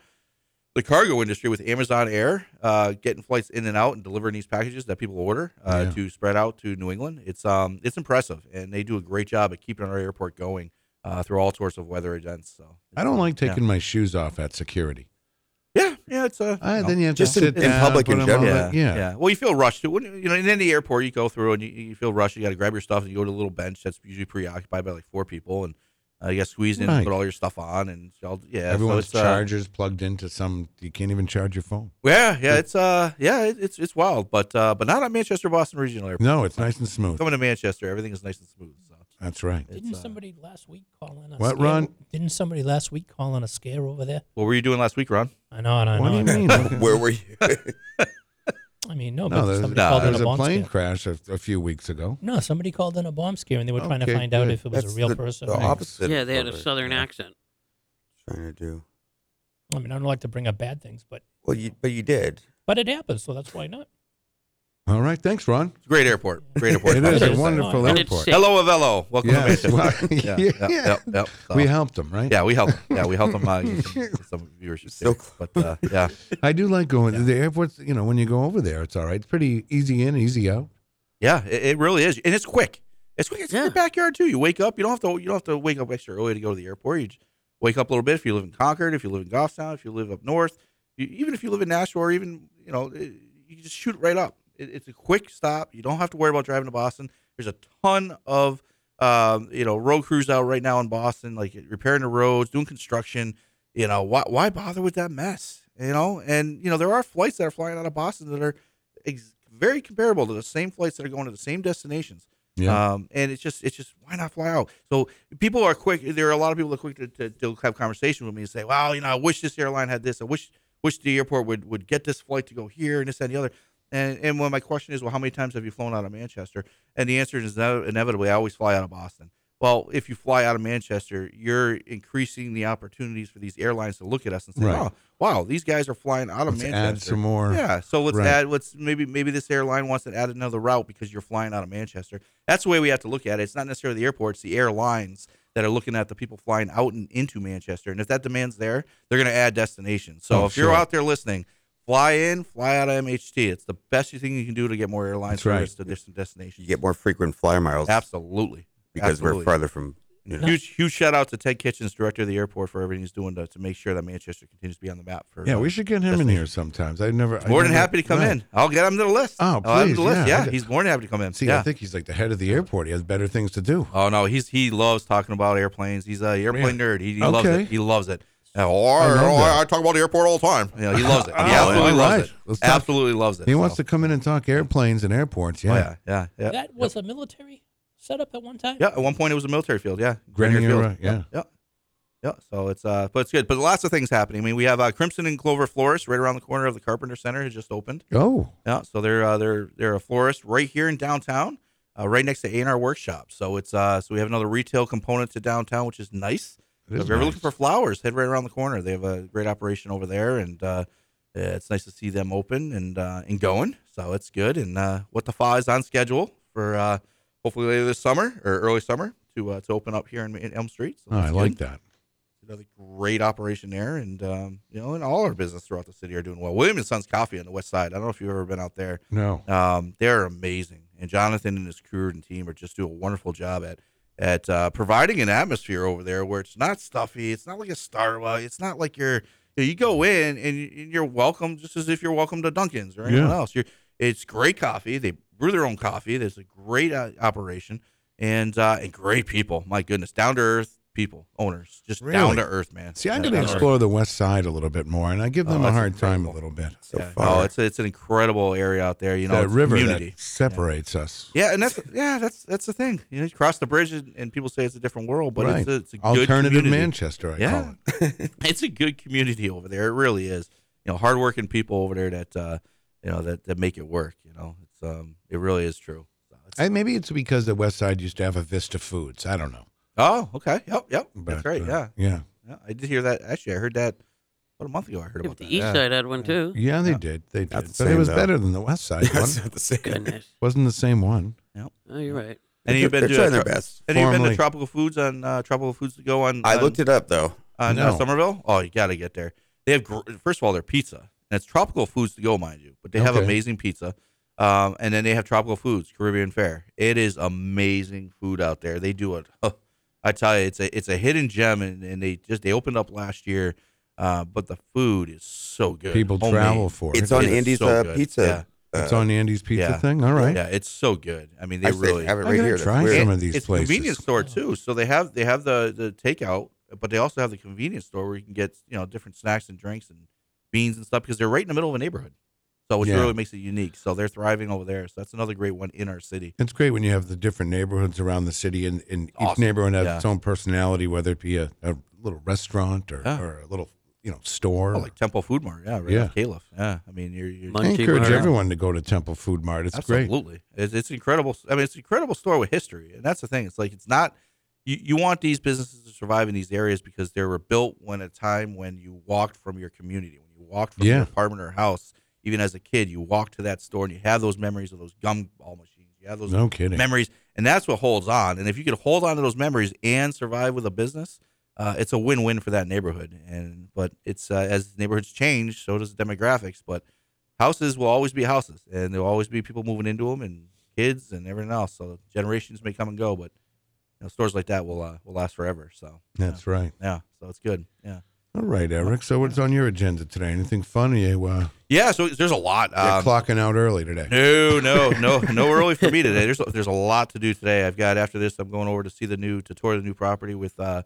the cargo industry with Amazon Air uh, getting flights in and out and delivering these packages that people order uh,
Yeah.
to spread out to New England. It's um it's impressive, and they do a great job at keeping our airport going uh, through all sorts of weather events. So
I don't like taking my shoes off at security.
yeah, yeah, it's a
Uh, then you have to
Just in-
sit
in
down,
public
put
in
'em
general.
on,
yeah,
but- yeah.
Well, you feel rushed. When, you know, in any airport you go through and you, you feel rushed, you got to grab your stuff and you go to a little bench that's usually preoccupied by like four people, and uh, you got to squeeze in,
Right.
and put all your stuff on, and all, yeah, so
Everyone's
it's, uh,
chargers plugged into some. You can't even charge your phone.
Yeah, yeah, it's uh, yeah, it, it's it's wild, but uh, but not at Manchester Boston Regional Airport.
No, it's nice and smooth.
Coming to Manchester, everything is nice and smooth. So
That's right.
Didn't somebody last week call in a
What,
scare?
Ron?
Didn't somebody last week call in a scare over there?
what were you doing last week, Ron?
I know, I know, I
What do
know.
you mean?
Where were you?
I mean, no,
No,
but
there's,
somebody called
there
in
was
a
a
bomb
plane
scare.
crash a, a few weeks ago.
No, somebody called in a bomb scare, and they were trying to
Okay,
find out
good.
if it was
That's
a real
the-
person.
the
or-
opposite.
Yeah, they had a
of
southern accent.
Trying to do.
I mean, I don't like to bring up bad things, but
Well, you but you did.
but it happens, so that's why not.
All right, thanks, Ron.
It's a great airport. Great airport.
It is a wonderful
Yeah.
airport.
Hello, Avello. Welcome
Yes,
to Manchester.
well,
yeah,
yeah.
yep, yep, so-
We helped 'em, right?
Yeah, we helped. 'em. Yeah, we helped them. Uh, get some, get some viewership. there. But uh, yeah,
I do like going to the airports. You know, when you go over there, it's all right. It's pretty easy in, easy out.
yeah, it, it really is, and it's quick. It's quick. It's in your backyard too. You wake up. You don't have to. You don't have to wake up extra early to go to the airport. You just wake up a little bit if you live in Concord, if you live in Goffstown, if you live up north, you, even if you live in Nashua, or even you know, it, you just shoot right up. It, it's a quick stop. You don't have to worry about driving to Boston. There's a ton of um, you know road crews out right now in Boston, like repairing the roads, doing construction. You know why why bother with that mess? You know, and you know there are flights that are flying out of Boston that are ex- very comparable to the same flights that are going to the same destinations.
Yeah.
Um, and it's just it's just why not fly out? So people are quick. There are a lot of people that are quick to, to, to have conversation with me and say, "Well, you know, I wish this airline had this. I wish wish the airport would would get this flight to go here and this that, and the other." And and when my question is, "Well, how many times have you flown out of Manchester?" and the answer is no, inevitably, I always fly out of Boston. Well, if you fly out of Manchester, you're increasing the opportunities for these airlines to look at us and say,
Right.
"Oh, wow, these guys are flying out of
Let's add
Manchester."
some more.
Yeah, so let's
Right.
add let's maybe maybe this airline wants to add another route because you're flying out of Manchester. That's the way we have to look at it. It's not necessarily the airport, it's the airlines that are looking at the people flying out and into Manchester. And if that demand's there, they're gonna add destinations. So
Oh,
if you're
sure.
out there listening, fly in, fly out of MHT. It's the best thing you can do to get more airline
That's right.
service to different destinations.
You get more frequent flyer miles.
Absolutely.
Because
Absolutely.
we're farther from you know,
Huge, huge shout out to Ted Kitchens, director of the airport, for everything he's doing to, to make sure that Manchester continues to be on the map. For
Yeah,
uh,
we should get him in here sometimes. I never. I
More than
never-
happy to come
right.
in. I'll get him to the list.
Oh,
I'll add him
please,
to the list.
yeah.
Yeah, he's more than happy to come in.
See,
yeah.
I think he's like the head of the airport. He has better things to do.
Oh no, he's he loves talking about airplanes. He's a airplane nerd. He, he loves
Okay.
it. He loves it. Uh, Oh,
I love
oh,
that.
I, I talk about the airport all the time. You know, he loves it. He
Oh,
absolutely
all
loves
right.
it.
Let's talk-
absolutely loves it.
He wants to come in and talk airplanes and airports. Yeah.
Oh, yeah, yeah, yeah.
That was a military setup at one time.
Yeah, at one point it was a military field. Yeah,
Grenier
Grenier
Road, yeah.
yeah, yeah. So it's uh, but it's good. But lots of things happening. I mean, we have uh, Crimson and Clover Florist right around the corner of the Carpenter Center has just opened.
Oh.
Yeah, so they're uh, they're they're a florist right here in downtown, uh, right next to A and R Workshop. So it's uh, so we have another retail component to downtown, which is nice.
It is
if you're ever
nice.
looking for flowers, head right around the corner. They have a great operation over there, and uh, Uh, it's nice to see them open and uh, and going, so it's good. And uh, what the fa is on schedule for uh, hopefully later this summer or early summer to uh, to open up here in, in Elm Street. So
Oh, I
that's
like
good.
that.
Another great operation there, and um, you know, and all our business throughout the city are doing well. William and Sons Coffee on the West Side. I don't know if you've ever been out there.
No.
Um, they're amazing, and Jonathan and his crew and team are just do a wonderful job at at uh, providing an atmosphere over there where it's not stuffy. It's not like a Starbucks. It's not like you're you, know, you go in and you- and you're welcome just as if you're welcome to Dunkin's or anyone
Yeah.
else. You're, it's great coffee. They brew their own coffee. There's a great uh, operation and uh, and great people. My goodness, down to earth people, owners, just down
Really?
to earth, man.
See, I'm going
Down
to
to earth.
explore the West Side a little bit more, and I give them a
Oh, that's
hard time a little bit. So
Yeah. Oh, it's it's an incredible area out there. You know,
that
it's
river
community.
that separates us.
Yeah, and that's yeah, that's that's the thing. You know, you cross the bridge and, and people say it's a different world, but
Right.
it's a, it's a good
Alternative
community.
Manchester, I
yeah. it. it's a good community over there. It really is. You know, hardworking people over there that uh, you know that, that make it work. You know, it's um, it really is true.
And maybe it's because the West Side used to have a Vista Foods. I don't know.
Oh, okay. Yep, yep.
But,
that's right.
uh,
yeah.
yeah.
yeah. I did hear that. Actually, I heard that about a month ago. I heard about
The
that.
East
yeah.
Side had one too.
Yeah, they did. They did.
Not
But
the
it
same,
was
though.
better than the West Side one.
It's not the same. Goodness.
Wasn't the same one.
Oh, you're right.
And you've been
They're
to
trying their
tro-
best.
Have you been to
Formerly.
Tropical Foods on uh, Tropical Foods to go on?
I
on-
looked it up though.
on uh,
No.
Somerville. Oh, you got to get there. They have gr- first of all their pizza, and it's tropical foods to go, mind you, but they have
Okay.
amazing pizza. Um, and then they have tropical foods, Caribbean fare. It is amazing food out there. They do it. I tell you, it's a it's a hidden gem, and, and they just they opened up last year, uh, but the food is so good.
People
Homemade.
travel for it.
It's on
It is
Andy's,
so
uh,
good.
pizza,
Yeah.
It's on Andy's pizza thing? All right.
Yeah, it's so good. I mean, they
I said,
really
have it I right gotta here. That's
try weird. some of
And
these
it's
places.
convenience store too. So they have they have the the takeout, but they also have the convenience store where you can get you know different snacks and drinks and beans and stuff because they're right in the middle of a neighborhood. So which
Yeah.
really makes it unique. So they're thriving over there. So that's another great one in our city.
It's great when you have the different neighborhoods around the city, and, and each
Awesome.
neighborhood has
Yeah.
its own personality, whether it be a, a little restaurant or, or a little you know store.
Oh, like Temple Food Mart, yeah, right
Yeah.
off Calif. Yeah, I mean you're, you're
I encourage everyone to go to Temple Food Mart. It's great.
Absolutely, it's, it's incredible. I mean, it's an incredible store with history, and that's the thing. It's like it's not. You, you want these businesses to survive in these areas because they were built when a time when you walked from your community, when you walked from
Yeah.
your apartment or house, even as a kid, you walked to that store and you have those memories of those gumball machines. You have those
No kidding.
memories, and that's what holds on. And if you could hold on to those memories and survive with a business, uh, it's a win-win for that neighborhood. And but it's uh, as neighborhoods change, so does the demographics. But houses will always be houses, and there will always be people moving into them and kids and everything else. So generations may come and go, but you know, stores like that will uh, will last forever. So
That's right.
yeah, so it's good. Yeah.
All right, Eric. So what's on your agenda today? Anything fun? You uh,
Yeah, so there's a lot.
you're
Um,
clocking out early today.
No, no, no, no early for me today. There's there's a lot to do today. I've got after this. I'm going over to see the new to tour the new property with uh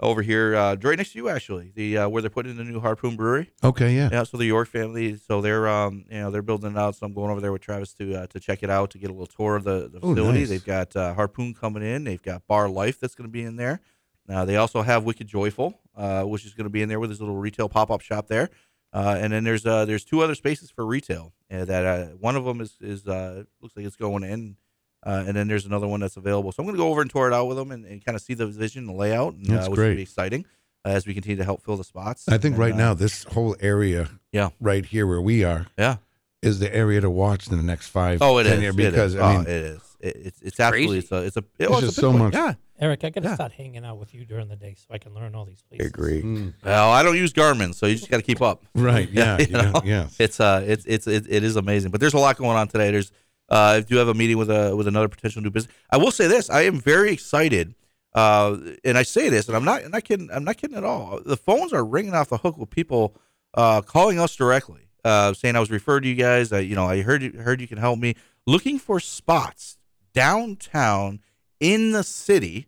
over here uh right next to you actually. The uh, where they're putting in the new Harpoon Brewery.
Okay, yeah.
Yeah. So the York family. So they're um you know they're building it out. So I'm going over there with Travis to uh, to check it out to get a little tour of the, the
Oh,
facility.
nice.
They've got uh, Harpoon coming in. They've got Bar Life that's going to be in there. Now they also have Wicked Joyful, uh, which is going to be in there with his little retail pop up shop there. Uh, and then there's uh, there's two other spaces for retail. Uh, that uh, one of them is is uh, looks like it's going in, uh, and then there's another one that's available. So I'm going to go over and tour it out with them and, and kind of see the vision, the layout, and,
That's
uh, which
great.
will be exciting uh, as we continue to help fill the spots.
I think
And,
right
uh,
now this whole area,
yeah,
right here where we are,
yeah,
is the area to watch in the next five.
Oh, it
10
is.
year
It
because
is.
I mean,
oh, it is. It, it's it's absolutely it's a it's a
There's
oh, it's a
just
big
so
one.
much-
Yeah.
Eric, I gotta
Yeah.
start hanging out with you during the day so I can learn all these places.
agree.
Well, I don't use Garmin, so you just got to keep up.
Hmm. Right, yeah,
you
yeah,
know?
yeah.
It's uh, it's it's it, it is amazing. But there's a lot going on today. There's uh, I do have a meeting with a with another potential new business. I will say this: I am very excited. Uh, and I say this, and I'm not, I'm not kidding. I'm not kidding at all. The phones are ringing off the hook with people uh, calling us directly, uh, saying I was referred to you guys. I, you know, I heard you, heard you can help me. Looking for spots downtown in the city.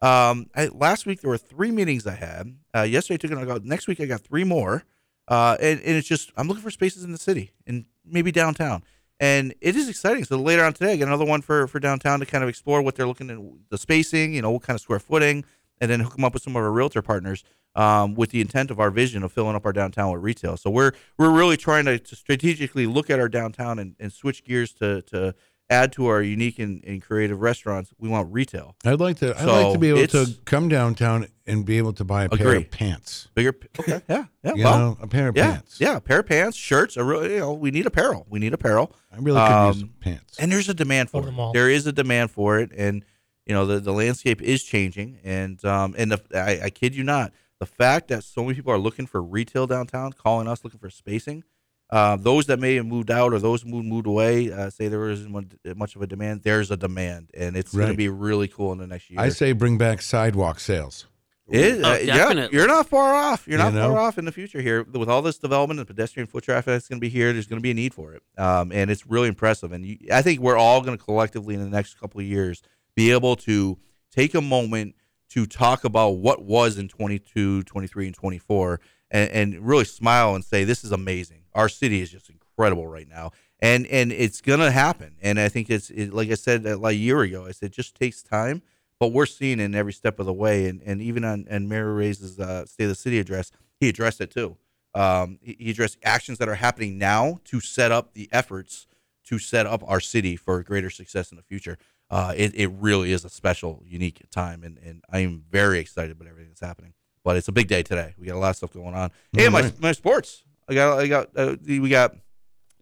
Um, I, last week there were three meetings I had. Uh, yesterday I took another. Next week I got three more. Uh, and, and it's just I'm looking for spaces in the city and maybe downtown. And it is exciting. So later on today, I got another one for for downtown to kind of explore what they're looking at, the spacing, you know, what kind of square footing, and then hook them up with some of our realtor partners um, with the intent of our vision of filling up our downtown with retail. So we're we're really trying to, to strategically look at our downtown and, and switch gears to to add to our unique and, and creative restaurants. We want retail.
I'd like to. I'd like
So
to be able to
it's-
come downtown and be able to buy a pair
Agree.
of pants.
Bigger. p- Okay. Yeah. Yeah.
You
well,
know, a pair of
yeah,
pants.
Yeah. A pair of pants, shirts. A real, you know, we need apparel. We need apparel. Um,
I really could use some pants.
And there's a demand for it.
mall.
There is a demand for it, and you know the, the landscape is changing. And um and the, I, I kid you not, the fact that so many people are looking for retail downtown, calling us looking for spacing. Uh, those that may have moved out or those moved moved away, uh, say there isn't mu- much of a demand. There's a demand, and it's going
Right.
to be really cool in the next year.
I say bring back sidewalk sales.
It,
Oh,
uh, yeah,
definitely.
you're not far off. You're
You
not
know?
far off in the future here with all this development and pedestrian foot traffic that's going to be here. There's going to be a need for it, um, and it's really impressive. And you, I think we're all going to collectively in the next couple of years be able to take a moment to talk about what was in 22, 23, and 24, and, and really smile and say, "This is amazing. Our city is just incredible right now." And and it's going to happen. And I think it's it, like I said uh, like a year ago. I said, it just takes time but we're seeing it in every step of the way. And and even on and Mayor Ray's uh, State of the City address, he addressed it too. Um, he, he addressed actions that are happening now to set up the efforts to set up our city for greater success in the future. Uh, it, it really is a special, unique time, and, and I am very excited about everything that's happening. But it's a big day today. We got a lot of stuff going on, and my,
Alright.
my sports. I got I got uh, we got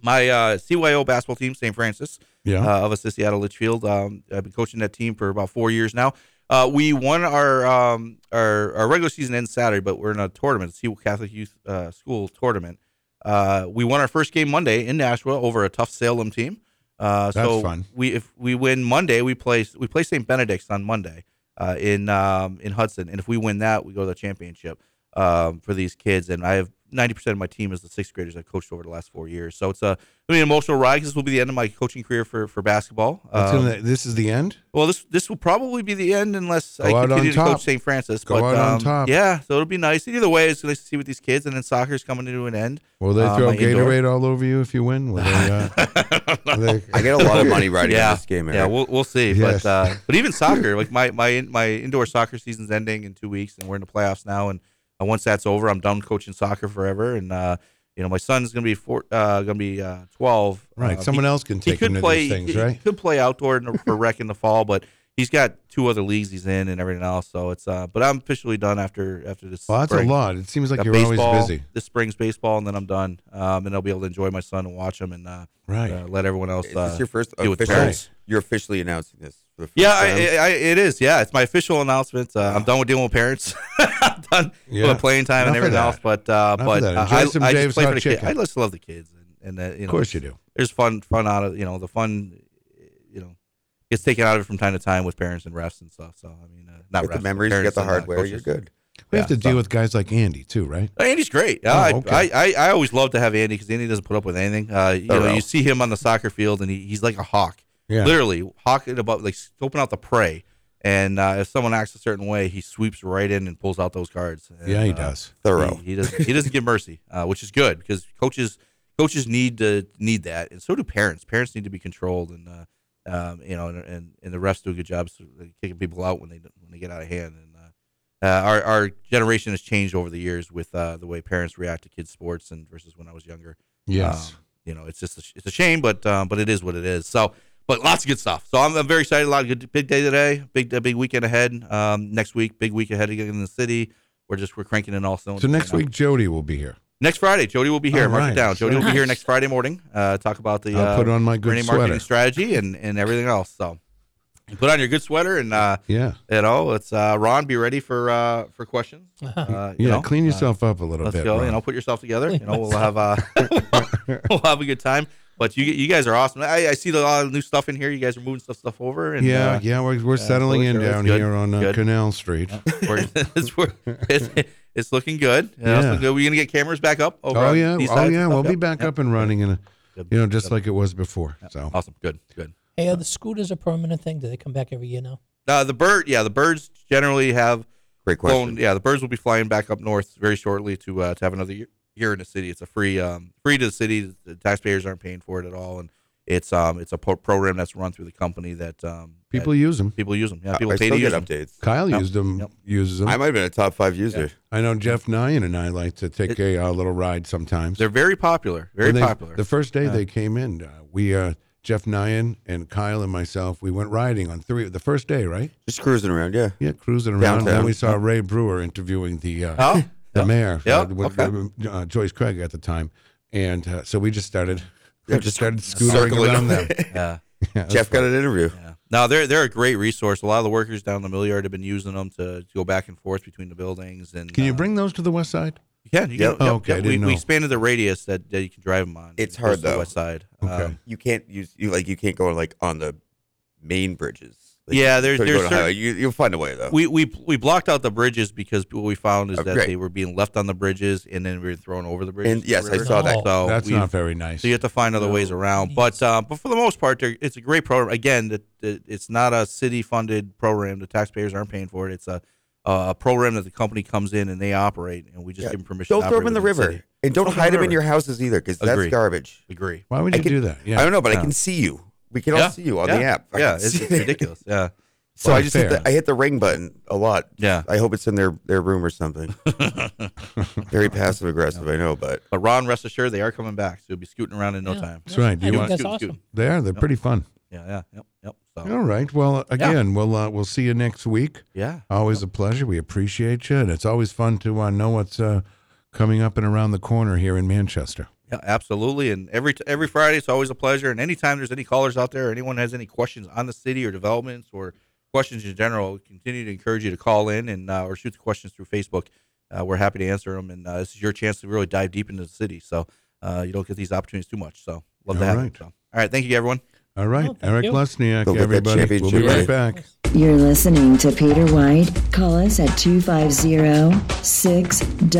my uh, CYO basketball team, St. Francis,
Yeah.
uh, of Assisi out of Litchfield. Um, I've been coaching that team for about four years now. Uh, we won our, um, our our regular season ends Saturday, but we're in a tournament, Seawell Catholic Youth uh, School tournament. Uh, we won our first game Monday in Nashua over a tough Salem team. Uh,
That's
so
fun.
we if we win Monday, we play we play St. Benedict's on Monday uh, in um, in Hudson, and if we win that, we go to the championship um, for these kids. And I have ninety percent of my team is the sixth graders I've coached over the last four years. So it's a I mean emotional ride 'cause this will be the end of my coaching career for for basketball.
That's
Um,
gonna, this is the end.
well, this this will probably be the end unless
Go out
I
on
continue to
top.
coach St. Francis.
Go
but,
out on
um,
top.
Yeah, so it'll be nice. Either way, it's nice to see with these kids. And then soccer's coming to an end.
Will they
Uh,
throw
my indoor-
Gatorade all over you if you win? Will they, uh, will they-
I get a lot of money riding
yeah.
on this game. Eric.
Yeah, we'll, we'll see.
Yes.
But uh, but even soccer, like my my my indoor soccer season's ending in two weeks, and we're in the playoffs now. And uh, once that's over, I'm done coaching soccer forever. And uh, you know, my son's gonna be four, uh, gonna be uh, twelve.
Right,
Uh,
someone else can take him to these
play,
things,
he-
right?
He could play outdoor in the, for rec in the fall, but he's got two other leagues he's in and everything else. So it's uh, but I'm officially done after after this.
Well, that's a
spring.
lot. It seems like
Got
you're always
baseball,
busy.
This spring's baseball, and then I'm done. Um, and I'll be able to enjoy my son and watch him and uh,
Right.
uh, let everyone else.
Is
uh,
this your first
do what's
official?
right.
You're officially announcing this. For the first
Yeah, I,
time.
I, I, it is. Yeah, it's my official announcement. Uh, I'm done with dealing with parents. I'm done
Yeah.
with playing time
Enough of
and everything
that.
else. But uh,
Enough of
but
that.
uh,
Enjoy
I,
some
I
Dave's
just play
Hot
for the kids.
Chicken.
I just love the kids, and, and uh, you know,
Of course you do.
There's fun, fun out of you know the fun, you know, gets taken out of it from time to time with parents and refs and stuff. So I mean, uh, not
Get the
refs, but
memories, get
parents
the
and, uh,
hardware, you're
coaches.
good.
We have
Yeah,
to deal
so-
with guys like Andy too, right?
Andy's great.
Oh,
I,
okay.
I, I I always love to have Andy because Andy doesn't put up with anything. Uh, you know,
Thorough.
you see him on the soccer field and he, he's like a hawk,
Yeah.
literally hawking about like scoping out the prey. And uh, if someone acts a certain way, he sweeps right in and pulls out those cards. And,
Yeah, he
uh,
does.
Thorough.
He, he doesn't. He doesn't give mercy, uh, which is good because coaches coaches need to need that, and so do parents. Parents need to be controlled, and uh, um, you know, and, and and the refs do a good job sort of kicking people out when they when they get out of hand. And uh, uh, our our generation has changed over the years with uh, the way parents react to kids' sports and versus when I was younger.
Yes.
Um, you know, it's just a, sh- it's a shame, but um, but it is what it is. So, but lots of good stuff. So I'm, I'm very excited. A lot of good big day today. Big a big weekend ahead. Um, next week, big week ahead again in the city. We're just we're cranking in all cylinders.
So next
right now.
week Jody will be here.
Next Friday, Jody will be here.
All
Mark
right.
it down. Jody will be here
Nice.
next Friday morning. Uh, talk about the
I'll
uh,
put on my good
branding marketing
sweater.
strategy and, and everything else. So you put on your good sweater and uh,
Yeah.
you know it's uh, Ron. Be ready for uh, for questions. Uh, you
yeah,
know,
clean
uh,
yourself up a little
Let's
bit.
go.
Ron.
You know, put yourself together. You know, we'll have uh, we'll have a good time. But you you guys are awesome. I, I see a lot of new stuff in here. You guys are moving stuff stuff over. And,
yeah,
uh,
yeah, we're, we're
uh,
settling
so
in
it's-
down
it's good.
here on uh,
Good.
Canal Street.
We're- it's, we're- it's, it's looking good. Yeah. It's
Yeah.
looking good. We're gonna get cameras back up. Over
oh
on
yeah,
the east
oh
side and
yeah,
stuff?
we'll be
Yep.
back
Yep.
up and running in a,
Good.
you know, just like it was before. So
Awesome. Good. Good.
Hey, are the scooters a permanent thing? Do they come back every year now?
Uh, the bird, yeah, the birds generally have
great
question. yeah, the birds will be flying back up north very shortly to uh, to have another year, year in the city. It's a free um, free to the city. The taxpayers aren't paying for it at all, and it's um it's a pro- program that's run through the company that um
People
that
use 'em.
People use them. Yeah,
I-
people
I
pay
still
to use
get
'em.
updates.
Kyle
Yep.
used them,
Yep.
uses them.
I might have been a top five user.
I know Jeff Nyan and I like to take a uh, little ride sometimes.
They're very popular. Very
When they-
popular.
The first day
Yeah.
they came in, uh, we uh, Jeff Nyan and Kyle and myself, we went riding on three the first day, right?
Just cruising around, yeah.
Yeah, cruising around. And then we saw Ray Brewer interviewing the uh,
Oh,
the
yeah.
mayor,
Yeah,
uh, with,
okay.
uh, Joyce Craig at the time, and uh, so we just started, we
Yeah,
just started scootering
circling
around them.
yeah.
that's
Jeff got
fun.
an interview.
No, they're they're a great resource. A lot of the workers down the Milliard have been using them to, to go back and forth between the buildings. And
Can you
uh,
bring those to the west side?
Yeah, you
Yep.
can-
Oh,
yep,
okay,
yep.
I
We,
didn't know.
we expanded the radius that, that you can drive them on.
It's
Just
hard
the
though.
West side. Um,
you can't use you like you can't go like on the main bridges. Like,
yeah,
you
there's
couldn't go
there's
to highway.
certain-
you you'll find a way though.
We we we blocked out the bridges because what we found is
Oh,
that
great.
they were being left on the bridges and then we were thrown over the bridges.
And,
to
yes,
the
I
river.
saw that.
So
That's
we've-
not very nice.
So you have to find other ways around. But uh, but for the most part, they're- it's a great program. Again, that that it's not a city funded program. The taxpayers aren't paying for it. It's a a program that the company comes in and they operate, and we just
Yeah.
give them permission.
Don't
to
throw
operate
them in the
within
river,
city.
and don't
Throw
hide
in
them
the
in your
river.
houses either, because that's
Agree.
garbage.
Agree.
Why would
I
you
can-
do that? Yeah.
I don't know, but I
Yeah.
can see you. We can
Yeah.
all see you on the
Yeah.
app. I
Yeah,
can
it's,
see
it's
it.
ridiculous. Yeah.
So
Well,
I just hit
fair.
the, I hit the ring button a lot.
Yeah.
I hope it's in their their room or something. Very passive aggressive, I know, but
But Ron, rest assured, they are coming back. So you'll be scooting around in no
Yeah.
time.
That's right. Do you
Scoot,
want-
That's
scoot,
awesome.
scoot.
They are. They're
Yep.
pretty fun.
Yeah, yeah, yep, yep. So.
All right. Well, again, we'll uh, we'll see you next week.
Yeah.
Always a pleasure. We appreciate you, and it's always fun to uh, know what's uh, coming up and around the corner here in Manchester.
Yeah, absolutely. And every every Friday, it's always a pleasure. And anytime there's any callers out there, or anyone has any questions on the city or developments or questions in general, we continue to encourage you to call in and uh, or shoot the questions through Facebook. Uh, we're happy to answer them. And uh, this is your chance to really dive deep into the city. So uh, you don't get these opportunities too much. So love
All
to have
right.
it. So, all right. Thank you, everyone.
All right,
thank
Eric
you.
Lesniak,
Go get that
everybody. We'll be
championship,
right
buddy.
back.
You're listening to Peter White. Call us at 250 6007.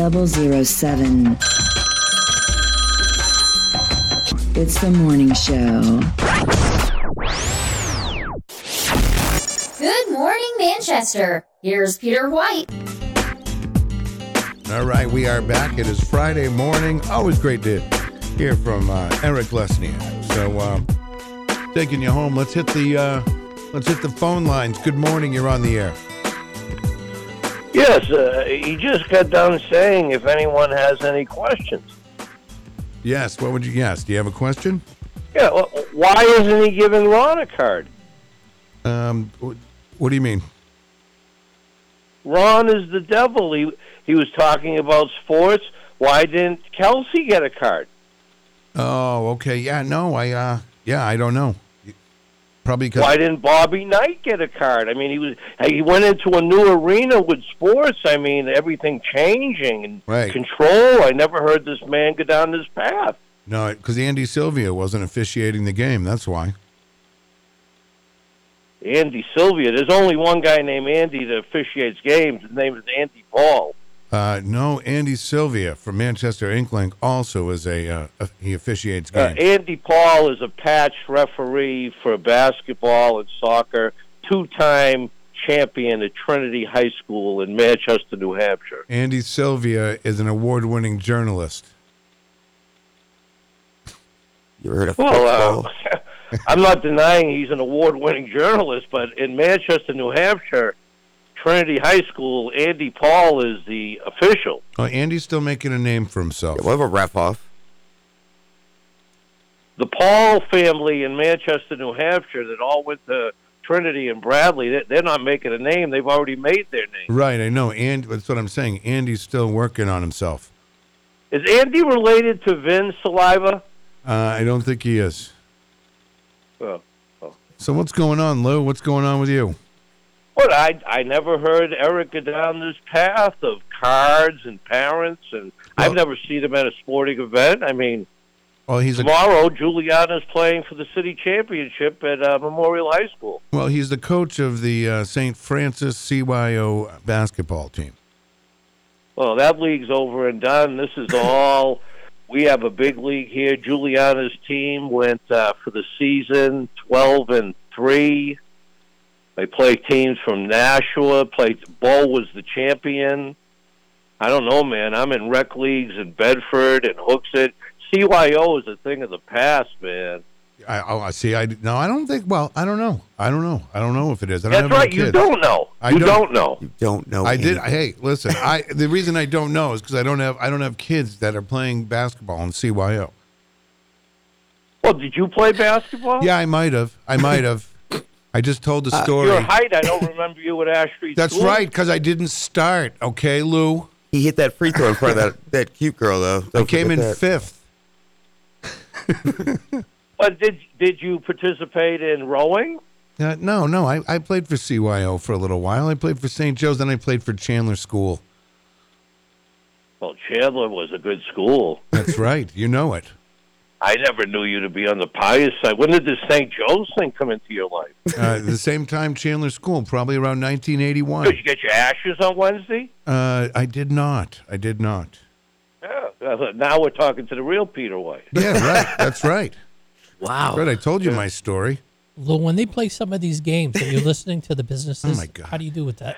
It's the morning show.
Good morning, Manchester. Here's Peter White.
All right, we are back. It is Friday morning. Always great to hear from uh, Eric Lesniak. So, uh, taking you home. Let's hit the uh, let's hit the phone lines. Good morning. You're on the air.
Yes, uh, he just got done saying if anyone has any questions.
Yes. What would you? Yes. Do you have a question?
Yeah, well, why isn't he giving Ron a card?
Um, wh- what do you mean?
Ron is the devil. He he was talking about sports. Why didn't Kelsey get a card?
Oh, okay. Yeah. No. I. Uh, yeah. I don't know. Probably because.
Why didn't Bobby Knight get a card? I mean, he was he went into a new arena with sports. I mean, everything changing and
Right.
control. I never heard this man go down this path.
No, because Andy Sylvia wasn't officiating the game. That's why.
Andy Sylvia. There's only one guy named Andy that officiates games. His name is Andy Paul.
Uh, no, Andy Sylvia from Manchester Inklink also is a uh, uh, he officiates
Uh,
games.
Andy Paul is a patch referee for basketball and soccer, two time champion at Trinity High School in Manchester, New Hampshire.
Andy Sylvia is an award-winning journalist.
you heard of
Well,
football?
uh, I'm not denying he's an award winning journalist, but in Manchester, New Hampshire, Trinity High School, Andy Paul is the official.
Oh, Andy's still making a name for himself.
we'll have a wrap off.
The Paul family in Manchester, New Hampshire, that all went to Trinity and Bradley, they- they're not making a name. They've already made their name.
Right, I know. And that's what I'm saying. Andy's still working on himself.
Is Andy related to Vin Saliva?
Uh, I don't think he is.
Oh, oh.
So what's going on, Lou? What's going on with you?
What I I never heard Eric go down this path of cards and parents, and I've never seen him at a sporting event. I mean,
Well, he's a
tomorrow Juliana's playing for the city championship at uh, Memorial High School.
Well, he's the coach of the uh, St. Francis CYO basketball team.
Well, that league's over and done. This is all. we have a big league here. Juliana's team went uh, for the season twelve and three. They play teams from Nashua. Played Bull was the champion. I don't know, man. I'm in rec leagues in Bedford and Hooksett. CYO is a thing of the past, man.
I, oh, I see. I no, I don't think. Well, I don't know. I don't know. I don't know if it is. I
That's
don't have
right.
any
You
kids.
don't know.
I
you don't
don't-
know.
You don't know.
I did.
anything.
Hey, listen. I the reason I don't know is because I don't have I don't have kids that are playing basketball in CYO.
Well, did you play basketball?
Yeah, I might have. I might have. I just told
Uh,
the story.
Uh, Your height, I don't remember you at Ash Street.
That's
School.
right, because I didn't start. Okay, Lou.
He hit that free throw in front of that, that cute girl, though.
I
Don't
came in
forget that.
fifth.
But did did you participate in rowing?
Uh, no, no, I, I played for CYO for a little while. I played for St. Joe's, then I played for Chandler School.
Well, Chandler was a good school.
That's right. You know it.
I never knew you to be on the pious side. When did this St. Joe's thing come into your life?
Uh, at the same time, Chandler School, probably around
Did
1981.
you get your ashes on Wednesday?
Uh, I did not. I did not.
Yeah. Uh, Now we're talking to the real Peter White.
Yeah, right. That's right.
Wow.
Good. I told you my story.
Lou, when they play some of these games and you're listening to the businesses,
Oh
my God.
how do you do with that?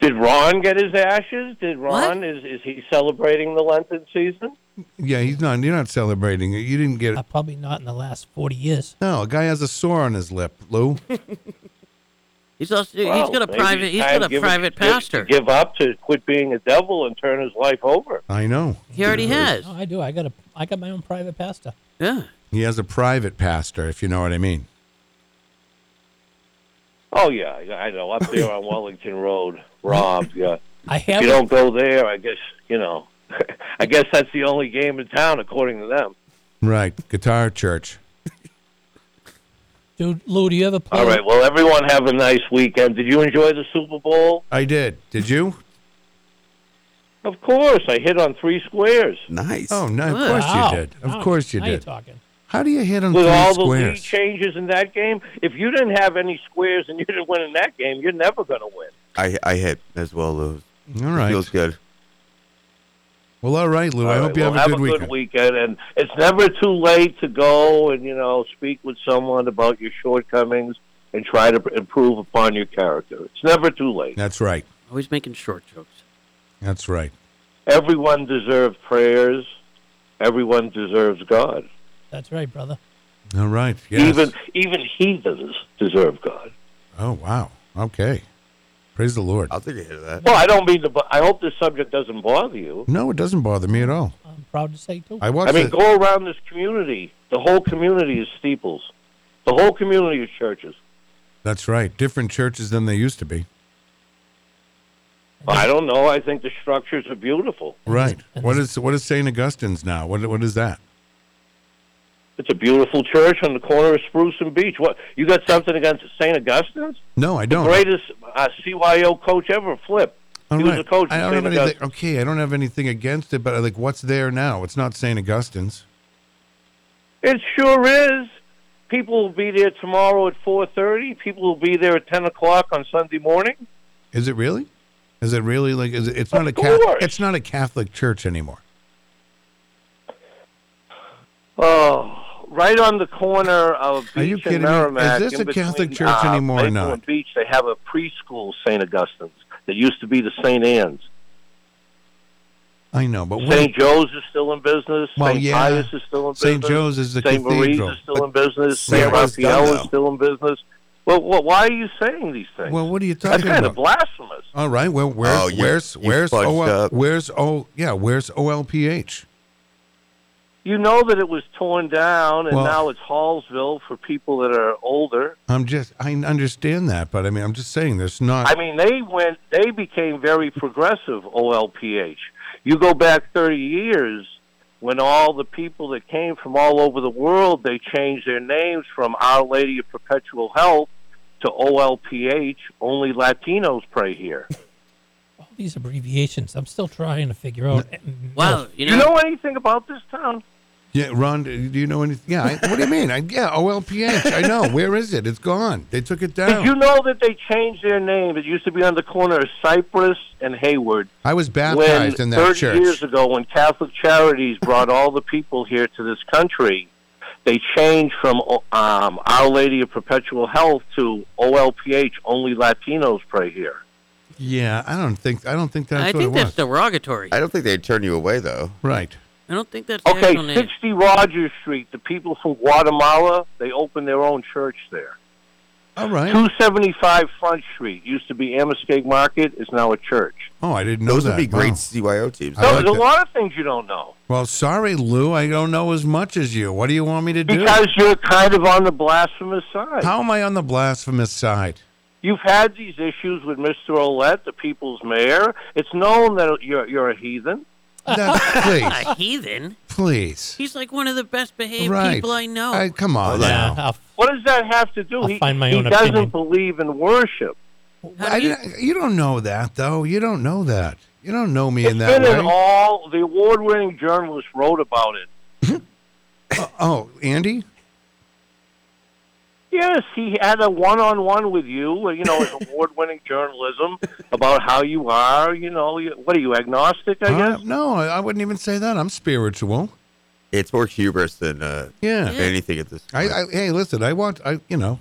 Did Ron get his ashes? Did Ron is is he celebrating the Lenten season?
Yeah, he's not. You're not celebrating. You didn't get it.
Uh, Probably not in the last 40 years.
No, a guy has a sore on his lip, Lou.
He's also
Well,
he's got a
maybe
private
it's
he's
time
got
to
a
give it- to-
private
to
pastor.
give up to quit being a devil and turn his life over.
I know.
He already
Mm-hmm.
has.
No, I do. I got a I got my own private pastor.
Yeah.
He has a private pastor, if you know what I mean.
Oh yeah, yeah, I know. Up there on Wellington Road, Rob. Yeah,
I
if
have
you don't go there. I guess you know. I guess that's the only game in town, according to them.
Right. Guitar church.
Dude, Lou, do you ever play?
All right. Well, everyone have a nice weekend. Did you enjoy the Super Bowl?
I did. Did you?
Of course, I hit on three squares.
Nice.
Oh, no. Of
Wow.
course you did. Of
Wow.
course you
Now you're
did.
talking.
How do you hit on
With
three
all the lead
squares?
changes in that game, if you didn't have any squares and you didn't win in that game, you're never going to win.
I, I hit as well, Lou.
All right.
Feels good.
Well, all right, Lou.
All
I hope
right,
you
well,
have a good weekend.
weekend, and it's never too late to go and you know speak with someone about your shortcomings and try to improve upon your character. It's never too late.
That's right.
Always making short jokes.
That's right.
Everyone deserves prayers. Everyone deserves God.
That's right, brother.
All right. Yes.
Even even heathens deserve God.
oh, wow. Okay. Praise the Lord.
I'll take a hit of that.
Well, I don't mean to. bo- I hope this subject doesn't bother you.
No, it doesn't bother me at all.
I'm proud to say, too.
I watched
I mean,
the-
go around this community. The whole community is steeples. The whole community is churches.
That's right. Different churches than they used to be.
I don't know. I think the structures are beautiful.
Right. What is what is St. Augustine's now? What what is that?
It's a beautiful church on the corner of Spruce and Beach. What you got something against St. Augustine's?
No, I don't.
Greatest uh, CYO coach ever, Flip.
All
he was
right.
a coach.
I
at
don't have
St.
anything.
Augustine's.
Okay, I don't have anything against it, but like, what's there now? It's not St. Augustine's.
It sure is. People will be there tomorrow at four thirty. People will be there at ten o'clock on Sunday morning.
Is it really? Is it really like? Is it, it's not a
course.
Catholic. It's not a Catholic church anymore.
Oh, right on the corner of Beach
Are you kidding
and
me?
Merrimack.
Is this
in
a Catholic
between,
church
uh,
anymore or
Maple
not?
and Beach, they have a preschool St. Augustine's that used to be the St. Anne's.
I know, but what-
St. Joe's is still in business.
Well,
St.
yeah.
Pius is still in
St.
business.
Joe's is the
St. Marie's
cathedral.
is still
But
in business.
St.
St.
Marie's
Raphael
done
is
now.
still in business. Well, well, why are you saying these things?
Well, what are you
That's
talking
kind
about?
of blasphemous.
All right. Well, where's
Oh, you-
where's
you
where's
fudged
OL,
up.
where's O yeah where's OLPH?
You know that it was torn down, and
Well-
now it's Hallsville for people that are older.
I'm just I understand that, but I mean I'm just saying there's not.
I mean, they went, they became very progressive, OLPH. You go back 30 years when all the people that came from all over the world, they changed their names from Our Lady of Perpetual Health to OLPH, only Latinos pray here.
All these abbreviations, I'm still trying to figure out.
Wow, you know,
You know anything about this town?
yeah, Ron, do you know anything? Yeah, I, what do you mean? I, yeah, OLPH. I know. Where is it? It's gone. They took it down.
Did you know that they changed their name? It used to be on the corner of Cypress and Hayward.
I was
when
baptized in that
30
church.
years ago, when Catholic Charities brought all the people here to this country, they changed from um, Our Lady of Perpetual Health to OLPH. Only Latinos pray here.
Yeah, I don't think I don't think that's
I
what
think
it was.
that's derogatory.
I don't think they'd turn you away, though.
right.
I don't think that's
Okay,
national name.
60 Rogers Street. The people from Guatemala they opened their own church there.
All right.
275 Front Street used to be Amistad Market, is now a church.
Oh, I didn't know
Those
that.
would be great
Wow.
CYO teams.
I like
There's a
that.
lot of things you don't know
Well, sorry, Lou. I don't know as much as you. What do you want me to do?
because you're kind of on the blasphemous side.
How am I on the blasphemous side?
You've had these issues with Mr. Olette, the people's mayor. It's known that you're, you're a heathen.
please,
A heathen?
please.
He's like one of the best behaved
Right.
people I know.
I- come on.
Yeah,
now.
I'll-
What does that have to do?
I'll
he
find my
he
own
doesn't
opinion.
believe in worship.
I didn't- you don't know that, though. You don't know that. You don't know me in
It's
that
been in
way.
all the award-winning journalists wrote about it.
oh, Andy?
Yes, he had a one-on-one with you. You know, his award-winning journalism about how you are. You know, you- what are you agnostic? I
Uh,
guess.
no, I, I wouldn't even say that. I'm spiritual.
It's more hubris than uh,
Yeah.
anything at this
I,
point.
I hey, listen. I want. I you know.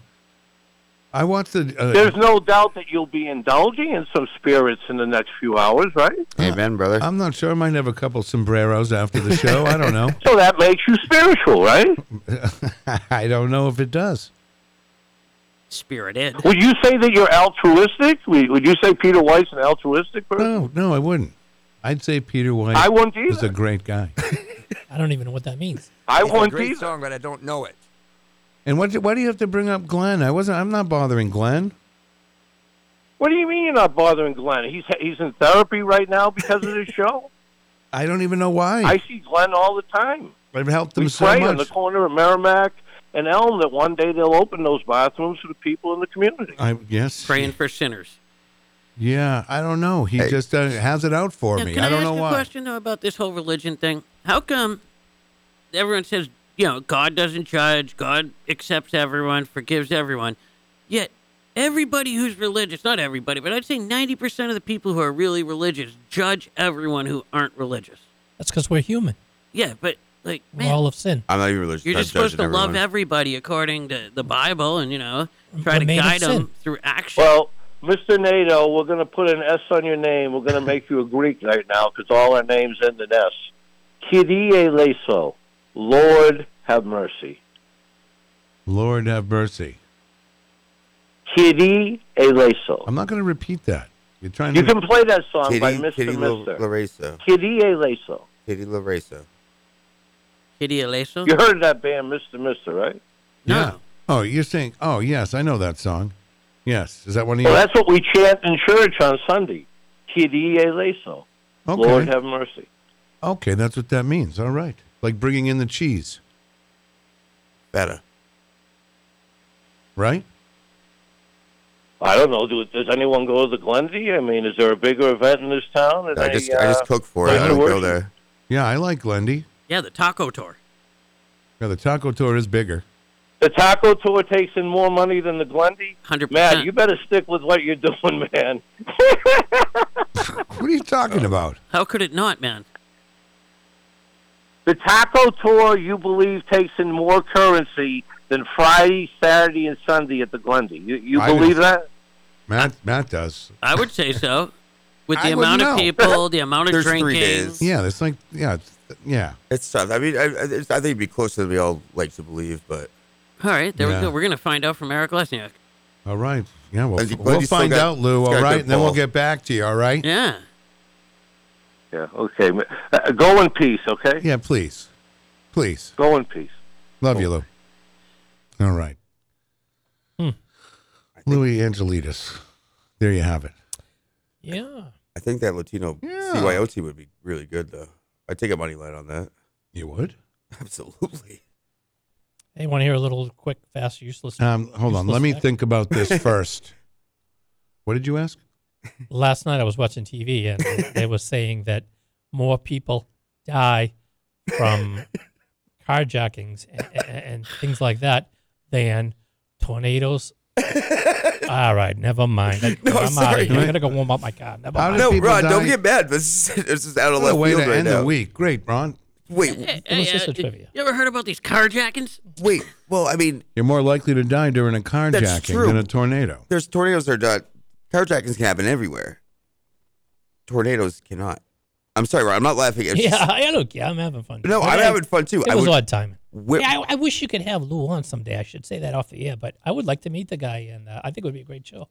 I watch the. Uh,
There's no doubt that you'll be indulging in some spirits in the next few hours, right?
Amen, brother.
I'm not sure. I might have a couple sombreros after the show. I don't know.
So that makes you spiritual, right?
I don't know if it does.
Spirited.
Would you say that you're altruistic? Would would you say Peter White's an altruistic person?
No, no, I wouldn't. I'd say Peter White.
I wouldn't
Was a great guy.
I don't even know what that means.
I
it's a
wouldn't
great
either.
song, but I don't know it.
And what? Why do you have to bring up Glenn? I wasn't. I'm not bothering Glenn.
What do you mean you're not bothering Glenn? He's he's in therapy right now because of this show.
I don't even know why.
I see Glenn all the time.
I've helped them
we
so
pray
much.
on the corner of Merrimack and Elm that one day they'll open those bathrooms for the people in the community.
I yes.
Praying for sinners.
Yeah, I don't know. He just uh, has it out for
Now,
me.
Can I,
I don't
ask
know
a
why.
question though about this whole religion thing? How come everyone says you know God doesn't judge, God accepts everyone, forgives everyone, yet everybody who's religious, not everybody, but I'd say ninety percent of the people who are really religious judge everyone who aren't religious.
That's because we're human.
Yeah, but like
We're
man,
all of sin.
I'm not even religious.
you're
I'm
just supposed to
judging
love
everyone.
everybody according to the Bible, and you know try
We're
to
made of
guide
sin.
them through action.
Well, Mr. NATO, we're going to put an S on your name. We're going to make you a Greek right now because all our names end in S. Kyrie eleison. Lord have mercy.
Lord have mercy.
Kyrie eleison.
I'm not going to repeat that. You're trying
You
to.
can play that song by
Kitty-
Mr.
Kitty Lo-
Mister.
Lareso.
Kyrie eleison.
Kitty Lareso.
Kitty Eleso?
You heard of that band, Mr. Mister, right?
yeah. Oh, you're saying? Oh, yes, I know that song. Yes, is that one of you?
Well, that's what we chant in church on Sunday. Kyrie eleison.
Okay.
Lord have mercy.
okay, that's what that means. All right, like bringing in the cheese,
Better.
right?
I don't know. Do, does anyone go to the Glendy? I mean, is there a bigger event in this town? uh,
I just I just cook for it.
place
I
to
don't go
worship?
there.
Yeah, I like Glendy.
yeah, the taco tour.
Yeah, the taco tour is bigger.
The taco tour takes in more money than the Glendy.
Hundred
Matt,
percent.
you better stick with what you're doing, man.
What are you talking about?
How could it not, man?
The taco tour, you believe, takes in more currency than Friday, Saturday, and Sunday at the Glendy. You, you
I do.
believe that?
Matt, Matt does.
I would say so. With the
I
amount
wouldn't
of
know.
people, the amount of
There's
drinking.
three days.
Yeah, that's like yeah, it's- yeah.
It's tough. I mean, I, I it's- I think it'd be closer than we all like to believe, but
All right, there
Yeah.
we go. We're gonna find out from Eric Lesniak.
All right. Yeah, well,
And you-
we'll
you still
find
got-
out, Lou.
it's
All
got a
right,
good
and then we'll
ball.
get back to you. All right.
Yeah.
Yeah, okay. Uh, go in peace, okay?
Yeah, please, please.
Go in peace.
Love you, Lou. All right.
Hmm.
Louis Angelitas. There you have it.
Yeah.
I think that Latino
Yeah.
CYOT would be really good though. I'd take a money line on that.
You would?
Absolutely.
Hey, want to hear a little quick, fast, useless?
Um, hold on.
useless
Let me
fact?
think about this first. what did you ask?
Last night I was watching TV and they were saying that more people die from carjackings and, and, and things like that than tornadoes. All right, never mind. I,
No,
I'm out
sorry.
of here. I gotta go warm up my car. Never
How
mind.
did
No,
people
Ron, don't
die?
get mad. This is, this is out of
What a
left
way
field
to
right
end
now.
the week. Great, Ron.
Wait,
Hey,
was
hey,
just
uh,
a trivia.
You ever heard about these carjackings?
wait. Well, I mean,
You're more likely to die during a carjacking
true.
than a tornado.
there's tornadoes that are done. Carjackings can happen everywhere. Tornadoes cannot. I'm sorry, Ron. I'm not laughing. It's
Yeah,
just-
I don't care. I'm having fun.
no, I'm
I-
having fun too.
It
I
was
would,
odd timing.
Where,
yeah, I, I wish you could have Lou on someday. I should say that off the air, but I would like to meet the guy, and uh, I think it would be a great show.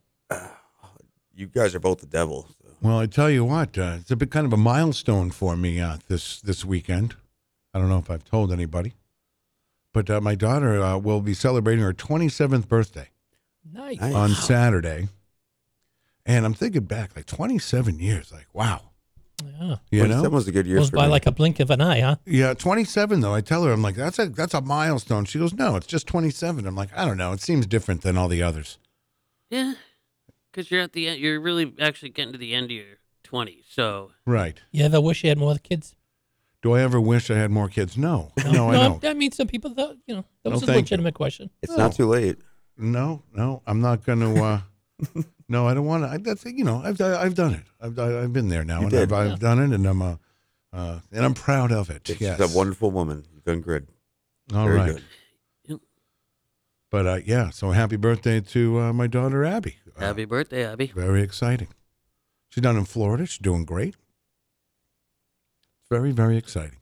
you guys are both the devil.
Well, I tell you what, uh, it's a bit kind of a milestone for me uh, this this weekend. I don't know if I've told anybody, but uh, my daughter uh, will be celebrating her 27th birthday
Nice.
on Saturday, and I'm thinking back like 27 years, like wow.
Yeah.
You know,
that was a good year.
Goes
for
by
me.
like a blink of an eye, huh?
Yeah, 27 though. I tell her I'm like that's a that's a milestone. She goes, "No, it's just 27." I'm like, "I don't know. It seems different than all the others."
Yeah, because you're at the end. You're really actually getting to the end of your twenties. So
Right.
You ever wish you had more kids?
Do I ever wish I had more kids? No. No, I don't.
I mean, some people thought, you know, that
No,
was a
thank you.
legitimate question.
It's not too late.
No, no, I'm not going to uh No, I don't want to. I that's you know, I've I've done it. I've I've been there now
You
and
did.
I've,
Yeah.
I've done it and I'm uh, uh and I'm proud of it.
She's
yes.
a wonderful woman. You've done good.
All
Very
right.
good.
But uh yeah, so happy birthday to uh, my daughter Abby.
happy birthday, Abby.
Very exciting. She's down in Florida. She's doing great. Very, very exciting.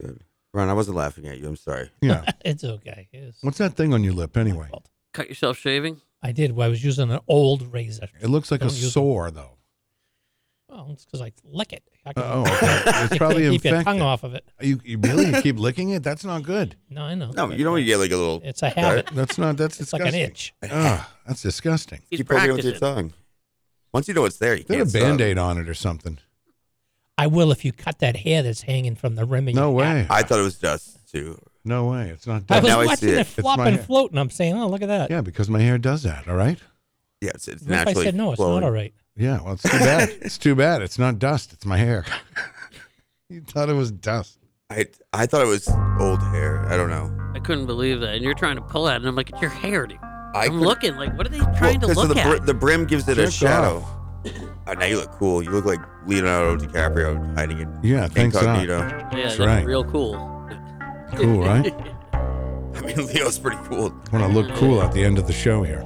Good. Ron, I wasn't laughing at you. I'm sorry.
Yeah.
It's okay. It's-
What's that thing on your lip anyway?
Cut yourself shaving.
I did. well, I was using an old razor.
It looks like a
Don't use them.
sore, though.
Well, it's because I lick it. I can-
Oh, okay. it's probably
keep
infected.
your tongue off of it.
You, you really you keep licking it? That's not good.
No, I know.
No, you don't get like a little.
It's a habit.
That's not. That's
It's like an
disgusting.
itch.
Ah, that's disgusting.
He's
Keep poking it with your tongue. Once you know it's there, you
Put a
can't stop.
band aid on it or something.
I will if you cut that hair that's hanging from the rim of
No
your hat.
way.
I thought it was dust too.
No way. It's not.
I
Done.
was
Now I see
watching
it.
it,
It's
flop
my
and
hair.
float, and I'm saying, oh, look at that.
Yeah, because my hair does that. All right.
Yeah, it's, it's
What if I
naturally.
said no? It's
flowing.
not all right.
Yeah. Well, it's too bad. it's too bad. It's not dust. It's my hair. you thought it was dust.
I I thought it was old hair. I don't know.
I couldn't believe that. And you're trying to pull at it. And I'm like, it's your hair, dude.
I
I'm
could-
looking. Like, what are they trying
Well,
to
'cause of
look
the,
at?
br- the brim gives it a
Jerk
shadow. Oh, now you look cool. You look like Leonardo DiCaprio hiding in
Yeah, thanks a lot.
incognito.
yeah,
That's
that's
right.
real cool.
Cool, right?
I mean, Leo's pretty cool.
Want to look cool at the end of the show here.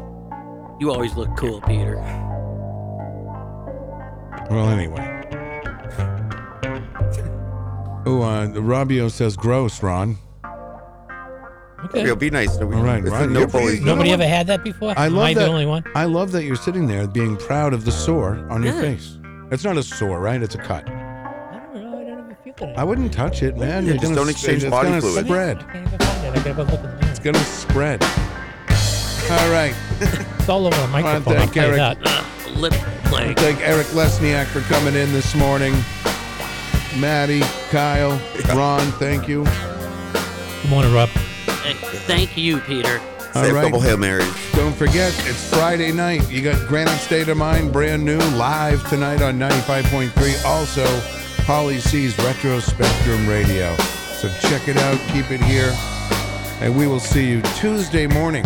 You always look cool, Peter.
Well, anyway. Oh, uh, Robbio says gross, Ron.
Okay.
Leo, be nice. No, we,
All right,
it's
right.
no
You're-
bullies.
no-
Nobody ever had that before?
I
Am
love
I
that.
the only one?
I love that you're sitting there being proud of the sore on your
Yeah.
face. It's not a sore, right? It's a cut.
I don't know. I don't ever feel that.
I wouldn't touch it, man.
Yeah,
You're
just
gonna
don't
s-
exchange
it's
body
gonna
fluid.
I
Spread.
can't even find that. I gotta go look in the mirror.
It's gonna spread. All right.
It's all over the
wanna
microphone. I'll
thank
tell you
Eric.
that.
Lip
I
plague.
thank Eric Lesniak for coming in this morning. Maddie, Kyle, Ron, thank you.
Good morning, Rob.
Hey, thank you, Peter.
All
Save a
right.
couple Hail Marys.
Don't forget, it's Friday night. You got Granite State of Mind, brand new, live tonight on 95.3. Also, Holly C's Retro Spectrum Radio. So check it out, keep it here, and we will see you Tuesday morning